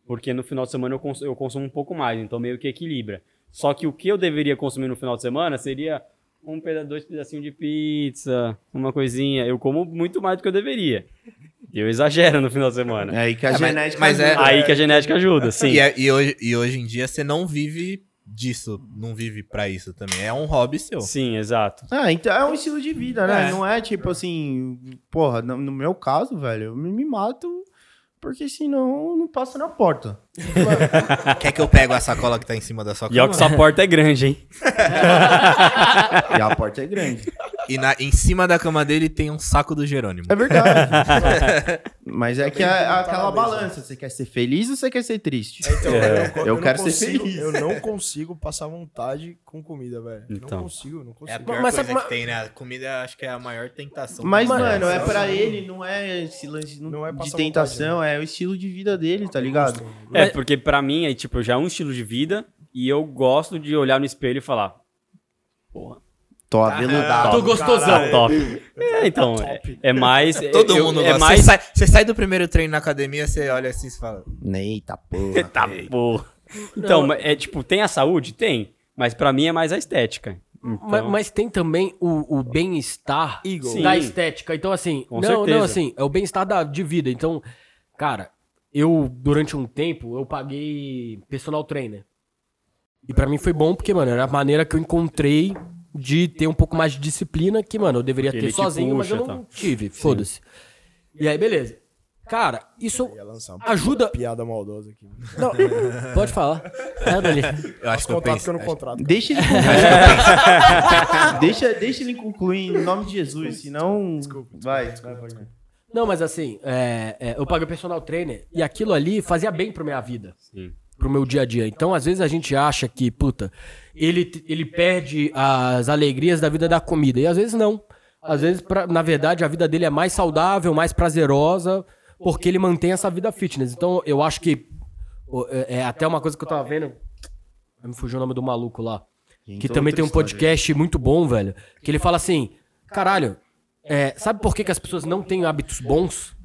S5: porque no final de semana eu, cons- eu consumo um pouco mais, então meio que equilibra. Só que o que eu deveria consumir no final de semana seria um peda dois pedacinhos de pizza, uma coisinha. Eu como muito mais do que eu deveria. Eu exagero no final de semana.
S2: É aí que a
S6: É, mas-
S2: genética.
S6: mas é-
S5: Aí que a genética ajuda, sim.
S3: E, é- e hoje, e hoje em dia você não vive disso, não vive pra isso também. É um hobby seu.
S5: Sim, exato.
S2: Ah, então é um estilo de vida, né?
S3: É.
S2: Não é tipo assim, porra, no, no meu caso, velho, eu me, me mato porque senão eu não passa na porta.
S3: Quer que eu pego a sacola que tá em cima da sua
S5: E ó
S3: cama?
S5: que sua porta é grande, hein?
S2: E a porta é grande.
S3: E na- em cima da cama dele tem um saco do Jerônimo.
S2: É verdade. Mas é que é,
S4: Também não tá
S2: aquela
S4: na mesa.
S2: balança, você quer ser feliz ou você quer ser triste?
S4: Então,
S5: É.
S4: co-
S2: Eu
S4: não
S2: quero ser
S4: consigo-
S2: feliz.
S4: Eu não consigo passar vontade com comida, velho.
S5: Então.
S4: Não consigo,
S3: É
S4: não
S3: a
S4: consigo.
S3: pior
S1: Mas-
S3: coisa
S1: mas-
S3: que tem, né? A comida acho que é a maior tentação.
S2: Mas,
S3: Mas,
S2: mano, é pra ele, não é esse lance
S4: Não é
S2: de
S4: passar
S2: tentação, é o estilo de vida dele, tá ligado?
S5: É, porque pra mim é tipo, já é um estilo de vida e eu gosto de olhar no espelho e falar, porra,
S2: Tô
S3: aveludado.
S1: Tô gostosão.
S5: tá top. É, então, é, é mais é-
S3: Todo
S5: eu-
S3: mundo
S5: é
S3: gosta.
S5: mais
S3: Você, sai, você sai do primeiro treino na academia, você olha assim e fala.
S2: Eita porra.
S5: tá, porra. Então, mas é tipo, tem a saúde? Tem, mas pra mim é mais a estética. Então,
S1: Ma- Mas, tem também o, o bem-estar
S5: Sim.
S1: da estética. Então, assim,
S5: Com
S1: não,
S5: certeza.
S1: não, assim, é o bem-estar da- de vida. Então, cara, eu, durante um tempo, eu paguei personal trainer. E pra mim foi bom, porque, mano, era a maneira que eu encontrei de ter um pouco mais de disciplina que, mano, eu deveria
S5: Porque
S1: ter
S5: ele te
S1: sozinho, mas eu
S5: puxa, tá.
S1: não tive. Foda-se. E aí, beleza. Cara, isso
S4: Ia lançar uma
S1: ajuda.
S4: piada maldosa aqui.
S1: Não, pode falar. É, Dani.
S3: Eu acho que eu
S4: Contrato que
S3: penso.
S4: eu não contrato. cara.
S2: Deixa ele concluir. deixa, deixa ele concluir em nome de Jesus, senão.
S4: Desculpa,
S2: vai, vai, vai.
S1: Não, mas assim, é, é, eu paguei personal trainer e aquilo ali fazia bem pra minha vida,
S5: sim.
S1: pro meu dia a dia. Então, às vezes a gente acha que, puta, ele, ele perde as alegrias da vida da comida. E às vezes não. Às vezes, pra- na verdade, a vida dele é mais saudável, mais prazerosa, porque ele mantém essa vida fitness. Então, eu acho que o- é, é até uma coisa que eu tava vendo. Me fugiu o nome do maluco lá. Que
S2: Então,
S1: também
S2: outra
S1: tem um
S2: história.
S1: podcast muito bom, velho. Que ele fala assim: caralho, é, sabe por que, que as pessoas não têm hábitos bons?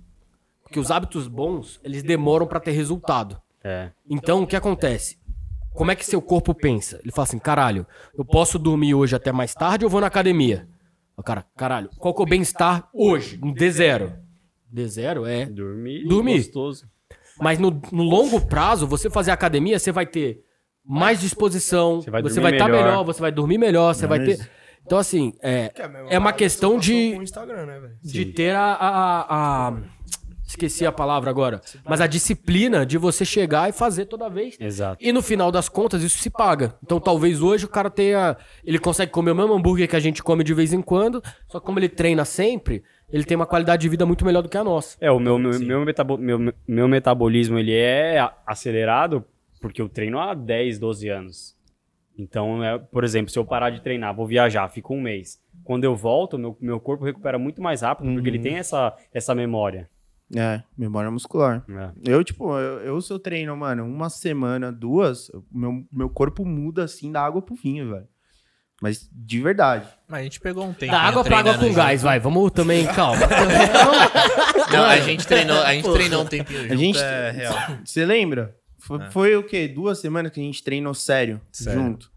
S1: Porque os hábitos bons, eles demoram pra ter resultado.
S5: É,
S1: Então, o que acontece? Como é que seu corpo pensa? Ele fala assim: caralho, eu posso dormir hoje até mais tarde ou vou na academia? O cara, caralho, qual que é o bem-estar hoje? Um D0. D0 é
S5: dormir,
S1: Dormir.
S5: gostoso.
S1: mas no, no longo prazo, você fazer academia, você vai ter mais disposição,
S5: Você
S1: você
S5: vai
S1: vai
S5: dormir
S1: estar
S5: melhor.
S1: melhor. você vai dormir melhor, você vai ter. Então, assim, é,
S4: Que a mesma
S1: é uma
S4: parada que
S1: questão
S4: você passou
S1: de-
S4: com o Instagram, né, velho?
S1: de ter a, a- a- a- Esqueci a palavra agora. Mas a disciplina de você chegar e fazer toda vez.
S5: Exato.
S1: E no final das contas, isso se paga. Então, talvez hoje o cara tenha. Ele consegue comer o mesmo hambúrguer que a gente come de vez em quando, só que como ele treina sempre, ele tem uma qualidade de vida muito melhor do que a nossa.
S5: É, o meu, meu, meu, metabo- meu, meu metabolismo ele é a- acelerado porque eu treino há 10, 12 anos. Então, é, por exemplo, se eu parar de treinar, vou viajar, fico um mês. Quando eu volto, meu, meu corpo recupera muito mais rápido porque ele tem essa, essa memória.
S2: É, memória muscular.
S5: né?
S2: Eu, tipo, eu, eu se eu treino, mano, uma semana, duas, eu- meu, meu corpo muda assim da água pro vinho, velho. Mas de verdade.
S3: Mas a gente pegou um tempo.
S1: Da água pra
S6: né,
S1: água com gás, vai. Vamos também, calma.
S6: Não, a gente treinou, a gente treinou um tempinho junto.
S2: A gente.
S3: É real.
S2: Você lembra? Foi,
S4: É.
S2: foi o quê? Duas semanas que a gente treinou sério,
S3: Sério.
S2: junto.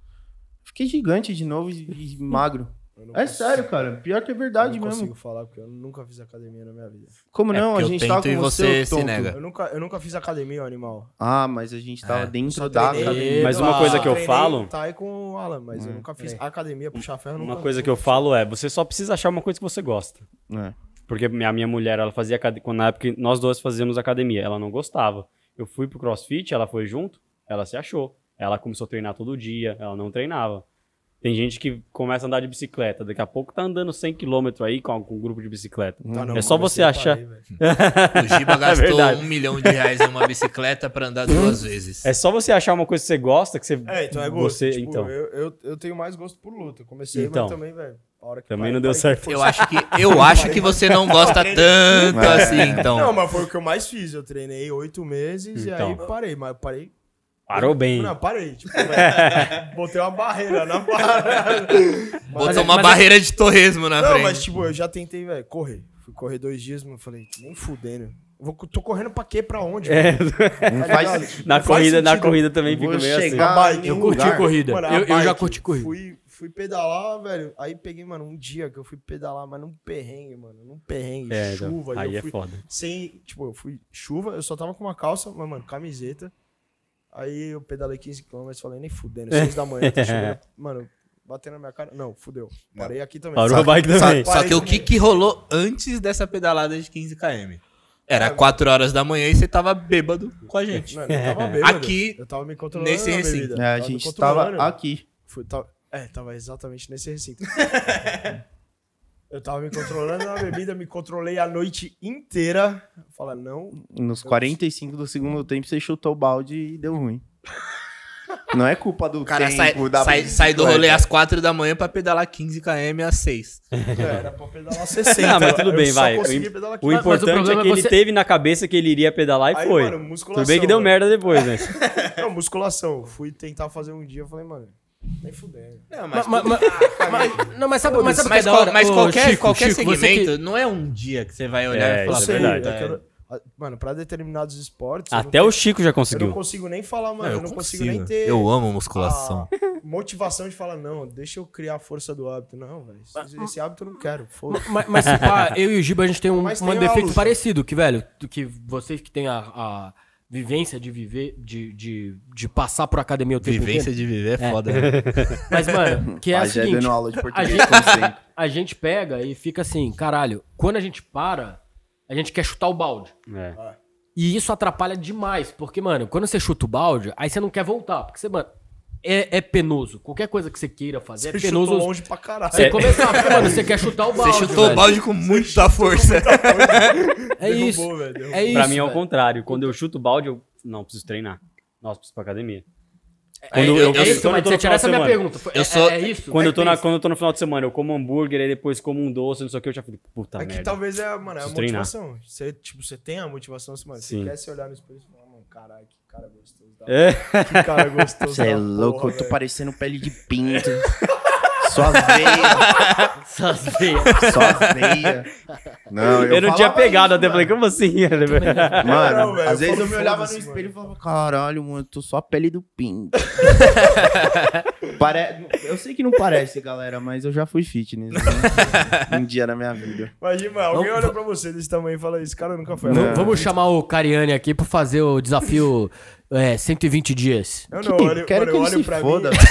S2: Fiquei gigante de novo e, e magro.
S4: Eu não
S2: É
S4: consigo-
S2: sério, cara. Pior que é
S4: Eu
S2: verdade
S4: não
S2: mesmo.
S4: consigo falar, porque eu nunca fiz academia na minha vida.
S2: Como
S3: É
S2: não? A
S3: porque eu
S2: gente tava
S3: tento
S2: com
S3: e você
S2: você,
S3: se
S2: tonto.
S3: nega.
S4: Eu nunca, eu nunca fiz academia, ô animal.
S2: Ah, mas a gente tava
S3: É.
S2: dentro da academia.
S5: Tá, Mas uma
S4: Ah,
S5: coisa que eu
S4: treinei
S5: falo- Hum, é.
S4: Tá aí com o Alan, mas eu nunca fiz academia, puxar ferro.
S5: Uma
S4: nunca-
S5: coisa que eu falo é, você só precisa achar uma coisa que você gosta.
S2: É.
S5: Porque a minha mulher, ela fazia academia. Quando na época que nós dois fazíamos academia, ela não gostava. Eu fui pro crossfit, ela foi junto, ela se achou. Ela começou a treinar todo dia, ela não treinava. Tem gente que começa a andar de bicicleta, daqui a pouco tá andando 100km aí com, com um grupo de bicicleta.
S4: Tá, não,
S5: é só você
S4: comecei a parar
S5: achar.
S4: aí, velho.
S6: O Giba
S5: É
S6: gastou
S5: verdade.
S6: um milhão de reais numa bicicleta pra andar duas vezes.
S5: É só você achar uma coisa que você gosta, que você.
S4: É, então é gosto.
S5: Você,
S4: tipo,
S5: então.
S4: Eu, eu, eu tenho mais gosto por luta. Eu Comecei,
S5: Então.
S4: mas também, velho. a hora que
S5: Também
S4: parei,
S5: não deu
S4: parei.
S5: certo.
S6: Eu acho que, eu acho que você não gosta tanto
S2: É.
S6: assim,
S4: Não,
S6: então.
S4: mas foi o que eu mais fiz. Eu treinei oito meses
S5: Então.
S4: e aí parei. Mas eu parei.
S5: Parou bem.
S4: Não, parei. Tipo, velho, botei uma barreira na parada.
S6: Botou uma barreira de torresmo na
S4: é- Não,
S6: frente.
S4: mas tipo, eu já tentei, velho, correr. Fui correr dois dias, mas eu falei, nem fudendo. Vou, tô correndo pra quê? Pra onde?
S5: É,
S2: Não
S4: Tá
S2: faz
S5: na,
S4: ligado? Não faz
S5: corrida, na
S4: sentido.
S5: corrida também
S2: Vou
S5: fica meio assim.
S2: chegar-
S4: A bike,
S2: Eu
S4: um
S2: curti
S4: lugar.
S1: corrida.
S4: a
S1: Eu- eu já
S4: bike,
S1: curti corrida.
S4: Fui, fui pedalar, velho. Aí peguei, mano, um dia que eu fui pedalar, mas num perrengue, mano. Num perrengue,
S5: É, então,
S4: chuva. e
S5: aí
S4: eu
S5: é
S4: fui
S5: foda.
S4: sem. Tipo, eu fui chuva, eu só tava com uma calça, mas, mano, camiseta. Aí eu pedalei 15km, falei, nem fudendo, 6 da manhã,
S5: É.
S4: tá chovendo. Mano, batendo na minha cara. Não, fudeu. Parei aqui também.
S5: Parou
S4: Só-
S5: a bike também.
S6: Só que o que, que rolou antes dessa pedalada de 15 km? Era 4 horas da manhã e você tava bêbado com a gente.
S4: Mano, eu tava bêbado.
S6: Aqui,
S4: eu tava me controlando
S6: nesse
S4: na
S6: recinto.
S4: bebida.
S2: É, a
S4: Tava me
S2: gente
S4: controlando.
S2: tava aqui.
S4: Fui- tava- é, tava exatamente nesse recinto. eu tava me controlando na bebida, me controlei a noite inteira. Fala, não.
S2: Nos 45 do segundo tempo, você chutou o balde e deu ruim. Não é culpa do
S6: O cara sai,
S2: tempo, da
S6: sai, sai do
S2: bicicleta.
S6: rolê
S3: assim.
S6: às 4 da manhã pra pedalar 15 km às 6.
S4: Era pra pedalar 60.
S5: Não, mas tudo
S4: eu
S5: bem,
S4: só
S5: vai.
S4: consegui
S5: O-
S4: pedalar aqui.
S5: O
S1: Mas- mas o
S5: importante
S1: problema
S5: é que
S1: é
S5: ele
S1: você-
S5: teve na cabeça que ele iria pedalar e
S4: Aí,
S5: foi.
S4: mano,
S5: Tudo
S4: musculação.
S5: bem que deu
S4: velho.
S5: merda depois, né?
S4: Não, musculação. Fui tentar fazer um dia, eu falei, mano, nem fudendo.
S3: Não,
S1: Mas, mas, mas,
S6: Ah,
S1: mas- não, mas sabe, mas sabe o que é
S6: Mas,
S1: da
S6: qual-
S1: hora?
S6: mas
S1: Ô,
S6: qualquer,
S1: Chico,
S6: qualquer
S1: Chico, você
S6: segmento,
S1: que-
S6: não é um dia que você vai olhar
S5: É,
S6: e falar,
S5: isso é verdade.
S6: "Puta,
S4: eu quero- a- Mano, pra determinados esportes. eu não
S5: Até o Chico já
S4: Eu não
S5: conseguiu.
S4: consigo nem falar, mano.
S6: Não,
S4: eu,
S6: eu
S4: não
S6: consigo.
S4: consigo,
S6: Ah,
S4: nem ter.
S6: Eu amo musculação.
S4: a motivação de falar, não, deixa eu criar a força do hábito. Não, velho. esse- Esse hábito eu não quero. Foda-se.
S1: Mas, mas se pá, eu e o Giba, a gente tem um,
S4: Mas
S1: um
S4: tem a
S1: defeito
S4: luta.
S1: parecido, que, velho, do que vocês que têm a, a vivência de viver, de, de, de passar por academia o tempo
S6: Vivência
S1: inteiro.
S6: de viver é foda. né?
S1: Mas, mano, que é a
S2: Pajé
S1: seguinte,
S2: dando aula de português,
S1: gente-
S2: como sempre.
S1: a gente pega e fica assim, caralho, quando a gente para, a gente quer chutar o balde.
S5: É.
S1: E isso atrapalha demais, porque, mano, quando você chuta o balde, aí você não quer voltar, porque você, mano, é, é penoso. Qualquer coisa que você queira fazer é
S4: Você chutou
S1: penoso.
S4: longe pra caralho.
S1: Você é começar, porque, mano, você quer chutar o balde.
S6: É. Você chutou o
S1: velho.
S6: balde com muita força.
S1: É
S4: Derrubou,
S1: isso.
S4: velho, derrubou.
S1: É isso.
S5: Pra mim é o
S1: velho.
S5: contrário. Quando eu chuto o balde, eu não preciso treinar. Nossa, preciso ir pra academia.
S6: Aí, eu- eu-
S1: é isso,
S5: quando
S1: mas
S5: tô no
S1: você
S5: final
S1: tirar essa
S5: de
S1: minha
S5: semana.
S1: pergunta. Foi-
S6: Eu
S1: é-
S6: sou-
S1: é, isso?
S5: Quando
S1: É
S5: eu, tô
S1: que
S5: na,
S1: tem
S5: quando eu tô no final de semana, eu como hambúrguer, aí depois como um doce, não sei o que, eu já fico, puta
S4: É que
S5: merda.
S4: talvez é, mano, é a
S5: Preciso treinar.
S4: motivação. Você, tipo, você tem a motivação, assim, mano.
S5: Sim.
S4: Você quer se olhar no espelho e falar, mano, caralho, que cara gostoso. Da...
S5: É.
S4: Que cara gostoso.
S2: Você é
S4: da
S2: louco,
S4: porra,
S2: eu tô
S4: velho.
S2: parecendo pele de pinto. Só veia,
S1: essas veias.
S2: só veia. Não,
S5: Eu, não tinha
S2: falava
S5: pegado
S2: isso,
S5: até, falei, como assim?
S2: mano.
S4: Não,
S2: Mano,
S4: velho,
S2: às
S4: eu
S2: vezes eu
S4: falo,
S2: me olhava no
S4: foda-se,
S2: espelho e
S4: mano.
S2: falava, caralho, mano, eu tô só a pele do pinto. Pare... Eu sei que não parece, galera, mas eu já fui fitness. né? Um dia na minha vida.
S4: Imagina, mano, alguém olha pra você desse tamanho e fala, esse cara nunca foi.
S1: V-
S4: lá."
S1: Vamos chamar o Cariani aqui pra fazer o desafio é, 120 dias.
S4: Eu
S2: Que-
S4: não, olho,
S2: quero
S4: mano,
S2: que
S4: eu
S2: ele
S4: olho
S2: se
S4: pra
S2: foda.
S4: mim.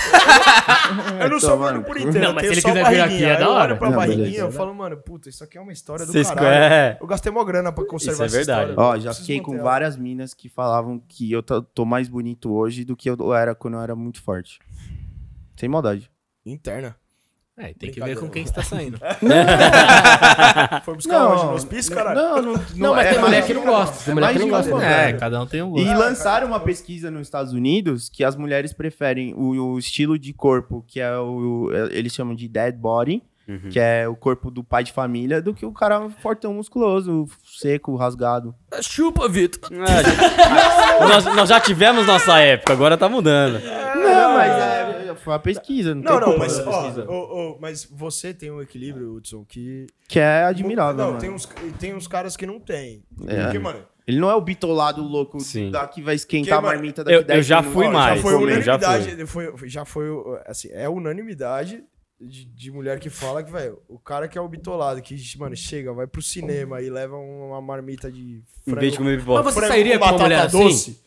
S4: Eu não sou
S2: Tomar no
S4: gordo por
S2: cu.
S4: inteiro.
S1: Não,
S4: eu
S1: mas
S4: tenho
S1: se ele
S4: só
S1: quiser vir aqui,
S4: barriguinha.
S1: é da
S4: Aí
S1: hora.
S4: Eu olho pra
S2: Não,
S4: barriguinha
S2: beleza.
S4: eu falo, mano, puta, isso aqui é uma história do
S5: Vocês-
S4: caralho.
S5: é.
S4: Eu gastei mó grana pra conservar
S5: é
S4: essa
S5: verdade.
S4: história.
S2: Ó,
S4: Eu
S2: já
S4: preciso
S2: fiquei com
S4: manter ela.
S2: várias minas que falavam que eu tô tô mais bonito hoje do que eu era quando eu era muito forte. Sem maldade.
S4: Interna.
S6: É, tem que ver com quem você tá saindo.
S4: Foi buscar onde? No hospício, caralho?
S2: Não, não,
S1: Não, mas
S2: é
S1: tem mulher
S2: mais-
S1: que não gosta. Tem mulher que não
S2: imagina,
S1: gosta.
S2: pô.
S6: É, cada um tem um
S2: E
S6: gosto.
S2: lançaram uma pesquisa nos Estados Unidos que as mulheres preferem o, o estilo de corpo, que é o. Eles chamam de dead body,
S5: Uhum.
S2: que é o corpo do pai de família, do que o cara fortão musculoso, seco, rasgado.
S1: Chupa, Vitor.
S5: Ah, gente. Ah, nós, nós já tivemos nossa época, agora tá mudando.
S2: não, mas é, foi uma pesquisa, não,
S4: Não,
S2: tem
S4: não,
S2: como
S4: mas,
S2: essa
S4: ó,
S2: pesquisa.
S4: ô, ô, mas você tem um equilíbrio, Hudson, que.
S2: Que é admirável.
S4: Não,
S2: mano.
S4: tem um- uns, tem uns caras que não tem.
S2: É.
S4: Porque, mano,
S2: Ele não é o bitolado louco
S5: Sim.
S2: da que vai esquentar
S4: Quem,
S2: a
S4: mano?
S2: marmita daqui
S5: Eu- eu
S2: 10
S5: já
S2: minutos.
S5: fui
S2: Ó,
S5: mais.
S4: já Ah, foi
S5: comer, já
S4: unanimidade. foi- Já foi, assim, é unanimidade de, de mulher que fala que, velho, o cara que é o bitolado, que, mano, chega, vai pro cinema e leva uma marmita de
S5: Em vez de comer
S1: Mas
S5: pipoca.
S1: você sairia com uma
S4: um batata
S1: mulher assim?
S4: doce.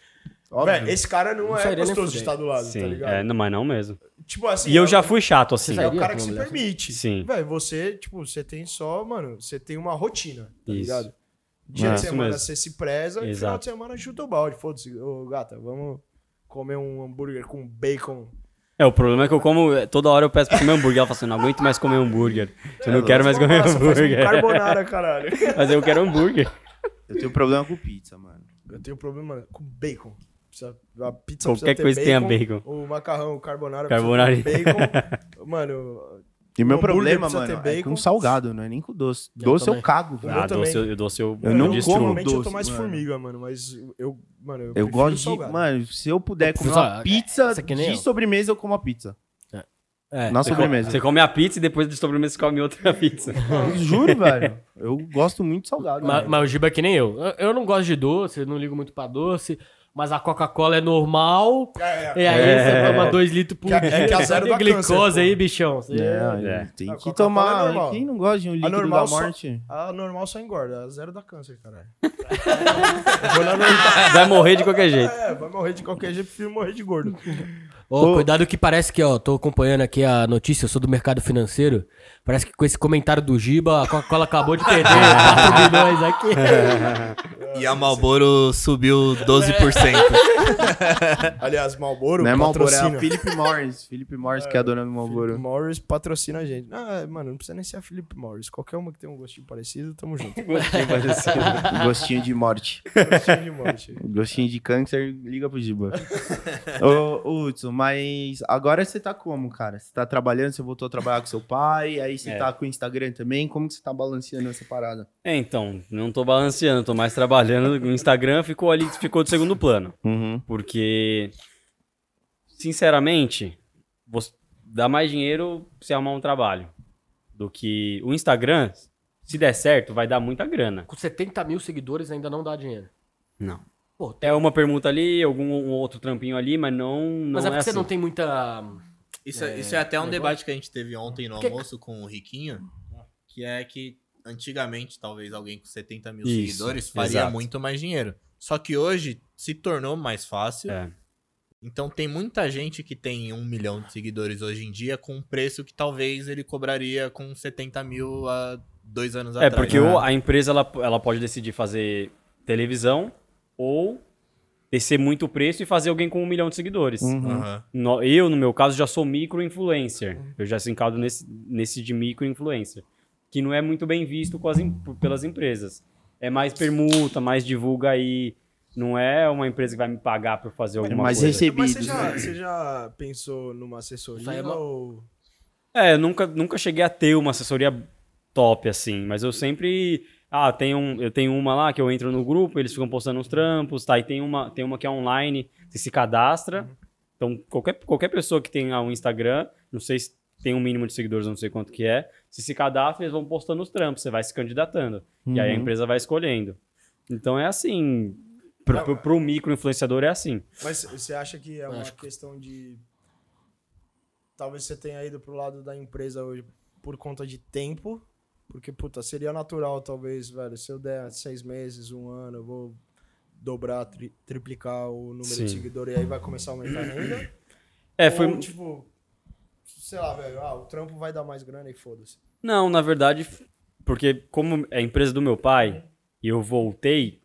S2: Óbvio.
S4: Velho, esse cara não,
S1: Não
S4: é
S1: sairia nem
S4: gostoso de
S1: fudendo.
S4: estar do lado, tá
S5: Sim,
S4: ligado?
S5: é, não, mas não mesmo.
S4: Tipo assim.
S5: E eu
S4: é-
S5: já fui chato assim.
S4: É
S1: sairia?
S4: o cara que se
S1: Mulher.
S4: permite.
S5: Sim.
S4: Velho, você, tipo, você tem só, mano, você tem uma rotina, tá
S5: Isso.
S4: ligado? Dia
S5: É,
S4: de
S5: isso
S4: semana
S5: mesmo.
S4: você se preza e final
S5: Exato.
S4: de semana chuta o balde. Foda-se, ô gata, vamos comer um hambúrguer com bacon.
S5: É, o problema é que eu como. é, Toda hora eu peço pra comer hambúrguer. Ela fala assim: não aguento mais comer hambúrguer. Eu não quero mais
S4: Faz uma
S5: comer
S4: massa, Faz um
S5: hambúrguer.
S4: carbonara, caralho.
S5: Mas eu quero hambúrguer.
S2: Eu tenho problema com pizza, mano.
S4: Eu tenho problema com bacon. Precisa, a pizza
S5: Qualquer
S4: precisa ter
S5: coisa que tenha
S4: bacon,
S5: bacon.
S4: O macarrão, o carbonara,
S5: Carbonara.
S4: precisa ter bacon. Mano,
S2: E meu
S4: meu Um hambúrguer
S2: problema,
S4: precisa
S2: mano,
S4: ter
S2: é com
S4: bacon.
S2: salgado, não é nem com doce. doce eu
S1: também.
S2: cago, velho.
S5: Ah,
S4: também.
S5: doce, eu- doce eu,
S2: Eu não
S5: eu
S2: como
S5: destruo.
S4: normalmente eu
S2: doce,
S4: tô mais
S2: mano.
S4: formiga, mano, mas eu, mano, eu,
S2: Eu
S4: prefiro
S2: gosto
S4: salgado.
S2: de. Mano, se eu puder comer
S1: Pessoal,
S2: uma pizza
S1: essa aqui nem
S2: de
S1: eu.
S2: sobremesa, eu como a pizza.
S1: É.
S2: Na
S5: Você come-
S2: sobremesa.
S5: Você come a pizza e depois de sobremesa você come outra pizza.
S2: Eu juro, velho. Eu gosto muito de salgado.
S1: Mas,
S2: velho.
S1: mas o Giba é que nem eu. Eu- Eu não gosto de doce, eu não ligo muito pra doce, mas a Coca-Cola é normal.
S4: É, é.
S1: E aí você toma 2 litros por
S4: Que-
S1: dia.
S4: é que a zero
S1: tem
S4: dá
S1: glicose
S4: câncer,
S1: aí,
S4: pô.
S1: bichão. Você-
S2: É,
S5: É.
S2: tem
S4: Não,
S2: que
S4: Coca-Cola é
S2: tomar.
S4: normal.
S2: Quem não gosta de um líquido
S4: normal
S2: da
S4: só-
S2: morte?
S4: A normal só engorda, a zero dá câncer, caralho.
S5: Vai morrer de qualquer jeito.
S4: É, vai morrer de qualquer jeito, prefiro morrer de gordo.
S1: Ô, cuidado que parece que, ó, tô acompanhando aqui a notícia, eu sou do mercado financeiro. Parece que com esse comentário do Giba, a Coca-Cola acabou de perder 4
S4: É.
S1: bilhões aqui.
S6: E a Malboro subiu 12%.
S4: Aliás, Malboro
S2: Não é Malboro, é
S4: patrocina.
S2: a Philip Morris. Philip Morris que é a dona do Malboro.
S4: Morris patrocina a gente. Ah, mano, não precisa nem ser a Felipe Morris. Qualquer uma que tem um gostinho parecido, tamo junto.
S2: Gostinho de morte.
S4: gostinho de morte.
S2: Gostinho de câncer, liga pro Giba. ô, ô, Hudson, mas agora você tá como, cara? Você tá trabalhando, você voltou a trabalhar com seu pai, aí você
S5: É.
S2: tá com o Instagram também. Como que você tá balanceando essa parada?
S5: É, então, não tô balanceando, tô mais trabalhando. O Instagram ficou ali, ficou de segundo plano.
S2: Uhum.
S5: Porque, sinceramente, você dá mais dinheiro se arrumar um trabalho do que o Instagram, se der certo, vai dar muita grana.
S1: com 70 mil seguidores ainda não dá dinheiro.
S5: Não.
S1: Pô,
S5: É uma permuta ali, algum um outro trampinho ali, mas não, não
S1: Mas é
S5: é,
S1: porque você
S5: assim.
S1: não tem muita.
S6: Isso é, isso é até um
S1: negócio.
S6: debate que a gente teve ontem no
S1: Que-
S6: almoço com o Riquinho, que é que antigamente talvez alguém com 70 mil
S5: Isso,
S6: seguidores faria
S5: exato.
S6: muito mais dinheiro. Só que hoje se tornou mais fácil.
S5: É.
S6: Então tem muita gente que tem um milhão de seguidores hoje em dia com um preço que talvez ele cobraria com 70 mil há dois anos
S5: É,
S6: atrás.
S5: porque o- a empresa ela, ela pode decidir fazer televisão ou descer muito o preço e fazer alguém com um milhão de seguidores.
S2: Uhum.
S6: Aham.
S5: No- eu, no meu caso, já sou micro-influencer. Eu já se encado nesse, nesse de micro-influencer. Que não é muito bem visto com as em- pelas empresas. É mais permuta, mais divulga aí. Não é uma empresa que vai me pagar por fazer
S2: É
S5: alguma
S2: mais
S5: coisa.
S4: Mas
S2: recebido.
S4: você já, você já pensou numa
S1: Isso aí
S4: assessoria
S1: é uma-
S4: ou...
S5: É, eu nunca, nunca cheguei a ter uma assessoria top, assim, mas eu sempre. Ah, tem um, eu tenho uma lá que eu entro no grupo, eles ficam postando uns trampos, tá? E tem uma, tem uma que é online, você se cadastra. Então, qualquer, qualquer pessoa que tenha um Instagram, não sei se tem um mínimo de seguidores, não sei quanto que é, se se cadastra, eles vão postando os trampos, você vai se candidatando. E aí a
S2: Uhum.
S5: empresa vai escolhendo. Então é assim. Pro, pro, pro micro influenciador é assim.
S4: Mas você acha que é uma
S1: Acho
S4: questão de... Talvez você tenha ido pro lado da empresa hoje por conta de tempo? Porque, puta, seria natural, talvez, velho. Se eu der seis meses, um ano, eu vou dobrar, tri- triplicar o número
S5: Sim.
S4: de seguidores e aí vai começar a aumentar a renda?
S5: É, foi.
S4: Ou, tipo, sei lá, velho, ah, o trampo vai dar mais grana e foda-se.
S5: Não, na verdade, porque como é a empresa do meu pai e eu voltei,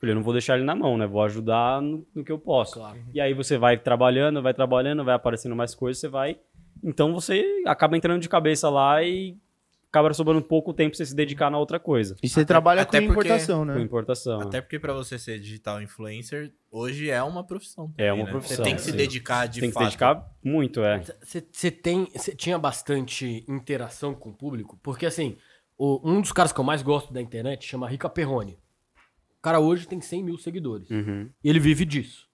S5: falei, eu não vou deixar ele na mão, né? Vou ajudar no, no que eu posso.
S1: Claro.
S5: E aí você vai trabalhando, vai trabalhando, vai aparecendo mais coisas, você vai. Então você acaba entrando de cabeça lá e acaba sobrando pouco tempo pra você se dedicar na outra coisa.
S2: E você trabalha
S6: até
S2: com
S6: porque-
S2: importação,
S5: Com
S2: né?
S5: importação.
S6: Até porque pra você ser digital influencer, hoje é uma profissão.
S5: É
S6: né?
S5: uma
S6: Você
S5: profissão,
S6: tem que se
S5: sim.
S6: dedicar de
S5: Tem que se
S6: fato.
S5: dedicar muito, é.
S1: Você tem. Você tinha bastante interação com o público? Porque assim, o- um dos caras que eu mais gosto da internet chama Rica Perrone. O cara hoje tem 100 mil seguidores.
S5: Uhum.
S1: E ele vive disso.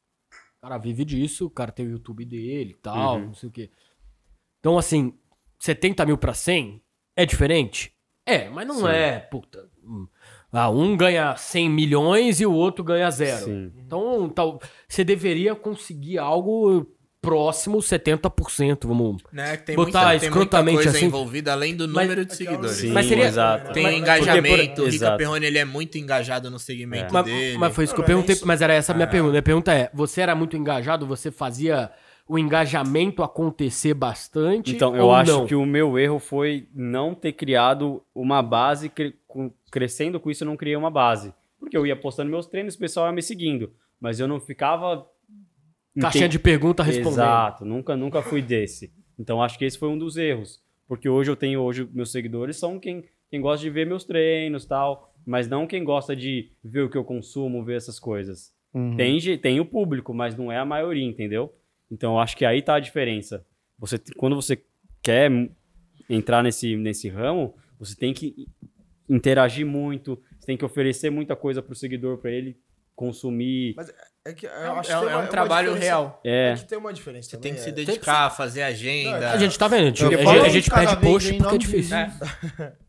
S1: O cara vive disso, o cara tem o YouTube dele e tal, não sei o quê. Então, assim, 70 mil pra 100 é diferente? É, mas não é, puta. Hum. Ah, um ganha 100 milhões e o outro ganha zero.
S5: Sim.
S1: Então, tal, você deveria conseguir algo próximo 70%, vamos...
S6: Né? Que Tem,
S1: Botar
S6: muita, tem muita
S1: escrotamente
S6: coisa
S1: assim.
S6: envolvida, além do
S1: Mas-
S6: número de seguidores.
S5: Sim,
S1: Mas seria-
S5: exato.
S6: um Tem
S1: Mas-
S6: engajamento,
S5: porque, por-
S6: o Rica
S5: exato.
S6: Perrone ele é muito engajado no segmento
S1: Mas,
S6: dele.
S1: mas foi isso que eu
S4: Não, não é
S1: perguntei,
S4: isso.
S1: mas era essa a minha pergunta. Minha pergunta é, você era muito engajado? Você fazia o engajamento acontecer bastante
S5: Então, eu
S1: ou
S5: acho
S1: não?
S5: que o meu erro foi não ter criado uma base. cre- com- Crescendo com isso, eu não criei uma base. Porque eu ia postando meus treinos, o pessoal ia me seguindo. Mas eu não ficava.
S1: Caixinha de pergunta tá respondendo.
S5: Exato, nunca, nunca fui desse. Então acho que esse foi um dos erros. Porque hoje eu tenho, hoje meus seguidores são quem, quem gosta de ver meus treinos tal, mas não quem gosta de ver o que eu consumo, ver essas coisas. Tem, ge- tem o público, mas não é a maioria, entendeu? Então acho que aí tá a diferença. Você, t- quando você quer m- entrar nesse, nesse ramo, você tem que interagir muito, você tem que oferecer muita coisa pro seguidor, para ele consumir.
S4: É, que eu
S6: É, um-
S4: acho que
S6: é um-
S4: tem
S6: é
S4: uma-
S6: um
S4: uma
S6: trabalho
S4: diferença-
S6: real.
S5: É,
S4: É que tem uma diferença.
S6: Você tem que se
S4: também, é.
S6: dedicar, fazer agenda.
S4: Não,
S1: A gente tá vendo, tipo,
S2: Eu
S1: a
S2: falo
S1: gente, a gente
S2: de cada
S1: perde
S2: vez,
S1: post
S2: hein,
S1: porque é
S2: não
S1: difícil.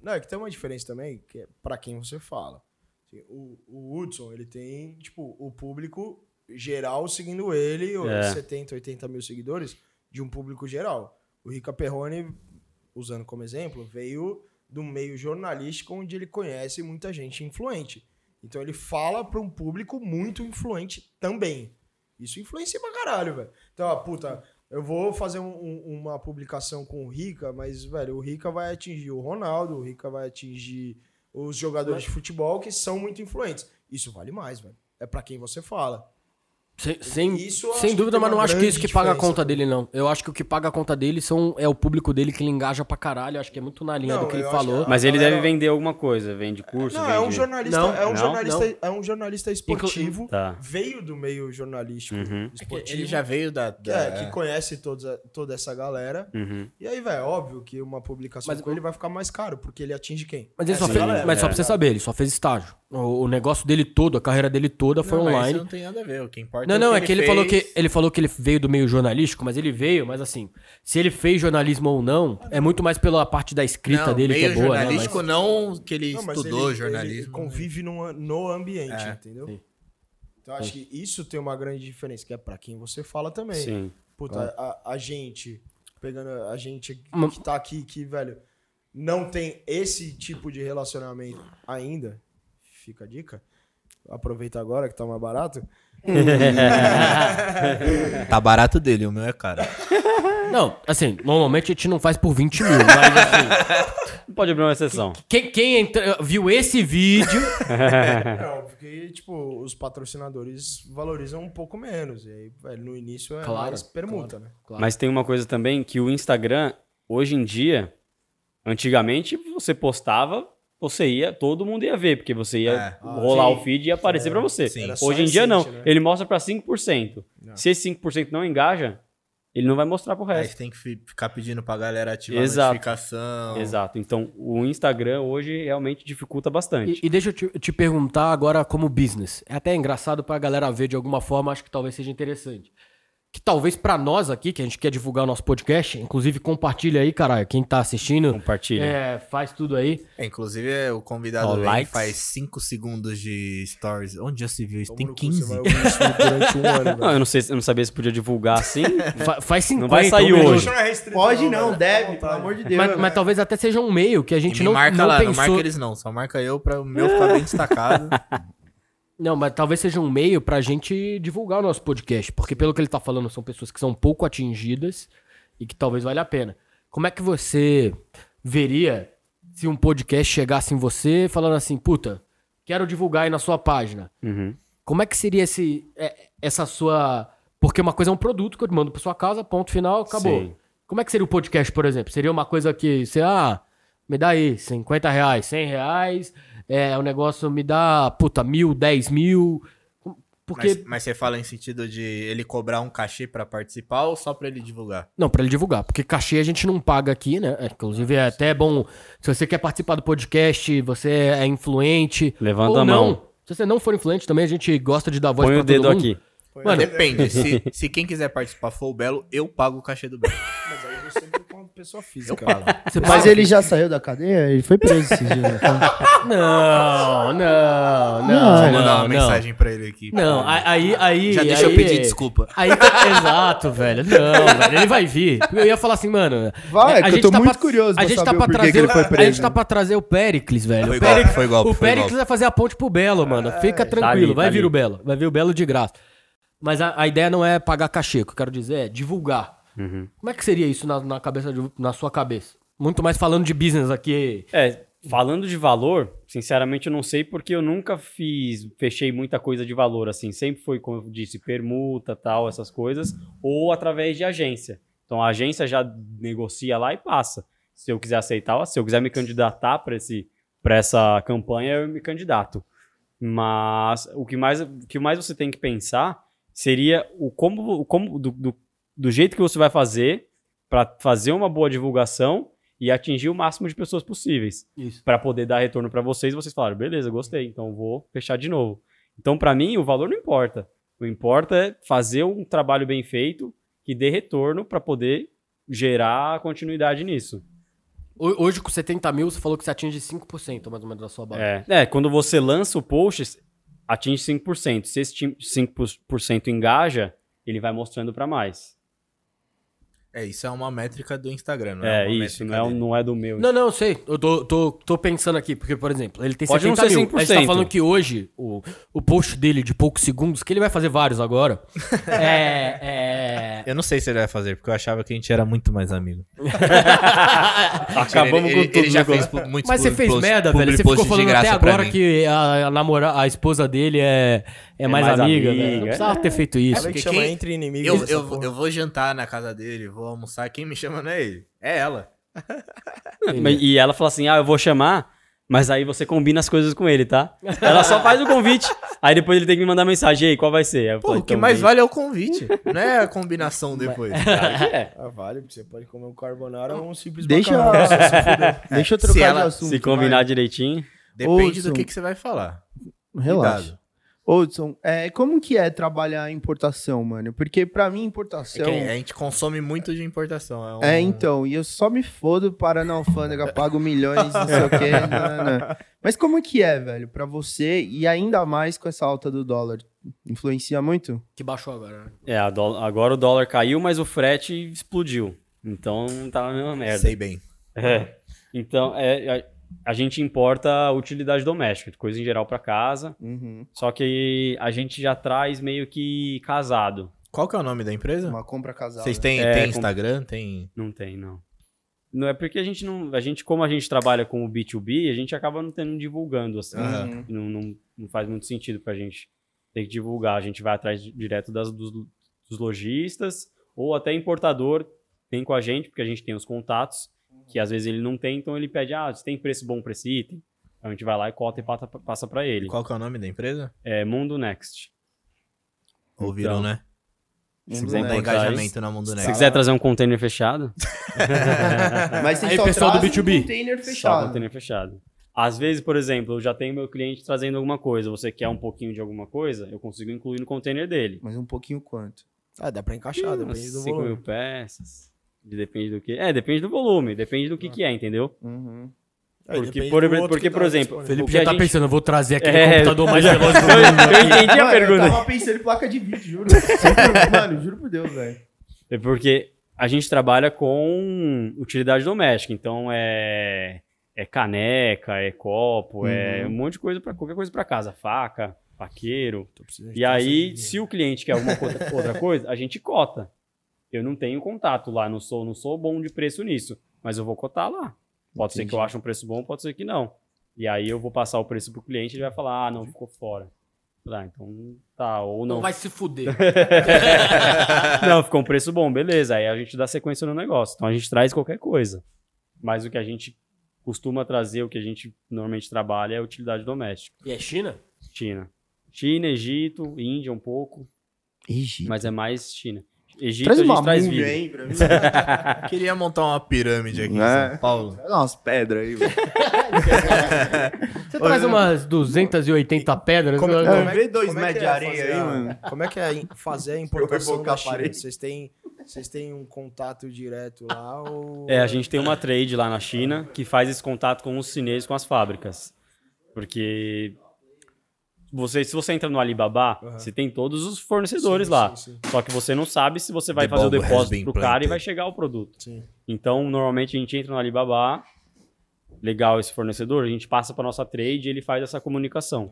S4: Não, é que tem uma diferença também, que é pra quem você fala. Assim, O, o Hudson, ele tem, tipo, o público geral seguindo ele, ou
S5: É.
S4: 70, 80 mil seguidores, de um público geral. O Rica Perrone, usando como exemplo, veio do meio jornalístico onde ele conhece muita gente influente. Então ele fala pra um público muito influente também. Isso influencia pra caralho, velho. Então, ah, puta, eu vou fazer um- um- uma publicação com o Rica, mas, velho, o Rica vai atingir o Ronaldo, o Rica vai atingir os jogadores de futebol que são muito influentes. Isso vale mais, velho. É pra quem você fala.
S1: Sem, sem,
S4: Isso eu acho
S1: sem
S4: que
S1: dúvida,
S4: tem
S1: mas
S4: uma
S1: não acho que é
S4: grande
S1: isso que paga a
S4: diferença.
S1: conta dele, não. Eu acho que o que paga a conta dele são, é o público dele que ele engaja pra caralho. Acho que é muito na linha
S4: Não,
S1: do que ele
S4: eu acho
S1: falou.
S4: que-
S5: Tá, mas ele
S4: Galera-
S5: deve vender alguma coisa, vende curso,
S4: tá não, é um
S5: vende-
S4: jornalista,
S1: Não,
S4: é um
S5: não,
S4: jornalista, é um jornalista
S1: Inclu- É
S4: esportivo,
S5: Tá.
S4: veio do meio jornalístico
S5: Uhum.
S4: esportivo.
S6: Ele já veio da.
S4: que,
S6: da-
S4: é, que conhece todos a- toda essa galera.
S5: Uhum.
S4: E aí, velho, é óbvio que uma publicação
S1: Mas
S4: com ele vai ficar mais caro, porque ele atinge quem?
S1: Mas, ele só
S4: Essa
S1: fez,
S4: galera.
S1: mas só
S5: é.
S1: pra você saber, ele só fez estágio. O, o negócio dele todo, a carreira dele toda foi
S6: Não, mas
S1: online.
S6: Isso não tem nada a ver. O que importa
S1: Não, não,
S6: o
S1: é que ele falou
S6: fez.
S1: que ele falou que ele veio do meio jornalístico, mas ele veio, mas assim, se ele fez jornalismo ou não, é muito mais pela parte da escrita
S6: não,
S1: dele que é
S6: meio
S1: boa, né? Mas-
S6: jornalístico não que ele
S4: Não, mas
S6: estudou
S4: ele- Ele
S6: jornalismo. né?
S4: convive num- no ambiente,
S6: É,
S4: entendeu? Então, acho que isso tem uma grande diferença, que é pra quem você fala também.
S5: Sim.
S4: Puta, a, a gente, pegando a gente
S1: Uma-
S4: que tá aqui, que, velho, não tem esse tipo de relacionamento ainda, fica a dica. Aproveita agora que tá mais barato.
S6: Tá barato dele, o meu é caro.
S1: Não, assim, normalmente a gente não faz por 20 mil, mas assim,
S5: Não pode abrir uma exceção.
S1: quem, quem entra- viu esse vídeo,
S6: É.
S5: é?
S4: Não, porque, É tipo, os patrocinadores valorizam um pouco menos. E aí, velho, no início é
S1: Claro,
S4: mais permuta, né?
S1: Claro.
S5: Mas tem uma coisa também que o Instagram, hoje em dia, antigamente você postava, você ia, todo mundo ia ver, porque você ia
S6: É.
S5: rolar
S4: sim.
S5: o feed e ia aparecer pra você.
S6: Sim.
S4: Era só
S5: Hoje em dia não,
S4: recente, né?
S5: ele mostra pra 5%.
S4: Não.
S5: Se esse 5% não engaja, ele não vai mostrar pro
S6: Aí
S3: É,
S5: resto.
S6: você tem que fi- ficar pedindo pra galera ativar
S5: Exato.
S6: a notificação.
S5: Exato. Então, o Instagram hoje realmente dificulta bastante.
S1: E, e deixa eu te, te perguntar agora como business. É até engraçado pra galera ver de alguma forma, acho que talvez seja interessante. Que talvez pra nós aqui, que a gente quer divulgar o nosso podcast, inclusive compartilha aí, caralho, quem tá assistindo,
S5: Compartilha.
S1: é, faz tudo aí.
S6: É, inclusive, é, o convidado
S5: Ó,
S6: vem,
S5: likes.
S6: faz 5 segundos de stories. Onde já se viu isso?
S4: Toma
S6: Tem
S4: no cu, você
S6: 15.
S4: vai ouvir isso durante um ano, velho.
S5: Não, eu não sei, se- eu não sabia se podia divulgar assim.
S1: Fa- faz 50
S5: Não vai sair
S1: hoje.
S5: hoje.
S2: Pode não, tá- deve, pelo amor de Deus. né?
S1: Mas, mas talvez até seja um meio que a gente
S6: me
S1: não,
S6: marca
S1: não
S6: lá, não
S1: pensou. Não,
S6: marca eles não, só marca eu pra o meu ficar bem destacado.
S1: mas talvez seja um meio pra gente divulgar o nosso podcast. Porque pelo que ele tá falando, são pessoas que são pouco atingidas e que talvez valha a pena. Como é que você veria se um podcast chegasse em você falando assim, puta, quero divulgar aí na sua página?
S5: Uhum.
S1: Como é que seria esse, é, essa sua. Porque uma coisa é um produto que eu te mando pra sua casa, ponto final, acabou.
S5: Sim.
S1: Como é que seria o podcast, por exemplo? Seria uma coisa que você, ah, me dá aí 50 reais, 100 reais, é, o negócio me dá, puta, mil, 10 mil. Porque.
S6: mas, mas você fala em sentido de ele cobrar um cachê pra participar ou só pra ele divulgar?
S1: Não, pra ele divulgar, porque cachê a gente não paga aqui, né? É, Inclusive é até bom. Se você quer participar do podcast, você é influente.
S5: Levanta
S1: ou
S5: a
S1: não.
S5: mão.
S1: Se você não for influente também, a gente gosta de dar voz
S5: Põe
S1: pra
S5: o
S1: todo
S5: dedo
S1: mundo.
S5: aqui.
S1: Mano,
S3: é.
S6: Depende, se, se quem quiser participar for o Belo, eu pago o cachê do Belo.
S4: Mas aí você fica uma pessoa física.
S1: Você
S2: Mas
S1: paga-
S2: ele já saiu da cadeia? Ele foi preso então. esse dia.
S1: Não, não, não.
S2: Não,
S1: não,
S6: Vou mandar uma
S1: Ah, não.
S6: mensagem pra ele aqui.
S1: Não, a- aí, aí.
S6: Já deixa eu
S1: aí- é-
S6: pedir desculpa.
S1: Aí, tá, exato, velho. Não, velho, ele vai vir. Eu ia falar assim, mano.
S2: Vai,
S1: a
S2: Ah, é que eu
S1: gente
S2: tô
S1: tá
S2: muito
S1: pra-
S2: curioso
S1: A
S2: pra
S1: gente tá
S2: saber o
S1: pra
S2: porquê
S1: trazer.
S2: que ele foi
S1: a
S2: preso,
S1: gente tá
S2: né?
S1: pra trazer o Pericles, velho.
S6: Foi
S1: o Pericles,
S6: golpe, foi golpe,
S1: o
S6: foi
S1: Pericles
S6: golpe.
S1: vai fazer a ponte pro Belo, mano. Fica tranquilo,
S5: ali,
S1: vai
S5: Ah, tá
S1: vir
S5: ali.
S1: o Belo. Vai vir o Belo de graça. Mas a, a ideia não é pagar cachê, o que eu quero dizer é divulgar. Como é que seria isso na, na cabeça de- na sua cabeça? Muito mais falando de business aqui.
S5: É, falando de valor, sinceramente eu não sei porque eu nunca fiz, fechei muita coisa de valor assim. Sempre foi, como eu disse, permuta, tal, essas coisas, ou através de agência. Então a agência já negocia lá e passa. Se eu quiser aceitar, se eu quiser me candidatar para esse para essa campanha, eu me candidato. Mas o que mais, o que mais você tem que pensar seria o como, o como do, do, do jeito que você vai fazer para fazer uma boa divulgação e atingir o máximo de pessoas possíveis
S1: Isso.
S5: para poder dar retorno para vocês, vocês falaram, beleza, gostei, então vou fechar de novo. Então, para mim, o valor não importa. O importa é fazer um trabalho bem feito que dê retorno para poder gerar continuidade nisso.
S1: Ho- Hoje, com 70 mil, você falou que você atinge 5% mais ou menos da sua base.
S5: É. É, quando você lança o post, atinge 5%. Se esse tim- 5% engaja, ele vai mostrando para mais.
S6: É, isso é uma métrica do Instagram, não é?
S5: É,
S6: uma
S5: isso,
S6: métrica
S5: não é, o-
S6: dele.
S5: não é do meu.
S1: Não, não, eu sei. Eu tô, tô, tô pensando aqui, porque, por exemplo, ele tem
S5: Pode não
S1: 70
S5: ser
S1: mil. A gente tá
S5: 100%.
S1: falando que hoje o, o post dele de poucos segundos, que ele vai fazer vários agora. é. é...
S3: Eu não sei se ele vai fazer, porque eu achava que a gente era muito mais amigo.
S5: Acabamos
S6: ele,
S5: com tudo.
S6: Ele já
S5: né,
S6: fez
S5: cara?
S6: pu- muitos
S1: Mas você
S6: pu-
S1: fez
S6: post-
S1: merda, velho.
S6: public
S1: Você ficou
S6: posts de
S1: falando até
S6: graça pra
S1: agora
S6: mim.
S1: que a, a namora, a esposa dele é, é, mais,
S5: mais
S1: amiga.
S5: amiga,
S1: né? Não
S5: é.
S1: precisava ter feito isso.
S4: Ela é que
S6: Porque
S4: chama
S6: quem-
S4: entre inimigos.
S6: Eu,
S4: essa
S6: eu,
S4: porra.
S6: eu vou jantar na casa dele, vou almoçar. Quem me chama não é ele, é ela.
S5: É, Mas- E ela fala assim: ah, eu vou chamar, mas aí você combina as coisas com ele, tá? Ela só faz o convite, aí depois ele tem que me mandar mensagem, e aí, qual vai ser? Aí eu
S6: Pô,
S5: falo,
S6: o que
S5: então,
S6: mais
S5: bem.
S6: vale é o convite, não é a combinação depois.
S1: Tá.
S5: É,
S4: Ah, vale, porque você pode comer um carbonara ou um simples
S2: Deixa-
S4: macarrão, se você fuder.
S2: Deixa eu
S6: Se
S2: trocar de
S6: ela-
S2: assunto.
S5: se combinar direitinho.
S6: Depende do
S2: Ouçam.
S6: que, que você vai falar.
S2: vai. Relaxa.
S6: Cuidado.
S2: Hudson, é, como que é trabalhar em importação, mano? Porque pra mim,
S6: É
S2: importação...
S6: que
S1: Então-
S2: É,
S6: a gente consome muito de importação. É, um-
S2: então, e eu só me fodo para na alfândega, pago milhões, não sei o quê. nananã. Mas como que é, velho, pra você, e ainda mais com essa alta do dólar? Influencia muito?
S1: Que baixou agora. né?
S5: É, a dó- agora o dólar caiu, mas o frete explodiu. Então tá na mesma merda.
S6: Sei bem.
S5: É. Então, é, a, a gente importa utilidade doméstica, coisa em geral pra casa.
S2: Uhum.
S5: Só que a gente já traz meio que casado.
S6: Qual que é o nome da empresa?
S2: Uma compra casal.
S6: Vocês
S2: né?
S6: têm,
S5: É,
S6: tem
S5: com-
S6: Instagram? Tem.
S5: Não tem, não. Não é porque a gente não. A gente, como a gente trabalha com o B2B, a gente acaba não tendo divulgando assim.
S6: Aham.
S2: Uhum.
S5: não, não, não faz muito sentido pra gente ter que divulgar. A gente vai atrás di- direto das, dos, dos lojistas ou até importador vem com a gente, porque a gente tem os contatos, que às vezes ele não tem, então ele pede, ah, você tem preço bom pra esse item? A gente vai lá e cota e pata- passa pra ele.
S6: Qual que é o nome da empresa?
S5: É Mundo Next.
S6: Ouviram,
S5: Então,
S6: né?
S2: Um
S6: Vão dar
S5: né?
S2: boneco.
S6: engajamento na Mundo
S5: Se
S6: Next.
S5: quiser trazer um container fechado,
S2: Mas vocês
S1: Aí,
S2: só
S1: pessoal do
S2: trazem
S1: B2B.
S2: container
S5: só
S2: fechado.
S5: container fechado. Às vezes, por exemplo, eu já tenho meu cliente trazendo alguma coisa, você quer um pouquinho de alguma coisa, eu consigo incluir no container dele.
S2: Mas um pouquinho quanto?
S4: Ah, dá pra encaixar,
S5: Umas
S4: depende do
S5: 5 mil
S4: volume.
S5: peças. De- Depende do que. É, depende do volume, depende do que, que é, entendeu?
S2: Uhum.
S4: Aí
S5: Porque,
S4: Ah. É, depende
S5: por-
S4: do outro
S5: porque,
S4: que
S5: por
S4: tá
S5: exemplo,
S4: disponível.
S1: Felipe
S5: que
S1: já
S5: a
S1: tá
S5: gente-
S1: pensando, eu vou trazer aquele
S5: É,
S1: computador mais
S5: eu-
S1: veloz do mundo.
S5: Eu entendi a
S2: Mano,
S5: pergunta.
S2: Eu tava pensando em placa de vídeo, juro. Sempre- Mano, juro por Deus, velho.
S5: É porque a gente trabalha com utilidade doméstica, então é, é caneca, é copo, é um
S4: Uhum.
S5: monte de coisa para qualquer coisa para casa, faca, faqueiro.
S4: Tô precisando de
S5: E aí,
S4: terceiro
S5: se o cliente quer alguma coisa- outra coisa, a gente cota. Eu não tenho contato lá, não sou, não sou bom de preço nisso, mas eu vou cotar lá. Pode ser que eu ache um preço bom, pode ser que não. E aí eu vou passar o preço pro cliente, ele vai falar: "Ah, não, ficou fora". Tá, então tá ou não.
S1: Vai se fuder.
S5: Não, ficou um preço bom, beleza. Aí a gente dá sequência no negócio. Então a gente traz qualquer coisa. Mas o que a gente costuma trazer, o que a gente normalmente trabalha é a utilidade doméstica.
S1: E é China?
S5: China. China, Egito, Índia um pouco,
S2: Ixi.
S5: mas é mais China. Egito
S2: Traz
S5: a gente
S2: uma
S5: traz
S2: múmia
S5: vidro.
S2: aí pra mim.
S6: Queria montar uma pirâmide aqui
S2: É.
S1: Né?
S6: em São Paulo.
S2: Traz umas pedras aí, velho.
S1: Você traz umas 280 pedras.
S4: Como-
S1: né?
S4: Como é-
S2: Vê dois
S4: como é
S2: metros
S4: que
S2: de
S4: é
S2: areia
S4: fazer
S2: aí,
S4: a-
S2: mano.
S4: Como é que é in- fazer a importação
S2: bocar
S4: da
S2: a
S4: China?
S2: parede.
S4: Vocês têm, Vocês têm um contato direto lá ou...
S5: É, a gente tem uma trade lá na China que faz esse contato com os chineses, com as fábricas. Porque você, se você entra no Alibaba,
S4: Aham.
S5: você tem todos os fornecedores
S4: Sim,
S5: lá.
S4: sim, sim.
S5: Só que você não sabe se você vai
S6: The
S5: fazer o
S6: bomb has
S5: depósito
S6: been
S5: pro cara e
S6: planted.
S5: vai chegar o produto.
S4: Sim.
S5: Então, normalmente a gente entra no Alibaba, legal esse fornecedor, a gente passa para nossa trade e ele faz essa comunicação.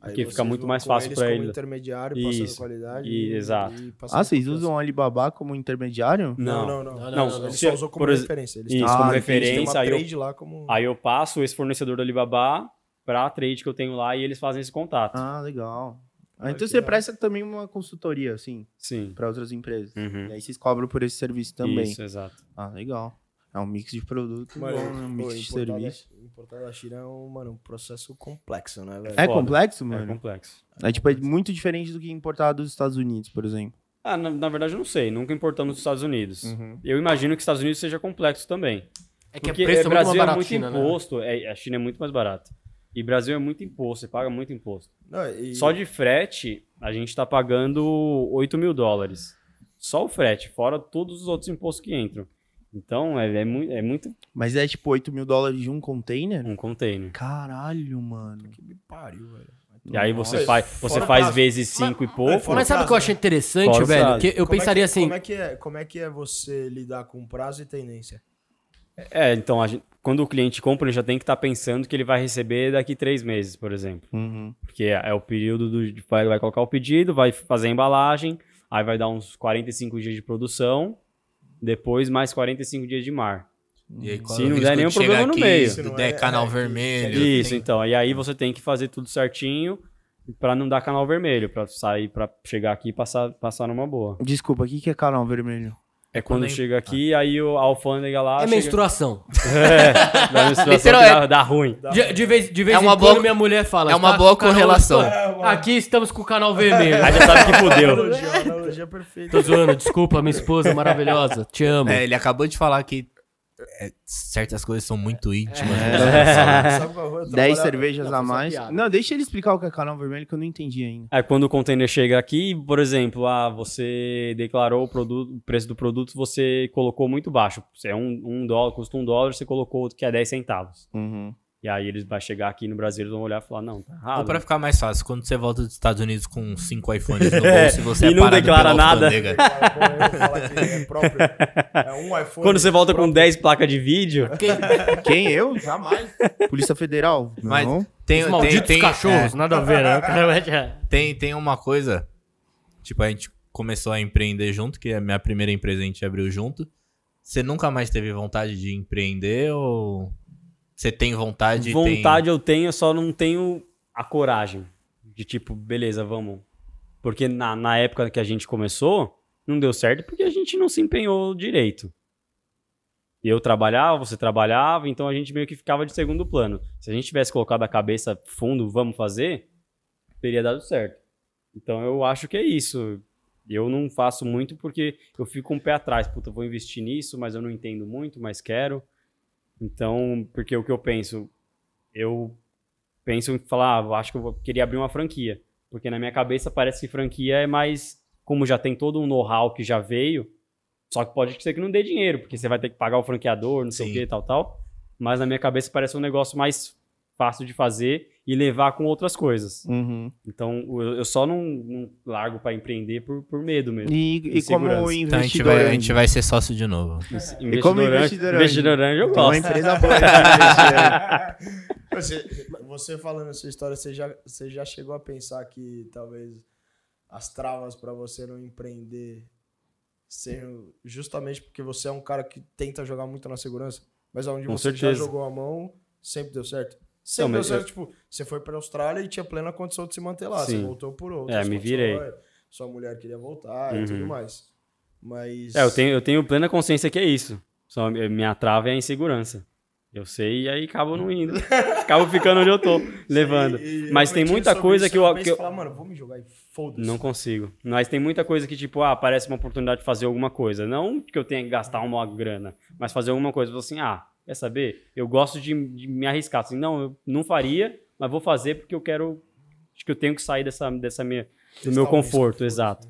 S4: Aí
S5: Porque fica
S4: vocês
S5: muito
S4: vão
S5: mais
S4: com
S5: fácil
S4: eles
S5: pra
S4: como
S5: ele.
S4: intermediário, passando
S5: Isso.
S4: qualidade.
S5: E- exato.
S4: passando
S2: Ah, vocês
S4: confiança.
S2: usam o Alibaba como intermediário?
S4: Não,
S5: Não,
S4: não, não. Não,
S5: não,
S4: Ele
S5: não.
S4: só usou como
S5: Por ex-
S4: referência. Eles
S5: Isso,
S4: têm-
S5: como
S2: Ah,
S4: eles têm
S5: referência,
S4: uma
S5: aí eu,
S4: trade lá como...
S5: aí eu passo esse fornecedor do Alibaba para a trade que eu tenho lá e eles fazem esse contato.
S2: Ah, legal. Ah,
S4: Ah,
S2: então
S4: que
S2: você
S4: da hora.
S2: presta também uma consultoria, assim,
S5: Sim.
S2: para outras empresas.
S4: Hum.
S5: Uhum.
S2: E aí vocês cobram por esse serviço também.
S5: Isso, exato.
S2: Ah, legal. É um mix de produto,
S4: Mano,
S2: bom, né? um
S4: pô,
S2: mix
S4: é
S2: de
S4: importar da-
S2: serviço.
S4: Importar da China é um, mano, um processo complexo, né, velho?
S2: É
S5: foda.
S2: complexo,
S5: É
S2: mano?
S5: complexo.
S2: É, tipo, é muito diferente do que importar dos Estados Unidos, por exemplo.
S5: Ah, na, na verdade eu não sei, nunca importamos dos Estados Unidos.
S2: Uhum.
S5: Eu imagino que os Estados Unidos seja complexo também.
S1: É que
S5: Porque
S1: é preço
S5: é,
S1: é muito mais
S5: Brasil é
S1: barato
S5: muito
S1: China, né?
S5: imposto, é, a China é muito mais barata. E Brasil é muito imposto, você paga muito imposto.
S4: Não, e-
S5: Só de frete, a gente tá pagando 8 mil dólares. Só o frete, fora todos os outros impostos que entram. Então, é, é, mu- é muito
S2: Mas é tipo 8 mil dólares de um container?
S5: um container.
S2: Caralho, mano.
S4: Que me pariu, velho.
S5: E aí você
S4: Nossa.
S5: faz, você
S4: Fora
S5: faz
S4: prazo.
S5: vezes 5 e pouco.
S1: Mas sabe o que eu achei interessante,
S5: Fora o
S1: velho?
S5: prazo.
S1: Que eu
S4: Como é
S1: pensaria
S4: que-
S1: assim.
S4: Como é, que é, como é que é você lidar com prazo e tendência?
S5: É, então, a gente- quando o cliente compra, ele já tem que estar pensando que ele vai receber daqui três meses, por exemplo.
S2: Uhum.
S5: Porque é, é o período do. de- Vai, vai colocar o pedido, vai fazer a embalagem, aí vai dar uns 45 dias de produção, depois mais 45 dias de mar.
S6: E aí, quando
S5: Se não
S6: o
S5: der
S6: risco
S5: nenhum
S6: de chegar
S5: problema no
S6: aqui,
S5: meio.
S6: se não
S4: É,
S6: der
S4: é,
S6: canal
S4: é,
S6: vermelho.
S5: Isso,
S6: tem-
S5: então. E aí você tem que fazer tudo certinho pra não dar canal vermelho, pra sair, pra chegar aqui e passar, passar numa boa.
S2: Desculpa, o que que é canal vermelho?
S5: É quando
S6: Quando é-
S4: Ah.
S5: chega aqui, aí o, a alfândega lá.
S1: É
S5: chega-
S1: menstruação.
S5: dá menstruação que
S6: Literal, é.
S5: dá, dá ruim.
S1: De, de vez, de vez
S6: É uma
S1: em
S6: boa-
S1: quando minha mulher fala.
S6: É uma
S1: "Tá
S6: boa
S1: com o canal-
S6: correlação.
S4: É,
S1: Aqui estamos com o canal vermelho.
S5: Aí já sabe que fudeu.
S4: Analogia, analogia perfeita.
S1: Tô zoando, desculpa, minha esposa maravilhosa. Te amo.
S6: É, ele acabou de falar que é, certas coisas são muito íntimas.
S5: É.
S6: então é
S4: Sabe qual é foi?
S2: 10
S4: Eu trabalhava-
S2: cervejas
S1: Não,
S2: a
S1: foi só
S2: mais.
S1: piada.
S2: Não, deixa ele explicar o que é canal vermelho que eu não entendi ainda.
S5: Aí quando o container chega aqui, por exemplo, ah, você declarou o, produto, o preço do produto, você colocou muito baixo. Se é um, um dólar, custa um dólar, você colocou outro que é 10 centavos.
S2: Uhum.
S5: E aí eles vão chegar aqui no Brasil, eles vão olhar e falar, não, tá
S6: Ou
S5: errado.
S6: pra ficar mais fácil, quando você volta dos Estados Unidos com cinco iPhones no bolso e você
S5: e
S6: é
S5: não
S6: parado
S5: declara
S6: pela
S5: nada.
S6: alfândega.
S4: Eu vou falar que é próprio. É um iPhone.
S5: Quando você volta com 10 placas de vídeo,
S2: Quem? Eu? Jamais. Polícia Federal?
S6: Mas
S2: não.
S6: tem,
S1: Os
S6: tem,
S1: malditos
S6: tem,
S1: cachorros, nada a ver, né? O cara vai te-
S6: é, tem, tem uma coisa, tipo, a gente começou a empreender junto, que a minha primeira empresa a gente abriu junto. Você nunca mais teve vontade de empreender ou você tem vontade? e tem-
S5: vontade eu tenho, eu só não tenho a coragem. De tipo, beleza, vamos. Porque na, na época que a gente começou, não deu certo porque a gente não se empenhou direito. Eu trabalhava, você trabalhava, então a gente meio que ficava de segundo plano. Se a gente tivesse colocado a cabeça fundo, vamos fazer, teria dado certo. Então eu acho que é isso. Eu não faço muito porque eu fico com o pé atrás. Puta, eu vou investir nisso, mas eu não entendo muito, mas quero. Então, porque o que eu penso, eu penso em falar, ah, eu acho que eu vou- queria abrir uma franquia. Porque na minha cabeça parece que franquia é mais como já tem todo um know-how que já veio, só que pode ser que não dê dinheiro, porque você vai ter que pagar o franqueador, não sei o
S6: Sim.
S5: que, tal, tal. Mas na minha cabeça parece um negócio mais fácil de fazer e levar com outras coisas.
S2: Uhum.
S5: Então eu, eu só não, não largo pra empreender por, por medo mesmo.
S2: E, e como
S5: segurança.
S2: investidor... é
S6: Então a gente, vai, a gente
S2: anjo.
S6: vai ser sócio de novo.
S5: Investidor
S2: É. como
S5: anjo-
S2: investidor
S5: investidor anjo eu
S2: Então é uma
S5: gosto.
S2: empresa boa. né?
S5: É.
S4: Você, você falando essa história, você já, você já chegou a pensar que talvez as travas pra você não empreender sejam justamente porque você é um cara que tenta jogar muito na segurança, mas onde
S5: Com
S4: você já
S5: certeza.
S4: jogou a mão, sempre deu certo. Sempre
S5: Não,
S4: deu
S5: mas
S4: certo. Tipo, você foi pra Austrália e tinha plena condição de se manter lá. Você
S5: Sim.
S4: voltou por outra.
S5: É, me virei.
S4: Sua mulher queria voltar e
S5: Uhum.
S4: tudo mais. Mas.
S5: É, eu tenho, eu tenho plena consciência que é isso. Só mi- minha trava é a insegurança. Eu sei e aí acabo não indo. acabo ficando onde eu tô, levando.
S4: E- e
S5: Mas tem
S4: realmente
S5: muita
S4: sobre
S5: coisa
S4: isso
S5: que eu-
S4: uma vez
S5: que eu-
S4: falar, "Ah, mano, vou me jogar e foda-se.
S5: Não consigo. Mas tem muita coisa que, tipo, ah, parece uma oportunidade de fazer alguma coisa. Não que eu tenha que gastar uma grana, mas fazer alguma coisa. Eu falo assim, ah, quer saber? Eu gosto de, de me arriscar. Assim, não, eu não faria, mas vou fazer porque eu quero. Acho que eu tenho que sair dessa, dessa minha, do
S4: Testar
S5: meu
S4: o risco,
S5: conforto,
S4: foda-se.
S5: exato.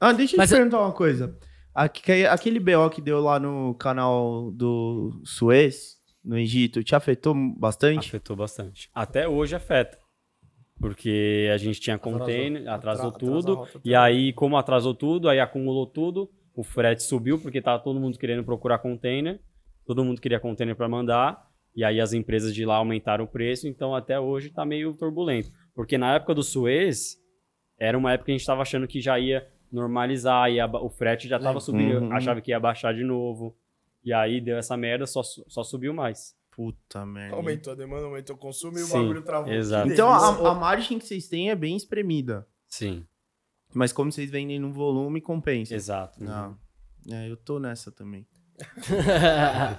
S2: Ah, deixa eu
S1: Mas
S2: te
S1: eu-
S2: perguntar uma coisa. Aque- Aquele BO que deu lá no canal do Suez, no Egito, te afetou bastante?
S5: Afetou bastante. Até hoje afeta. Porque a gente tinha
S4: Atrasou.
S5: container, atrasou,
S4: Atra-
S5: tudo.
S4: atrasa a rota
S5: e aí, como atrasou tudo, aí acumulou tudo. O frete subiu porque tava todo mundo querendo procurar container. Todo mundo queria container para mandar. E aí as empresas de lá aumentaram o preço. Então até hoje tá meio turbulento. Porque na época do Suez, era uma época que a gente tava achando que já ia normalizar. E o frete já tava subindo.
S2: Uhum.
S5: Achava que ia baixar de novo. E aí deu essa merda, só, su- só subiu mais.
S6: Ah,
S2: Puta merda.
S4: Aumentou a demanda, aumentou o consumo e o
S5: Sim,
S4: bagulho travou.
S5: exato.
S4: Que
S2: Então
S4: delícia.
S2: a, a margem que vocês têm é bem espremida.
S5: Sim.
S2: Mas como vocês vendem no volume, compensa.
S5: Exato. Uhum.
S2: Ah, é, eu tô nessa também.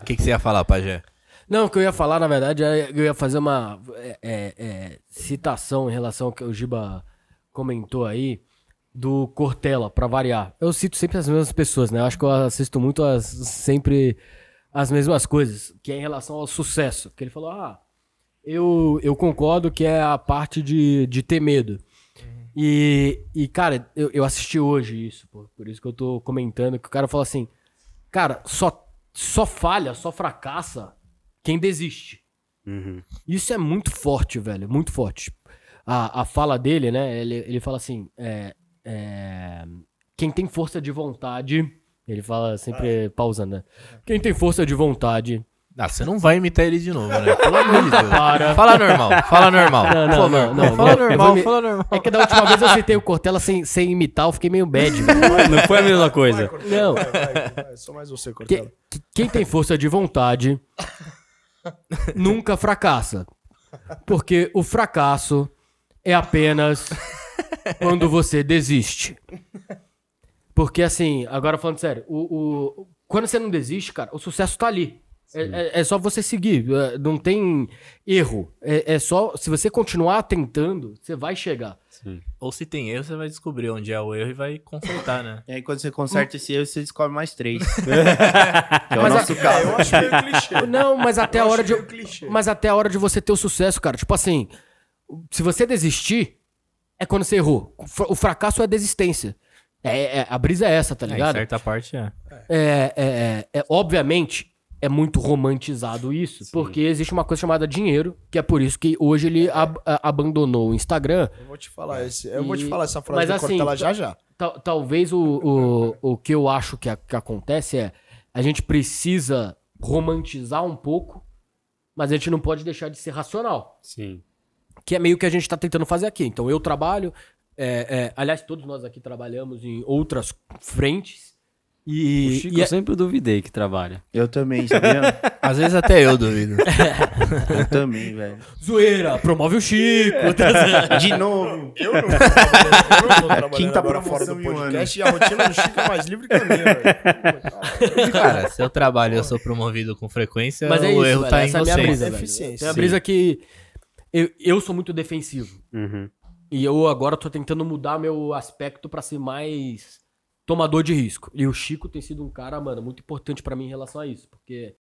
S6: O que, que você ia falar, Pajé?
S1: Não, o que eu ia falar, na verdade, é- eu ia fazer uma é, é, é, citação em relação ao que o Giba comentou aí, do Cortella, pra variar. Eu cito sempre as mesmas pessoas, né? Eu acho que eu assisto muito as, sempre as mesmas coisas, que é em relação ao sucesso. Que ele falou, ah, eu, eu concordo que é a parte de, de ter medo. E, e, cara, eu, eu assisti hoje isso, pô, por isso que eu tô comentando, que o cara fala assim, cara, só, só falha, só fracassa quem desiste. Isso é muito forte, velho, muito forte. A, a fala dele, né, ele, ele fala assim, é, é, quem tem força de vontade, ele fala sempre pausando, né? Quem tem força de vontade
S6: Ah, você não vai imitar ele de novo, né? Pelo amor de Deus.
S1: Para.
S6: Fala normal, fala normal.
S1: Não, não,
S6: Por favor.
S1: não, não,
S6: fala
S1: não. Eu
S6: normal,
S1: vou me-
S6: fala normal.
S1: É que da última vez eu citei o Cortella sem, sem imitar, eu fiquei meio bad. velho.
S5: Não foi a mesma
S4: Vai,
S5: coisa.
S4: Cortella,
S1: Não.
S4: vai, vai, vai, Só mais você,
S1: Que-
S4: Cortella.
S1: que- quem tem força de vontade nunca fracassa. Porque o fracasso é apenas quando você desiste. Porque assim, agora falando sério, o, o- quando você não desiste, cara, o sucesso tá ali. É, é- é só você seguir, é, não tem erro. É, é só, se você continuar tentando, você vai chegar.
S6: Ou se tem erro, você vai descobrir onde é o erro e vai consertar, né?
S2: E aí quando você conserta esse erro, você descobre mais três. que é o
S1: Mas a-
S2: nosso
S4: É,
S2: caso.
S4: eu acho meio clichê.
S1: Não, mas até a
S4: Eu
S1: hora de.
S4: achei um clichê.
S1: É. Mas até a hora de você ter o sucesso, cara. Tipo assim, se você desistir, é quando você errou. O fra- O fracasso é a desistência. É, é- a brisa é essa, tá
S6: É, em
S1: ligado? É,
S6: certa parte é.
S1: é, é- é- obviamente, é muito romantizado isso, porque existe uma coisa chamada dinheiro, que é por isso que hoje ele ab- a- abandonou o Instagram.
S4: Eu vou te falar esse. Eu vou te
S1: E-
S4: falar essa frase
S1: mas
S4: do
S1: assim,
S4: Cortella já já.
S1: Tal- talvez o, o, o que eu acho que, a- que acontece é a gente precisa romantizar um pouco, mas a gente não pode deixar de ser racional.
S5: Sim.
S1: que é meio que a gente está tentando fazer aqui. Então eu trabalho, é, é, aliás, todos nós aqui trabalhamos em outras frentes.
S5: O
S1: E,
S5: Chico
S1: e
S5: eu
S1: é-
S5: sempre duvidei que trabalha.
S2: Eu também, sabia?
S6: Às vezes até eu duvido.
S2: Eu também, velho.
S1: zoeira, promove o Chico.
S2: De novo.
S4: Eu não vou trabalhar, eu não vou trabalhar
S2: Quinta
S4: agora fora
S2: promoção
S4: do
S2: em um ano.
S4: podcast e a rotina do Chico é mais livre que a minha, velho.
S6: Cara, se eu trabalho e eu sou promovido com frequência,
S1: Mas é
S6: o
S1: isso,
S6: erro
S1: velho,
S6: tá em
S1: essa é a minha
S6: vocês.
S1: brisa.
S4: É
S1: velho.
S4: eficiência.
S1: Tem a brisa que eu, eu sou muito defensivo. E eu agora tô tentando mudar meu aspecto para ser mais tomador de risco. E o Chico tem sido um cara, mano, muito importante para mim em relação a isso, porque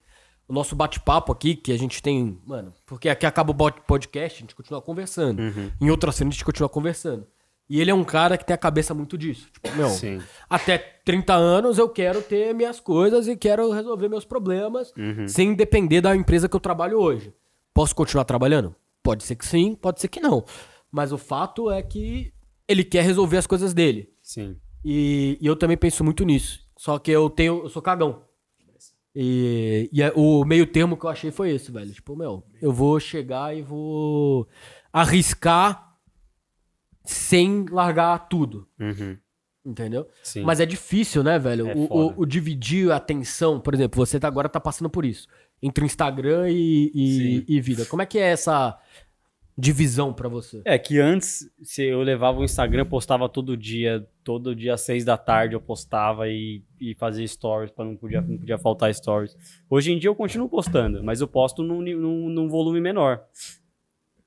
S1: o nosso bate-papo aqui, que a gente tem, mano, porque aqui acaba o bot- podcast, a gente continua conversando. Em outras cenas a gente continua conversando. E ele é um cara que tem a cabeça muito disso. Tipo, meu,
S5: Sim.
S1: até 30 anos eu quero ter minhas coisas e quero resolver meus problemas sem depender da empresa que eu trabalho hoje. Posso continuar trabalhando? Pode ser que sim, pode ser que não. Mas o fato é que ele quer resolver as coisas dele.
S5: Sim.
S1: E, e eu também penso muito nisso. Só que eu tenho. Eu sou cagão. E, e é- o meio termo que eu achei foi esse, velho. Tipo, meu, eu vou chegar e vou arriscar sem largar tudo. Entendeu?
S5: Sim.
S1: Mas é difícil, né, velho?
S5: É
S1: o,
S5: foda.
S1: o- o dividir a atenção, por exemplo, você tá- agora tá passando por isso. Entre Instagram e, e- e vida. Como é que é essa divisão pra você?
S5: É que antes, se eu levava o Instagram, postava todo dia, todo dia às seis da tarde eu postava e, e fazia stories, para não podia, não podia faltar stories. Hoje em dia eu continuo postando, mas eu posto num, ni- num, num volume menor.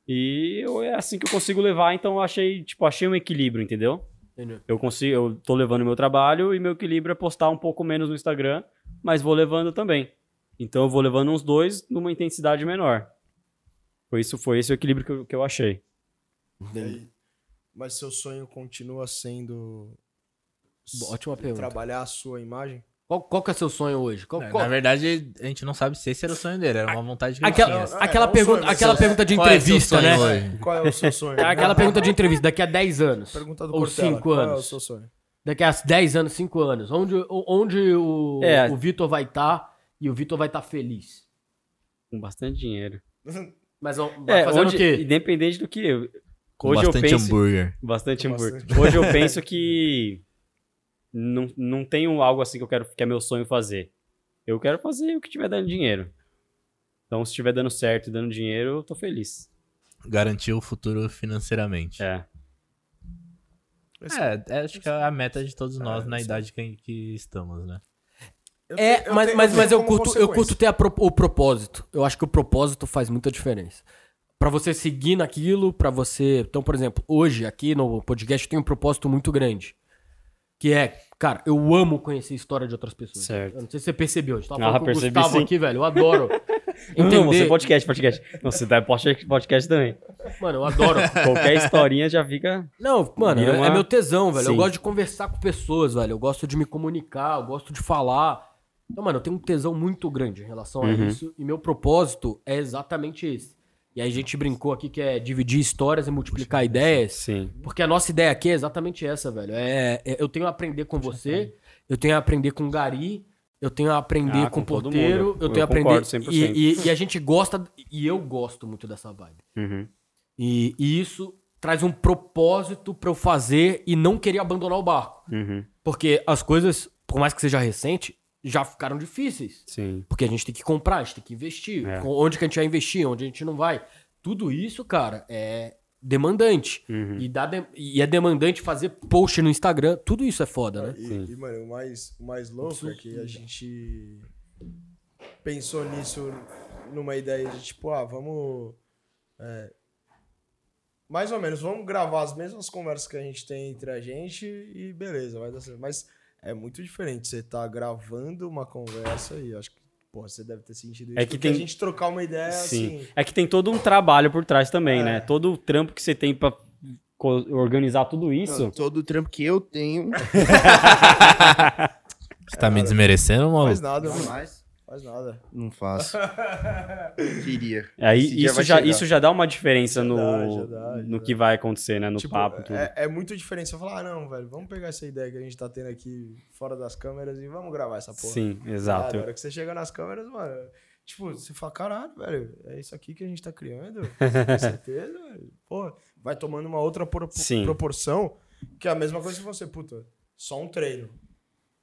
S5: E eu- é assim que eu consigo levar, então eu achei, tipo, achei um equilíbrio, entendeu?
S1: Entendeu?
S5: Eu consigo, eu tô levando meu trabalho e meu equilíbrio é postar um pouco menos no Instagram, mas vou levando também. Então eu vou levando uns dois numa intensidade menor. Foi isso, foi esse o equilíbrio que eu, que eu achei.
S4: E aí? Mas seu sonho continua sendo
S1: Ótima pergunta.
S4: trabalhar a sua imagem?
S1: Qual, qual que é seu sonho hoje? Qual-
S6: É,
S1: qual-
S6: Na verdade, a gente não sabe se esse era o sonho dele, era uma vontade Assim, que ele
S1: Aquela,
S6: tinha.
S4: não,
S1: aquela,
S4: é, é um
S1: pergunta,
S4: sonho,
S1: aquela
S4: mas-
S1: pergunta de
S6: Qual é seu
S1: entrevista,
S6: sonho
S1: né?
S6: hoje?
S4: Qual é o seu sonho?
S1: É Aquela pergunta de entrevista daqui a 10 anos.
S4: Pergunta do
S1: ou
S4: Cortella,
S1: 5
S4: qual é
S1: anos.
S4: o seu sonho?
S1: Daqui a 10 anos, 5 anos. Onde, o- onde o,
S5: É.
S1: o Vitor vai estar e o Vitor vai estar feliz.
S5: Com bastante dinheiro.
S1: Mas ó, vai fazer
S5: É, hoje,
S1: o quê?
S5: Independente do que eu.
S6: Com
S5: hoje eu
S6: bastante
S5: penso-
S6: hambúrguer.
S5: Bastante
S4: Com
S5: hambúrguer.
S4: bastante.
S5: Hoje eu penso que não, não tenho algo assim que eu quero que é meu sonho fazer. Eu quero fazer o que tiver dando dinheiro. Então, se estiver dando certo e dando dinheiro, eu tô feliz.
S6: Garantir o futuro financeiramente.
S5: É.
S4: Assim,
S6: É, é, acho que é a meta de todos nós na idade que, que estamos, né?
S4: Eu
S1: É,
S4: tenho-
S1: mas,
S4: tenho-
S1: mas, mas
S4: tenho
S1: eu,
S4: como
S1: curto, eu curto
S4: consequência.
S1: ter a pro- o propósito. Eu acho que o propósito faz muita diferença. Pra você seguir naquilo, pra você. Então, por exemplo, hoje aqui no podcast tem um propósito muito grande. Que é, cara, eu amo conhecer a história de outras pessoas.
S5: Certo.
S1: Eu não sei se você percebeu. A gente tava
S5: Ah,
S1: falando com o
S5: percebi
S1: Gustavo
S5: sim.
S1: aqui, velho. Eu adoro.
S5: Não, você
S1: Entender.
S5: podcast, podcast. Não, você dá podcast, podcast também.
S1: Mano, eu adoro.
S5: Qualquer historinha já fica.
S1: Não, mano,
S5: Vira
S1: é- é
S5: uma-
S1: meu tesão, velho. Eu
S5: Sim.
S1: gosto de conversar com pessoas, velho. Eu gosto de me comunicar, eu gosto de falar. Então, mano, eu tenho um tesão muito grande em relação a
S5: Uhum.
S1: isso. E meu propósito é exatamente esse. E aí a gente brincou aqui que é dividir histórias e multiplicar ideias.
S5: Sim.
S1: Porque a nossa ideia aqui é exatamente essa, velho. É, é- eu tenho a aprender com você, eu tenho a aprender com o Gari, eu tenho a aprender
S5: Ah,
S1: com o
S5: com todo
S1: porteiro,
S5: mundo.
S1: eu
S5: Eu
S1: tenho a aprender.
S5: concordo 100%.
S1: E, e- e a gente gosta, e eu gosto muito dessa vibe.
S5: Uhum.
S1: E, e isso traz um propósito pra eu fazer e não querer abandonar o barco.
S5: Uhum.
S1: Porque as coisas, por mais que seja recente, já ficaram difíceis.
S5: Sim.
S1: Porque a gente tem que comprar, a gente tem que investir.
S5: É.
S1: Com- Onde que a gente vai investir, onde a gente não vai. Tudo isso, cara, é demandante.
S5: Hum. Uhum.
S1: E, dá de- e é demandante fazer post no Instagram. Tudo isso é foda, né?
S4: E, e, mano, o mais, o mais louco é que a gente pensou nisso numa ideia de tipo, ah, vamos. é, mais ou menos, vamos gravar as mesmas conversas que a gente tem entre a gente e beleza, vai dar certo. Mas é muito diferente você tá gravando uma conversa e acho que, porra, você deve ter sentido isso.
S5: É que
S4: do
S5: tem-
S4: a gente trocar uma ideia
S5: Sim.
S4: assim.
S5: É que tem todo um trabalho por trás também,
S4: É.
S5: né? Todo o trampo que você tem pra co- organizar tudo isso.
S2: Todo o trampo que eu tenho.
S6: Você tá me desmerecendo,
S4: Não
S6: mano?
S4: faz nada, mano.
S2: mais.
S4: Faz nada.
S2: Não faço. Queria.
S5: Aí
S2: Esse dia
S5: isso
S2: vai
S5: já,
S2: chegar.
S5: isso já dá uma diferença no,
S4: Já dá, já dá, já
S5: no
S4: dá.
S5: que vai acontecer, né? No papo. Tudo.
S4: É, é muito diferente você falar, ah, não, velho, vamos pegar essa ideia que a gente tá tendo aqui fora das câmeras e vamos gravar essa porra.
S5: Sim,
S4: Ah,
S5: exato.
S4: na hora que você chega nas câmeras, mano, tipo, você fala, caralho, velho, é isso aqui que a gente tá criando? Com certeza, velho. Porra, vai tomando uma outra pro-
S5: Sim.
S4: proporção, que é a mesma coisa que você, puta, só um treino.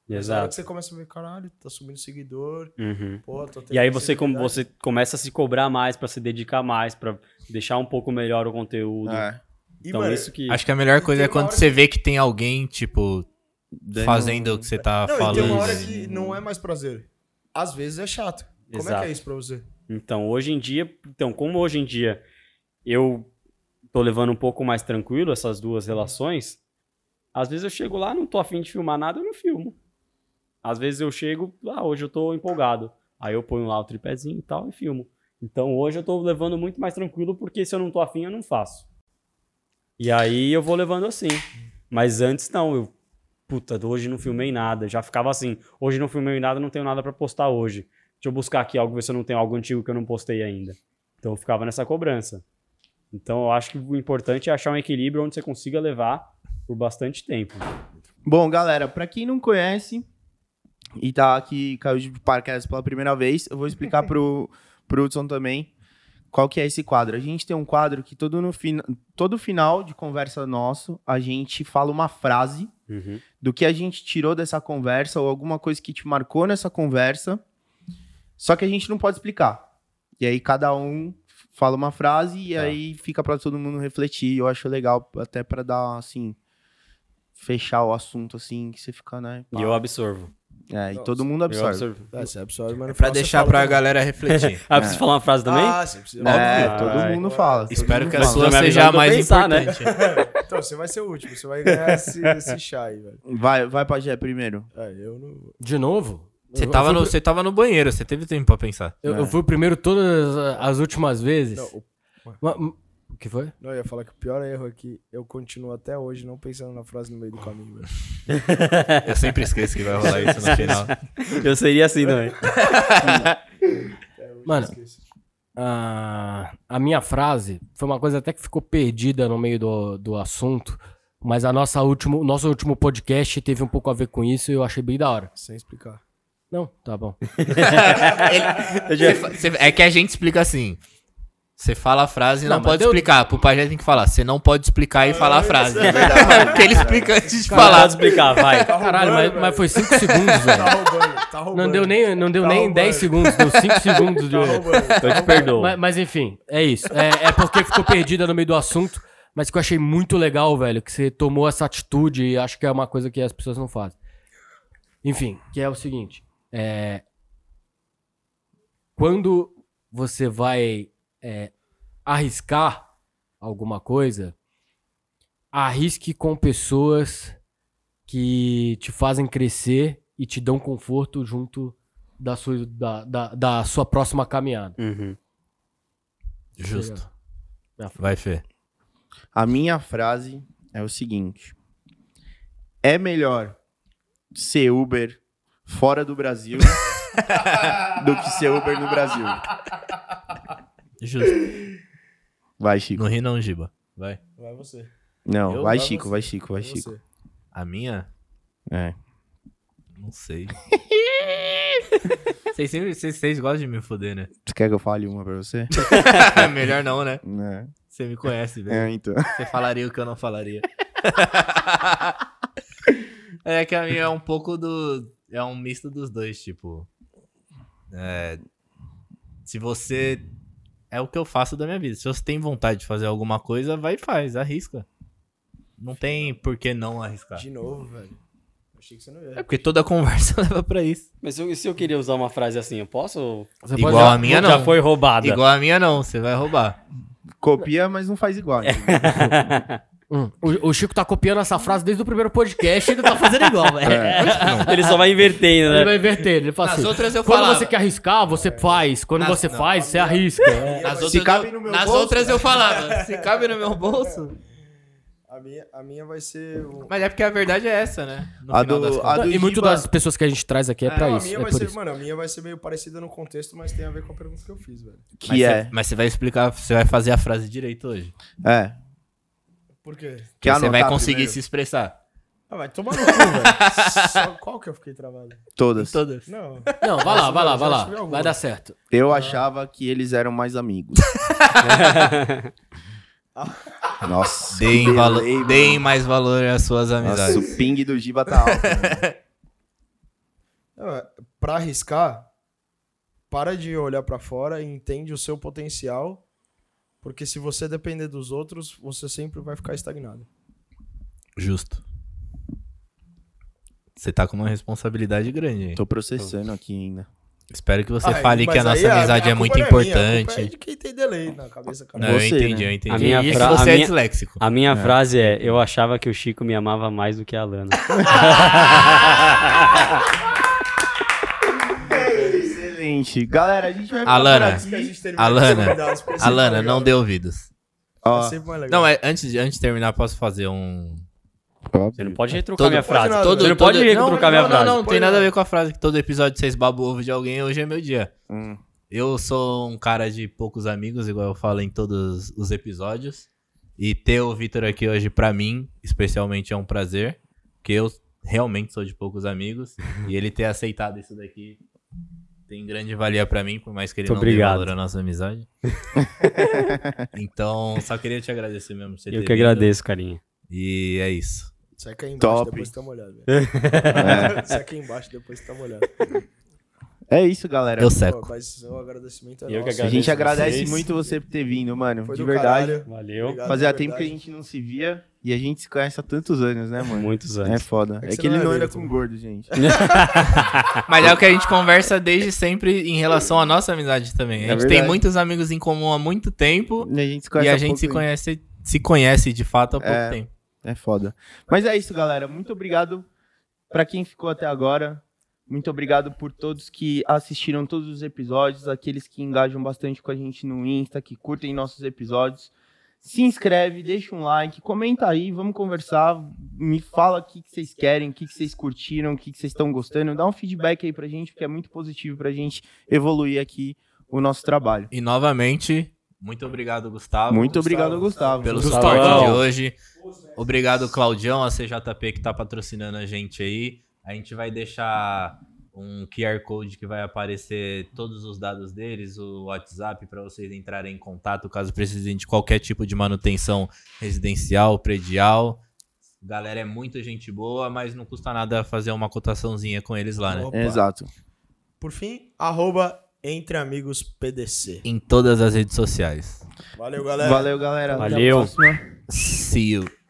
S4: Mas na hora que
S5: exato.
S4: você começa a ver, caralho, tá subindo seguidor,
S5: Uhum.
S4: porra, tô tendo
S5: E aí você, como,
S4: visibilidade.
S5: você começa a se cobrar mais, pra se dedicar mais, pra deixar um pouco melhor o conteúdo.
S2: É.
S4: E,
S5: Então,
S4: mano,
S5: isso que.
S6: Acho que a melhor
S4: E
S6: coisa
S4: tem
S6: é
S4: uma
S6: quando
S4: hora
S6: você vê que tem alguém, tipo,
S2: Dando-
S6: fazendo o que você tá
S4: Não, e
S6: falando.
S4: tem uma hora que não é mais prazer. Às vezes é chato. Como é
S5: Exato.
S4: que é isso pra você?
S5: Então, hoje em dia, então, como hoje em dia eu tô levando um pouco mais tranquilo essas duas relações, às vezes eu chego lá, não tô afim de filmar nada, eu não filmo. Às vezes eu chego, ah, hoje eu tô empolgado. Aí eu ponho lá o tripézinho e tal e filmo. Então hoje eu tô levando muito mais tranquilo, porque se eu não tô afim, eu não faço. E aí eu vou levando assim. Mas antes não, eu. Puta, hoje não filmei nada. Já ficava assim, hoje não filmei nada, não tenho nada pra postar hoje. Deixa eu buscar aqui algo, ver se eu não tenho algo antigo que eu não postei ainda. Então eu ficava nessa cobrança. Então eu acho que o importante é achar um equilíbrio onde você consiga levar por bastante tempo.
S2: Bom, galera, pra quem não conhece e tá aqui, caiu de paraquedas pela primeira vez, eu vou explicar pro, pro Hudson também qual que é esse quadro. A gente tem um quadro que todo, no fina, todo final de conversa nosso, a gente fala uma frase
S5: Uhum.
S2: do que a gente tirou dessa conversa ou alguma coisa que te marcou nessa conversa, só que a gente não pode explicar. E aí cada um fala uma frase e
S5: Tá.
S2: aí fica pra todo mundo refletir. Eu acho legal até pra dar assim fechar o assunto assim que você fica, né? pá.
S5: E eu absorvo.
S2: É, e
S4: Nossa,
S2: todo mundo
S5: Eu
S2: absorve.
S5: absorvo.
S4: É, você absorve, mas
S6: É pra
S4: não fala, você
S6: deixar
S4: fala
S6: pra
S4: também.
S6: galera refletir.
S5: Ah, eu preciso falar uma frase também?
S4: Ah, você precisa.
S2: É,
S5: Óbvio.
S2: todo
S5: Ai.
S2: mundo fala.
S6: Espero
S2: todo
S6: que a
S2: mundo
S6: sua
S3: é
S5: Tá me
S6: seja a
S5: avisando pra
S6: mais
S5: pensar, né?
S6: importante.
S4: Então, você vai ser o último, você vai ganhar esse, esse chá aí, velho.
S2: fala. Vai, vai pra Gé primeiro.
S4: É, eu não.
S1: De novo?
S6: Você
S1: Eu-
S6: tava,
S1: eu
S6: no, É.
S1: fui,
S6: você tava no banheiro, você teve tempo pra pensar.
S1: eu, eu fui o primeiro todas as últimas vezes.
S4: não o-
S1: Ma- m- O que foi?
S4: Não, eu ia falar que o pior erro é que eu continuo até hoje não pensando na frase no meio do caminho, velho.
S3: Eu sempre esqueço que vai rolar isso no final.
S5: Eu seria assim também.
S1: Mano, a, Ah, a minha frase foi uma coisa até que ficou perdida no meio do, do assunto, mas a nossa último, o nosso último podcast teve um pouco a ver com isso e eu achei bem da hora.
S4: Sem explicar.
S1: Não, tá bom.
S3: Cê fa- cê- é que a gente explica assim. Você fala a frase e não,
S1: Não, mas
S3: pode
S1: deu-
S3: explicar. Pro pajé tem que falar. Você não pode explicar
S4: Ah,
S3: e
S4: é
S3: falar a frase.
S2: verdade.
S3: Porque ele explica antes de
S5: Falar,
S3: falar.
S5: explicar, vai. então
S4: Tá
S1: Caralho,
S4: roubando,
S1: mas,
S4: velho.
S1: mas foi 5 segundos,
S4: Tá
S1: velho.
S4: roubando, tá roubando.
S1: Não deu nem, não deu
S4: Tá
S1: nem
S4: roubando.
S1: 10 segundos, deu 5 segundos de.
S4: Tá roubando.
S5: Eu te perdoo.
S1: Mas, mas enfim, é isso. É, é porque ficou perdida no meio do assunto, mas que eu achei muito legal, velho, que você tomou essa atitude e acho que é uma coisa que as pessoas não fazem. Enfim, que é o seguinte: é, quando você vai é, arriscar alguma coisa, arrisque com pessoas que te fazem crescer e te dão conforto junto da sua, da- da- da sua próxima caminhada.
S5: Uhum.
S3: Justo.
S1: Minha frase.
S3: Vai, Fê.
S2: A minha frase é o seguinte: é melhor ser Uber fora do Brasil do que ser Uber no Brasil.
S3: Justo.
S2: Vai, Chico.
S3: No Rio não, Giba. Vai.
S4: Vai você.
S2: Não,
S3: Eu?
S2: vai,
S4: Vai
S2: Chico,
S4: você.
S2: vai, Chico,
S1: é
S2: vai,
S4: Vai
S2: Chico.
S4: você.
S3: A minha?
S2: É.
S3: Não sei. Vocês sempre- vocês- vocês gostam de me foder, né?
S2: Você quer que eu fale uma pra você?
S3: Melhor não, né?
S2: É.
S3: Você me conhece, velho.
S2: É, então.
S3: Você falaria o que eu não falaria. é que a minha é um pouco do. É um misto dos dois, tipo. é, se você. É o que eu faço da minha vida. Se você tem vontade de fazer alguma coisa, vai e faz, arrisca. Não tem por que não
S1: Tá.
S3: arriscar.
S4: De novo, velho. Achei que você não ia.
S3: É porque toda conversa leva pra isso.
S5: Mas se eu, se eu queria usar uma frase assim, eu posso?
S1: Você
S3: Igual
S1: pode-
S3: a minha,
S5: Já
S3: não.
S5: foi roubada.
S3: Igual a minha, não. Você vai roubar.
S2: Copia, mas não faz igual. entendeu?
S1: Hum, o, o Chico tá copiando essa frase desde o primeiro podcast e ele tá fazendo igual, velho.
S2: É.
S5: Ele só vai invertendo,
S1: Ele
S5: né?
S1: vai inverter, ele fala
S3: Nas
S1: assim,
S3: outras eu
S1: Quando
S3: falava.
S1: você quer arriscar, você faz. Quando
S3: Nas-
S1: você
S3: não,
S1: faz, você arrisca. É.
S3: Nas,
S2: Se
S3: outras,
S2: cabe
S3: eu,
S2: no meu
S3: nas
S2: bolso,
S3: outras eu falava. Se cabe no meu bolso.
S4: A minha, a minha vai ser. um o-
S3: Mas é porque a verdade é essa, né? No
S2: A
S3: final
S2: do-
S3: das
S2: a do
S1: E muito
S2: Giba-
S1: das pessoas que a gente traz aqui é pra
S4: Não, a
S1: isso.
S4: minha
S1: É
S4: vai
S1: por
S4: ser,
S1: isso.
S4: mano, a minha vai ser meio parecida no contexto, mas tem a ver com a pergunta que eu fiz, velho.
S3: Mas
S2: Que
S3: cê-
S2: é.
S3: mas você vai explicar, você vai fazer a frase direito hoje.
S2: É.
S4: Por quê?
S2: Quer
S3: você vai
S2: anotar
S3: conseguir
S2: primeiro?
S3: se expressar.
S4: Ah, vai tomar no cu, velho. Só- Qual que eu fiquei travado?
S2: Todas.
S3: Todas.
S4: Não.
S1: Não, vai lá,
S4: Nossa,
S1: vai lá,
S4: mano,
S1: vai
S4: já
S1: lá.
S4: tive alguma.
S1: Vai dar certo.
S2: Eu achava que eles eram mais amigos. Nossa.
S3: Deem,
S2: que
S3: valo-
S2: delay, mano.
S3: deem mais valor às suas
S2: Nossa,
S3: amizades.
S2: o ping do Giba tá alto. né?
S4: Não, é, Pra arriscar, para de olhar pra fora e entende o seu potencial. Porque se você depender dos outros, você sempre vai ficar estagnado.
S3: Justo. Você tá com uma responsabilidade grande. hein?
S2: Tô processando aqui ainda.
S3: Espero que você
S4: Ah,
S3: fale que
S4: mas
S3: a nossa
S4: aí
S3: amizade
S4: a
S3: é muito
S4: culpa não minha, a culpa
S3: importante.
S4: é de quem tem delay na cabeça, cara.
S3: Não, eu
S2: Você,
S3: entendi,
S2: né?
S3: eu entendi.
S5: A minha
S3: E que
S5: fra-
S3: você
S5: a
S3: é
S5: minha-
S3: disléxico.
S5: A minha frase é: Eu achava que o Chico me amava mais do que a Lana.
S2: Excelente. Galera, a gente vai
S3: Alana,
S2: parar
S4: Que a
S2: aqui.
S4: gente termina com
S3: Alana,
S4: convidados, porque sempre
S3: Alana,
S4: é
S3: não
S4: legal.
S3: dê ouvidos.
S2: Ó,
S4: É sempre mais legal.
S3: Não, é, antes, de, antes de terminar, posso fazer um.
S5: Você não
S2: óbvio.
S5: pode retrucar
S3: Todo-
S5: minha
S4: pode
S5: frase.
S4: nada,
S5: Todo- Você
S4: velho.
S5: não pode
S3: não,
S5: retrucar minha
S3: não,
S5: frase. é.
S3: Não, não, não tem
S4: Pode
S3: nada a
S4: não.
S3: ver com a frase que todo episódio vocês babam o ovo de alguém, hoje é meu dia.
S2: Hum.
S3: Eu sou um cara de poucos amigos, igual eu falo em todos os episódios. E ter o Vitor aqui hoje, pra mim, especialmente é um prazer. Porque eu realmente sou de poucos amigos. e ele ter aceitado isso daqui tem grande valia pra mim, por mais que ele
S5: Muito
S3: não dê
S5: obrigado.
S3: valor à nossa amizade. então, só queria te agradecer mesmo por você ter
S5: Eu que
S3: vindo.
S5: agradeço, carinha.
S3: E é isso.
S4: Seca aí embaixo,
S2: Top.
S4: depois tá molhado.
S3: É.
S4: velho. Seca aí embaixo, depois tá molhado.
S2: É isso, galera.
S3: Eu
S4: Pô,
S3: seco.
S4: mas o agradecimento é
S5: Eu que
S4: nosso.
S2: a gente
S5: agradeço
S2: agradece
S5: vocês.
S2: muito você por ter vindo, mano.
S4: Foi
S2: de
S4: do
S2: verdade.
S4: caralho.
S5: Valeu.
S4: Obrigado,
S2: Fazia
S4: de
S2: tempo que a
S4: verdade.
S2: gente não se via e a gente se conhece há tantos anos, né, mano?
S5: Muitos
S2: É
S5: anos.
S2: foda.
S4: É
S2: É
S4: que
S2: que,
S4: você
S2: ele
S4: não é
S2: não anda
S4: gordo,
S2: com
S4: né?
S2: gordo, gente.
S3: Mas é o que a gente conversa desde sempre em relação à nossa amizade também.
S2: É
S3: A gente tem
S2: verdade.
S3: muitos amigos em comum há muito tempo
S2: E a gente se
S3: e
S2: conhece
S3: a
S2: há
S3: gente se
S2: pouco, hein?
S3: conhece, se conhece de fato há pouco
S2: É.
S3: tempo.
S2: É foda. Mas é isso, galera. Muito obrigado pra quem ficou até agora. Muito obrigado por todos que assistiram todos os episódios, aqueles que engajam bastante com a gente no Insta, que curtem nossos episódios. Se inscreve, deixa um like, comenta aí, vamos conversar. Me fala o que, que vocês querem, o que, que vocês curtiram, o que, que vocês estão gostando. Dá um feedback aí pra gente, porque é muito positivo pra gente evoluir aqui o nosso trabalho.
S3: E novamente, muito obrigado, Gustavo.
S2: Muito obrigado, Gustavo.
S3: pelo
S1: Gustavo.
S3: suporte de hoje. Obrigado, Claudião, a CJP que tá patrocinando a gente aí. A gente vai deixar um QR Code que vai aparecer todos os dados deles, o WhatsApp, para vocês entrarem em contato caso precisem de qualquer tipo de manutenção residencial, predial. Galera, é muita gente boa, mas não custa nada fazer uma cotaçãozinha com eles lá, né?
S4: Opa.
S2: Exato.
S4: Por fim, arroba Entre Amigos PDC.
S3: Em todas as redes sociais.
S4: Valeu, galera.
S2: Valeu, galera. Até a
S7: Valeu.
S2: próxima.
S3: See you.